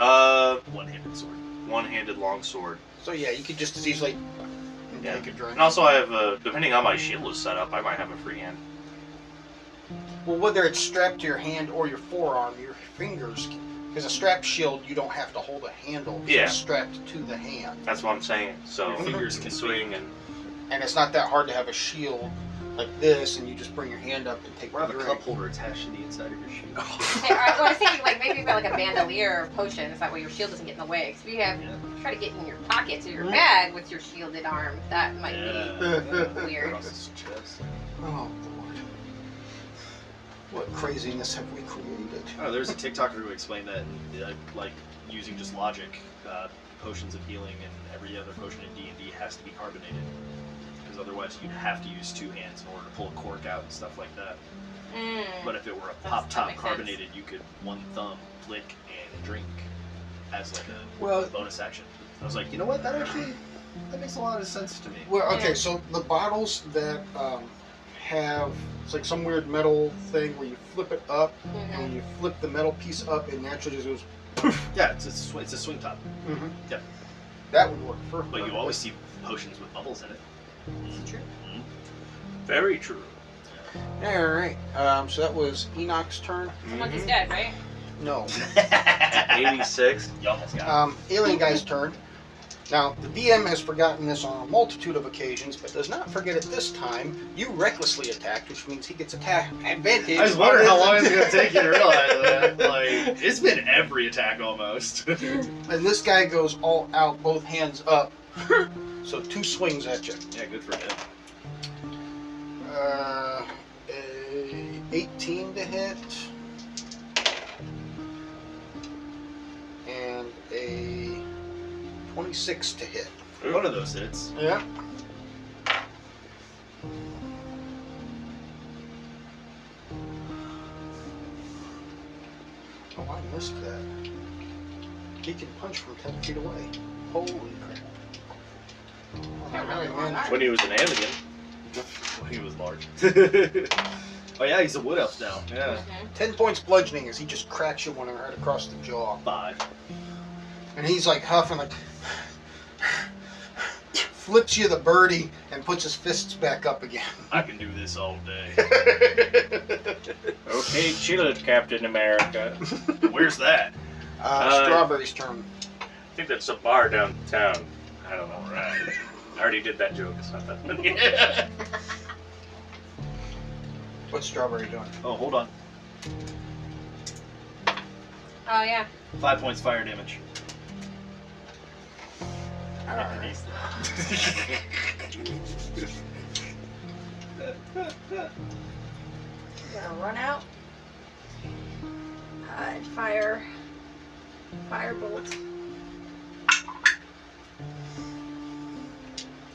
S2: Uh,
S4: one-handed sword.
S2: one-handed longsword.
S1: So yeah, you could just as easily
S2: Yeah.
S1: take a drink.
S2: And also, I have a depending on my shield is set up, I might have a free hand.
S1: Well, whether it's strapped to your hand or your forearm, your fingers, because a strap shield, you don't have to hold a handle.
S2: Yeah.
S1: It's strapped to the hand.
S2: That's what I'm saying. So
S4: Your fingers can
S2: swing and
S1: And it's not that hard to have a shield like this, and you just bring your hand up and take
S8: Or have
S1: the
S8: a
S1: drink.
S8: cup holder attached to the inside of your shoe.
S3: Hey, all right, well, I was thinking like maybe about like a bandolier or potion, so that way your shield doesn't get in the way. Because if you have try to get in your pockets or your bag with your shielded arm, that might be weird.
S8: Across his chest.
S1: Oh, Lord. What craziness have we created?
S4: Oh, there's a TikToker who explained that, and, uh, like using just logic, uh, potions of healing and every other potion in D and D has to be carbonated, because otherwise you'd have to use two hands in order to pull a cork out and stuff like that.
S3: Mm.
S4: But if it were a
S3: that
S4: pop top
S3: makes sense.
S4: carbonated, you could one thumb flick and drink as like a
S8: Well,
S4: bonus action. I was like,
S8: you know what? That actually that makes a lot of sense to me.
S1: Well, okay,
S3: Yeah.
S1: so the bottles that um, have it's like some weird metal thing where you flip it up, and
S3: Mhm.
S1: when you flip the metal piece up, it naturally just goes.
S4: Yeah, it's a, sw- it's a swing top,
S1: Mm-hmm.
S4: Yeah.
S1: That would work for.
S4: but you always see potions with bubbles in it.
S2: very true.
S1: All right. Um, so that was Enoch's turn.
S3: The monkey's dead, right?
S1: No.
S2: Eighty-six.
S4: You almost got
S1: Um, alien guy's turn. Now, the DM has forgotten this on a multitude of occasions, but does not forget it this time. You recklessly attacked, which means he gets attack advantage.
S4: I was wondering how long it's
S1: going
S4: gonna take you to realize that. Like, it's been every attack almost. yeah,
S1: And this guy goes all out, both hands up. so two swings at you.
S4: good for him.
S1: Uh, a 18 to hit. And a 26 to hit.
S4: One of those hits.
S1: Yeah. Oh, I missed that. He can punch from 10 feet away. Holy crap.
S3: That really went hard.
S2: When he was an alien.
S4: Well, he was large. oh yeah, he's a wood elf now.
S2: Uh,
S4: Yeah,
S3: Mhm.
S1: 10 points bludgeoning as he just cracks you one right across the jaw.
S4: five.
S1: And he's like huffing, like. flips you the birdie and puts his fists back up again.
S4: I can do this all
S1: Uh,
S4: day.
S2: Okay, chill it, Captain America.
S4: Where's that?
S1: Uh,
S2: Uh,
S1: Strawberry's turn.
S2: I think that's a bar downtown. I don't know. Right. I already did that joke. It's not that funny.
S1: What's Strawberry doing?
S4: Oh, hold on.
S3: Oh yeah.
S4: Five points fire damage.
S1: Alright.
S6: Gonna run out. Uh, and fire. Firebolt.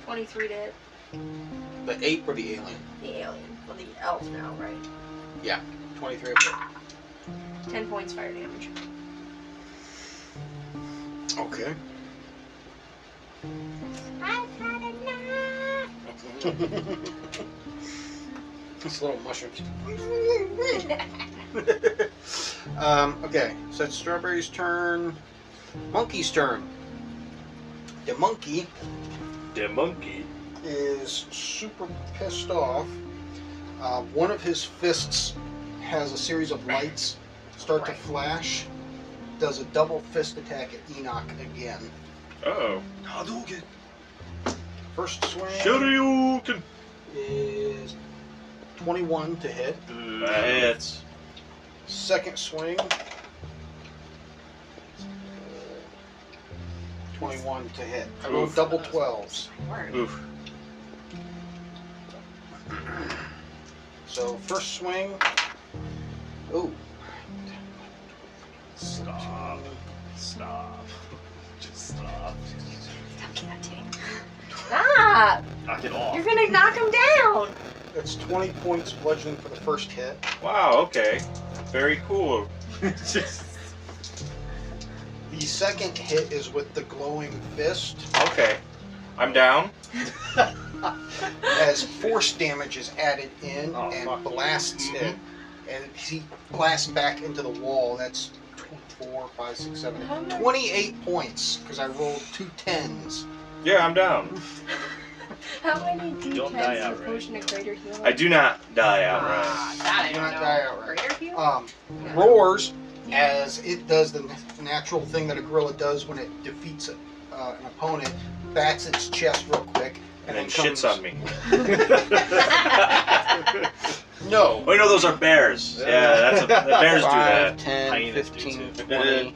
S6: 23 to hit
S1: The ape or the alien?
S6: the alien. Well, the elf now, right?
S1: 23 or
S6: 10 points fire damage.
S1: Okay.
S5: I've had enough.
S1: It's little mushrooms. um, okay, so it's Strawberry's turn. Monkey's turn. The monkey
S2: the monkey.
S1: is super pissed off Uh, one of his fists has a series of lights start to flash. Does a double fist attack at Enoch again.
S2: Oh.
S1: Hadouken. First swing
S2: Shoryuken.
S1: is 21 to hit.
S2: That hits.
S1: Second swing. 21 to hit. I rolled
S2: Oof.
S1: double 12s.
S3: Word.
S2: Oof.
S1: So first swing. Ooh. Um,
S4: Stop. Stop. Just stop.
S3: Stop counting.
S6: Stop!
S4: Knock it off.
S6: You're gonna knock him down!
S1: That's 20 points bludgeoning for the first hit.
S2: Wow. Okay. Very cool. Just-
S1: The second hit is with the glowing fist,
S2: okay. I'm down.
S1: as force damage is added in
S4: Oh, fuck. Mm-hmm.
S1: and blasts it. And he blasts back into the wall. That's tw- four, five, six, seven, eight. 28 points, because I rolled two tens.
S2: Yeah, I'm down.
S6: How many
S4: Don't die
S6: d10s is a
S4: outright.
S6: potion of greater healing?
S2: I do not die outright.
S3: Ah, that I
S1: You
S3: don't
S1: not
S3: know.
S1: die outright.
S3: Greater heal?
S1: Um,
S3: Yeah.
S1: roars as it does the natural thing that a gorilla does when it defeats a, uh, an opponent, bats its chest real quick,
S2: And then
S1: comes-
S2: shits on me.
S1: No,
S2: Oh no, those are bears. Yeah, that's a, the bears do that.
S8: 10,
S4: Hyenas do
S8: 15,
S4: too.
S8: 20,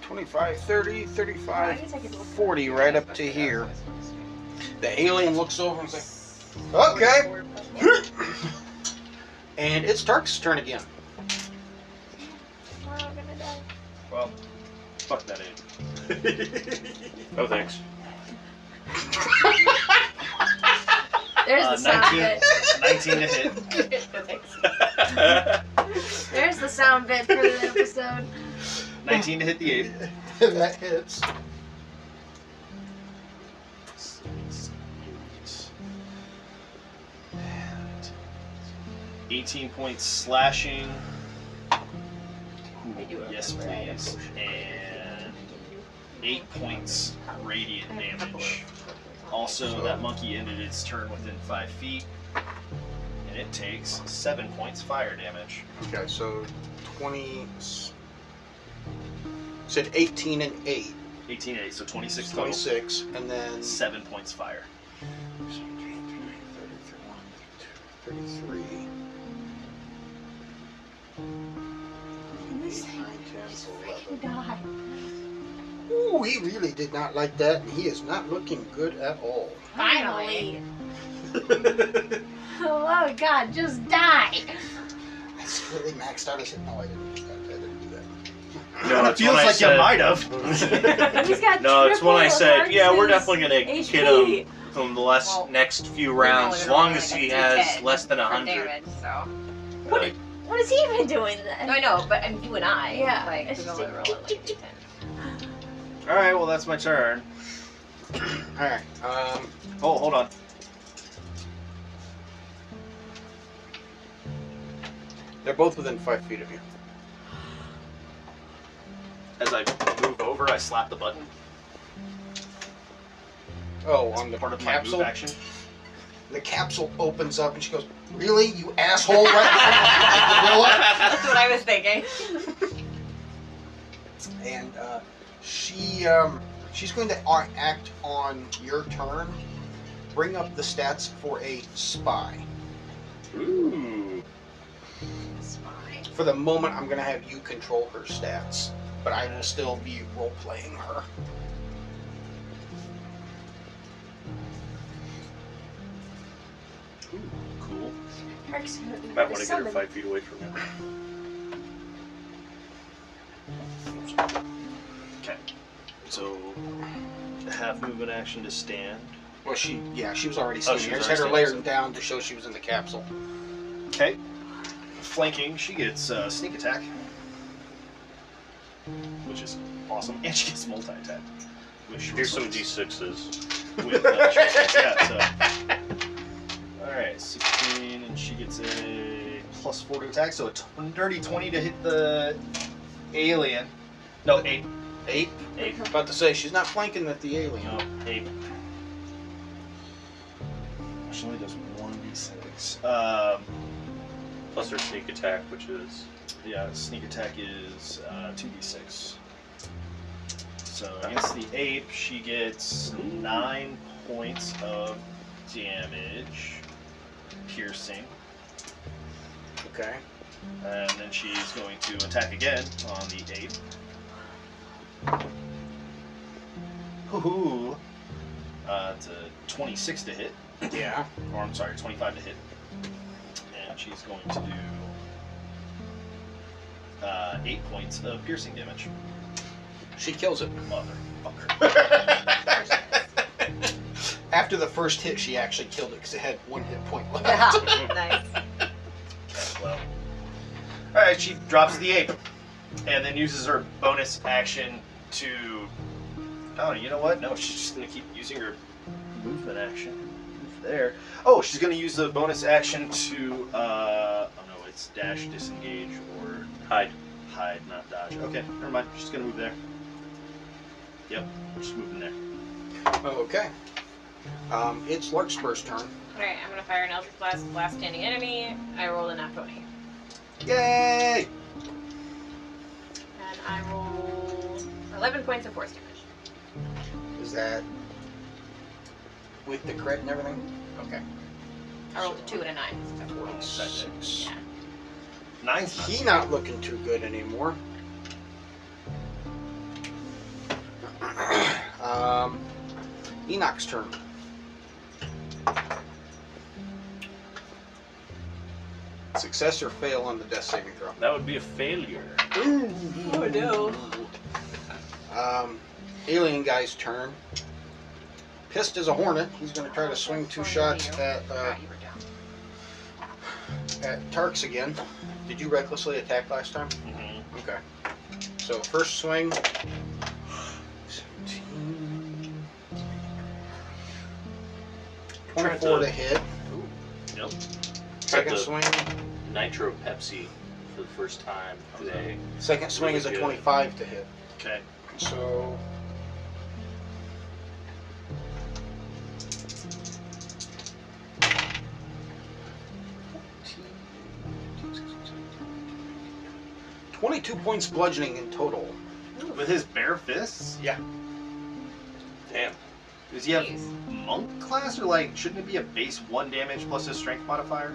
S8: 25, 30, 35,
S6: guess I could look
S8: 40, right up to here. The alien looks over and says,
S1: okay. and it's Tark's turn again.
S5: We're all gonna die.
S4: Well, fuck that in.
S2: No thanks.
S6: There's
S4: Uh,
S6: the sound
S4: 19.
S6: bit.
S4: 19 to hit.
S6: There's the sound bit for the episode.
S4: 19 to hit the ape.
S1: that hits.
S4: Eighteen points slashing.
S3: They do it
S4: Yes,
S3: everywhere. I
S4: please. And eight points radiant
S3: have a couple
S4: damage.
S3: of-
S4: Also, that monkey ended its turn within five feet, and it takes seven points fire damage.
S1: Okay, so 20. Said 18 and 8,
S4: Eighteen eight, so twenty-six total.
S1: 26, and then
S4: Seven points fire.
S1: 33. Ooh, he really did not like that, and he is not looking good at all.
S3: Finally.
S6: Hello, Oh, God, just die!
S1: That's really maxed out. I said, no, I didn't do that. I didn't do that.
S2: No,
S4: it
S2: it's when
S4: feels
S2: I
S4: like
S2: said-
S4: you might have.
S6: He's got
S2: No, it's when I
S6: triple
S2: said, yeah, we're
S6: Darkness
S2: definitely gonna
S6: HP.
S2: get him from the last
S3: Well,
S2: next few
S3: We're
S2: rounds, as
S3: rolling
S2: long
S3: around
S2: as
S3: like
S2: he
S3: a
S2: has
S3: D10
S2: less than a
S3: for
S2: hundred.
S3: damage, So.
S6: What What is he even doing then?
S3: No, I know, but and you and I.
S6: Yeah,
S3: Like,
S6: it's
S3: we
S6: just
S3: only
S6: like-
S3: roll it like a D10.
S4: All right, well that's my turn.
S1: Alright, um,
S4: Oh, hold on.
S1: they're both within five feet of you.
S4: As I move over, I slap the button.
S1: Oh,
S4: That's
S1: on the
S4: part of
S1: capsule?
S4: my move action.
S1: The capsule opens up, and she goes, Really? You asshole? Right
S3: That's what I was thinking.
S1: and uh, she, um, she's going to ar- act on your turn. Bring up the stats for a spy.
S2: Ooh.
S1: For the moment, I'm going to have you control her stats, but I will still be role playing her.
S4: Ooh, cool.
S6: Parks-
S2: Might want to get her
S6: summon.
S2: five feet away from him.
S4: So, half movement action to stand.
S1: Well, she, yeah, she was already
S4: Oh,
S1: standing.
S4: she
S1: I
S4: was
S1: just had her
S4: already
S1: layered
S4: standing,
S1: down to show she was in the capsule.
S4: Okay. Flanking, she gets uh, sneak attack, which is awesome, and she gets multi attack. Which
S2: Here's some
S4: results
S2: d6s.
S4: with, uh, short- yeah, so. Alright, 16, and she gets a plus 4 to attack, so a t- dirty 20 to hit the alien. No, ape.
S1: Eight.
S4: Ape.
S1: About to say, she's not flanking at the alien.
S4: No, ape. She only does 1d6. Um,
S2: plus her sneak attack, which is
S4: Yeah, sneak attack is uh, 2d6. So against the ape, she gets 9 points of damage, piercing.
S1: Okay.
S4: And then she's going to attack again on the ape. Hoo-hoo. Uh, it's a 26 to hit,
S1: Yeah.
S4: or I'm sorry, 25 to hit. And she's going to do uh, 8 points of piercing damage.
S1: She kills it.
S4: Motherfucker.
S1: After the first hit, she actually killed it because it had one hit point left.
S3: nice.
S4: well. Alright, she drops the ape. And then uses her bonus action to. Oh, you know what? No, she's just gonna keep using her movement action. Move There. Oh, she's gonna use the bonus action to. Uh, oh no, it's dash, disengage, or
S2: hide.
S4: hide, not dodge. Okay, never mind. She's gonna move there. Yep, she's moving there.
S1: Oh, Okay. Um, it's Larkspur's turn.
S3: Alright, I'm gonna fire an Eldritch Blast at the last standing enemy. I roll a nat 20.
S4: Yay!
S3: And I roll 11 points of force damage.
S1: Is that with the crit and everything? Okay.
S3: I rolled a 2 and a 9. so-
S1: Six.
S3: Yeah.
S4: Nine's not
S1: He not looking too good anymore. um, Enoch's turn. Success or fail on the death saving throw.
S2: That would be a failure.
S3: Oh, no.
S1: Um, alien guy's turn. Pissed as a hornet. He's going to try to swing two shots at uh,
S3: Forgot you were down.
S1: at Tarks again. Did you recklessly attack last time?
S4: Mhm.
S2: Mm-hmm.
S1: Okay. So first swing. 17.
S2: Tried
S1: Twenty-four
S2: to-
S1: to hit.
S2: Yep. Tried
S1: Second
S2: to
S1: swing.
S2: nitro Pepsi for the first time today.
S1: Second swing is a
S2: Really good.
S1: twenty-five to hit.
S4: Okay.
S1: So. Twenty-two points bludgeoning in total.
S4: With his bare fists?
S2: Damn.
S4: Does he have
S3: Jeez.
S4: monk class or like shouldn't it be a base one damage plus his strength modifier?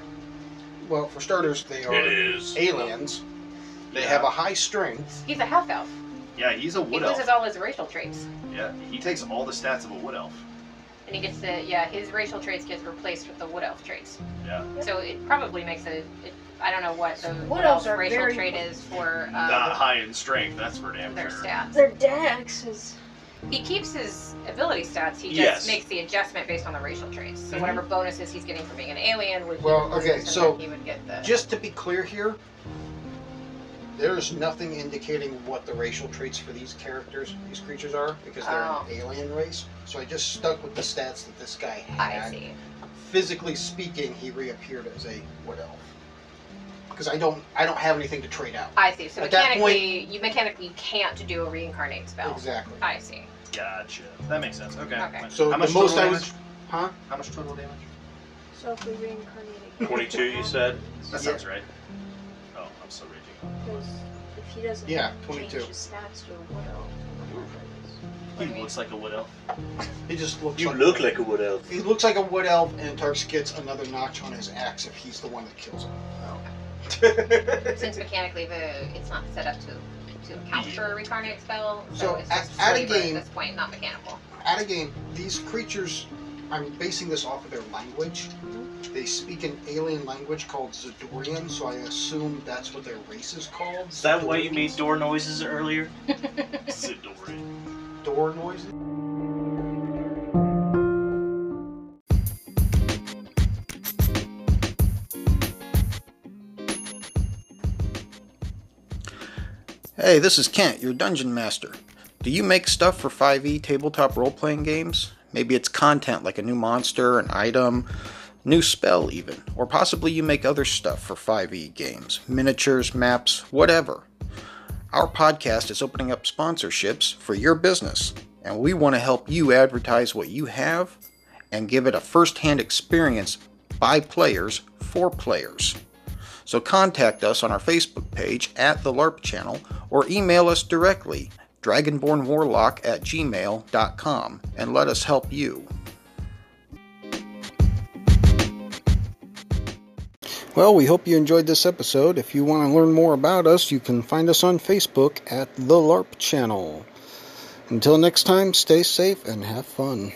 S1: Well, for starters, they are
S2: is.
S1: aliens. They have a high strength.
S3: He's a half elf.
S4: yeah. He's a
S3: He
S4: wood elf.
S3: loses all his racial traits.
S4: yeah, he takes all the stats of a wood elf.
S3: And he gets the, yeah, his racial traits gets replaced with the wood elf traits.
S4: Yeah.
S3: So it probably makes a, it, I don't know what the
S6: Wood
S3: wood
S6: elves
S3: elf's
S6: are
S3: racial
S6: very-
S3: trait is for
S4: Not
S3: uh,
S4: high in strength, that's for damn
S3: their
S4: sure.
S3: stats.
S6: Their dex is.
S3: He keeps his ability stats. He just
S2: Yes.
S3: makes the adjustment based on the racial traits. So whatever bonuses he's getting from being an alien would.
S1: Mhm. Well, okay,
S3: and
S1: so-
S3: then he would get the.
S1: Just to be clear here, there's nothing indicating what the racial traits for these characters, these creatures are, because they're
S3: Oh.
S1: an alien race. So I just stuck with the stats that this guy had.
S3: I see.
S1: Physically speaking, he reappeared as a wood elf. Because I don't, I don't have anything to trade out.
S3: I see. So
S1: At that
S3: mechanically, you mechanically can't do a reincarnate spell.
S1: Exactly.
S3: I see.
S4: Gotcha. That makes sense. Okay.
S3: Okay.
S4: fine.
S1: So
S4: how
S1: the
S4: much
S1: most
S4: total
S1: I was-
S4: damage?
S1: Huh?
S4: How much total damage?
S6: So if we reincarnate again.
S2: 22, you said?
S4: That
S1: Yeah.
S4: sounds right. Oh, I'm still raging.
S6: Because if he doesn't
S1: Yeah,
S6: change
S1: 22.
S6: his stats to a wood elf, what happens?
S3: What do you
S4: He
S3: mean?
S4: looks like a wood elf.
S1: He just looks.
S2: You look like a wood elf.
S1: He looks like a wood elf, and Tarks gets another notch on his axe if he's the one that kills him.
S3: Since mechanically, the it's not set up to to account for a reincarnate spell, so,
S1: So,
S3: it's
S1: at-
S3: just
S1: at a
S3: flavor
S1: game-
S3: at this point, not mechanical.
S1: At a game, these creatures, I'm basing this off of their language. They speak an alien language called Zadorian, so I assume that's what their race is called.
S2: Is that why you made door noises earlier?
S4: Sidorian.
S1: door noises?
S7: Hey, this is Kent, your dungeon master. Do you make stuff for 5e tabletop role playing games? Maybe it's content like a new monster, an item, new spell, even. Or possibly you make other stuff for 5e games miniatures, maps, whatever. Our podcast is opening up sponsorships for your business, and we want to help you advertise what you have and give it a first hand experience by players for players.
S6: So contact us on our Facebook page at the LARP channel or email us directly, dragonbornwarlock at gmail.com, and let us help you.
S1: Well, we hope you enjoyed this episode. If you want to learn more about us, you can find us on Facebook at The LARP Channel. Until next time, stay safe and have fun.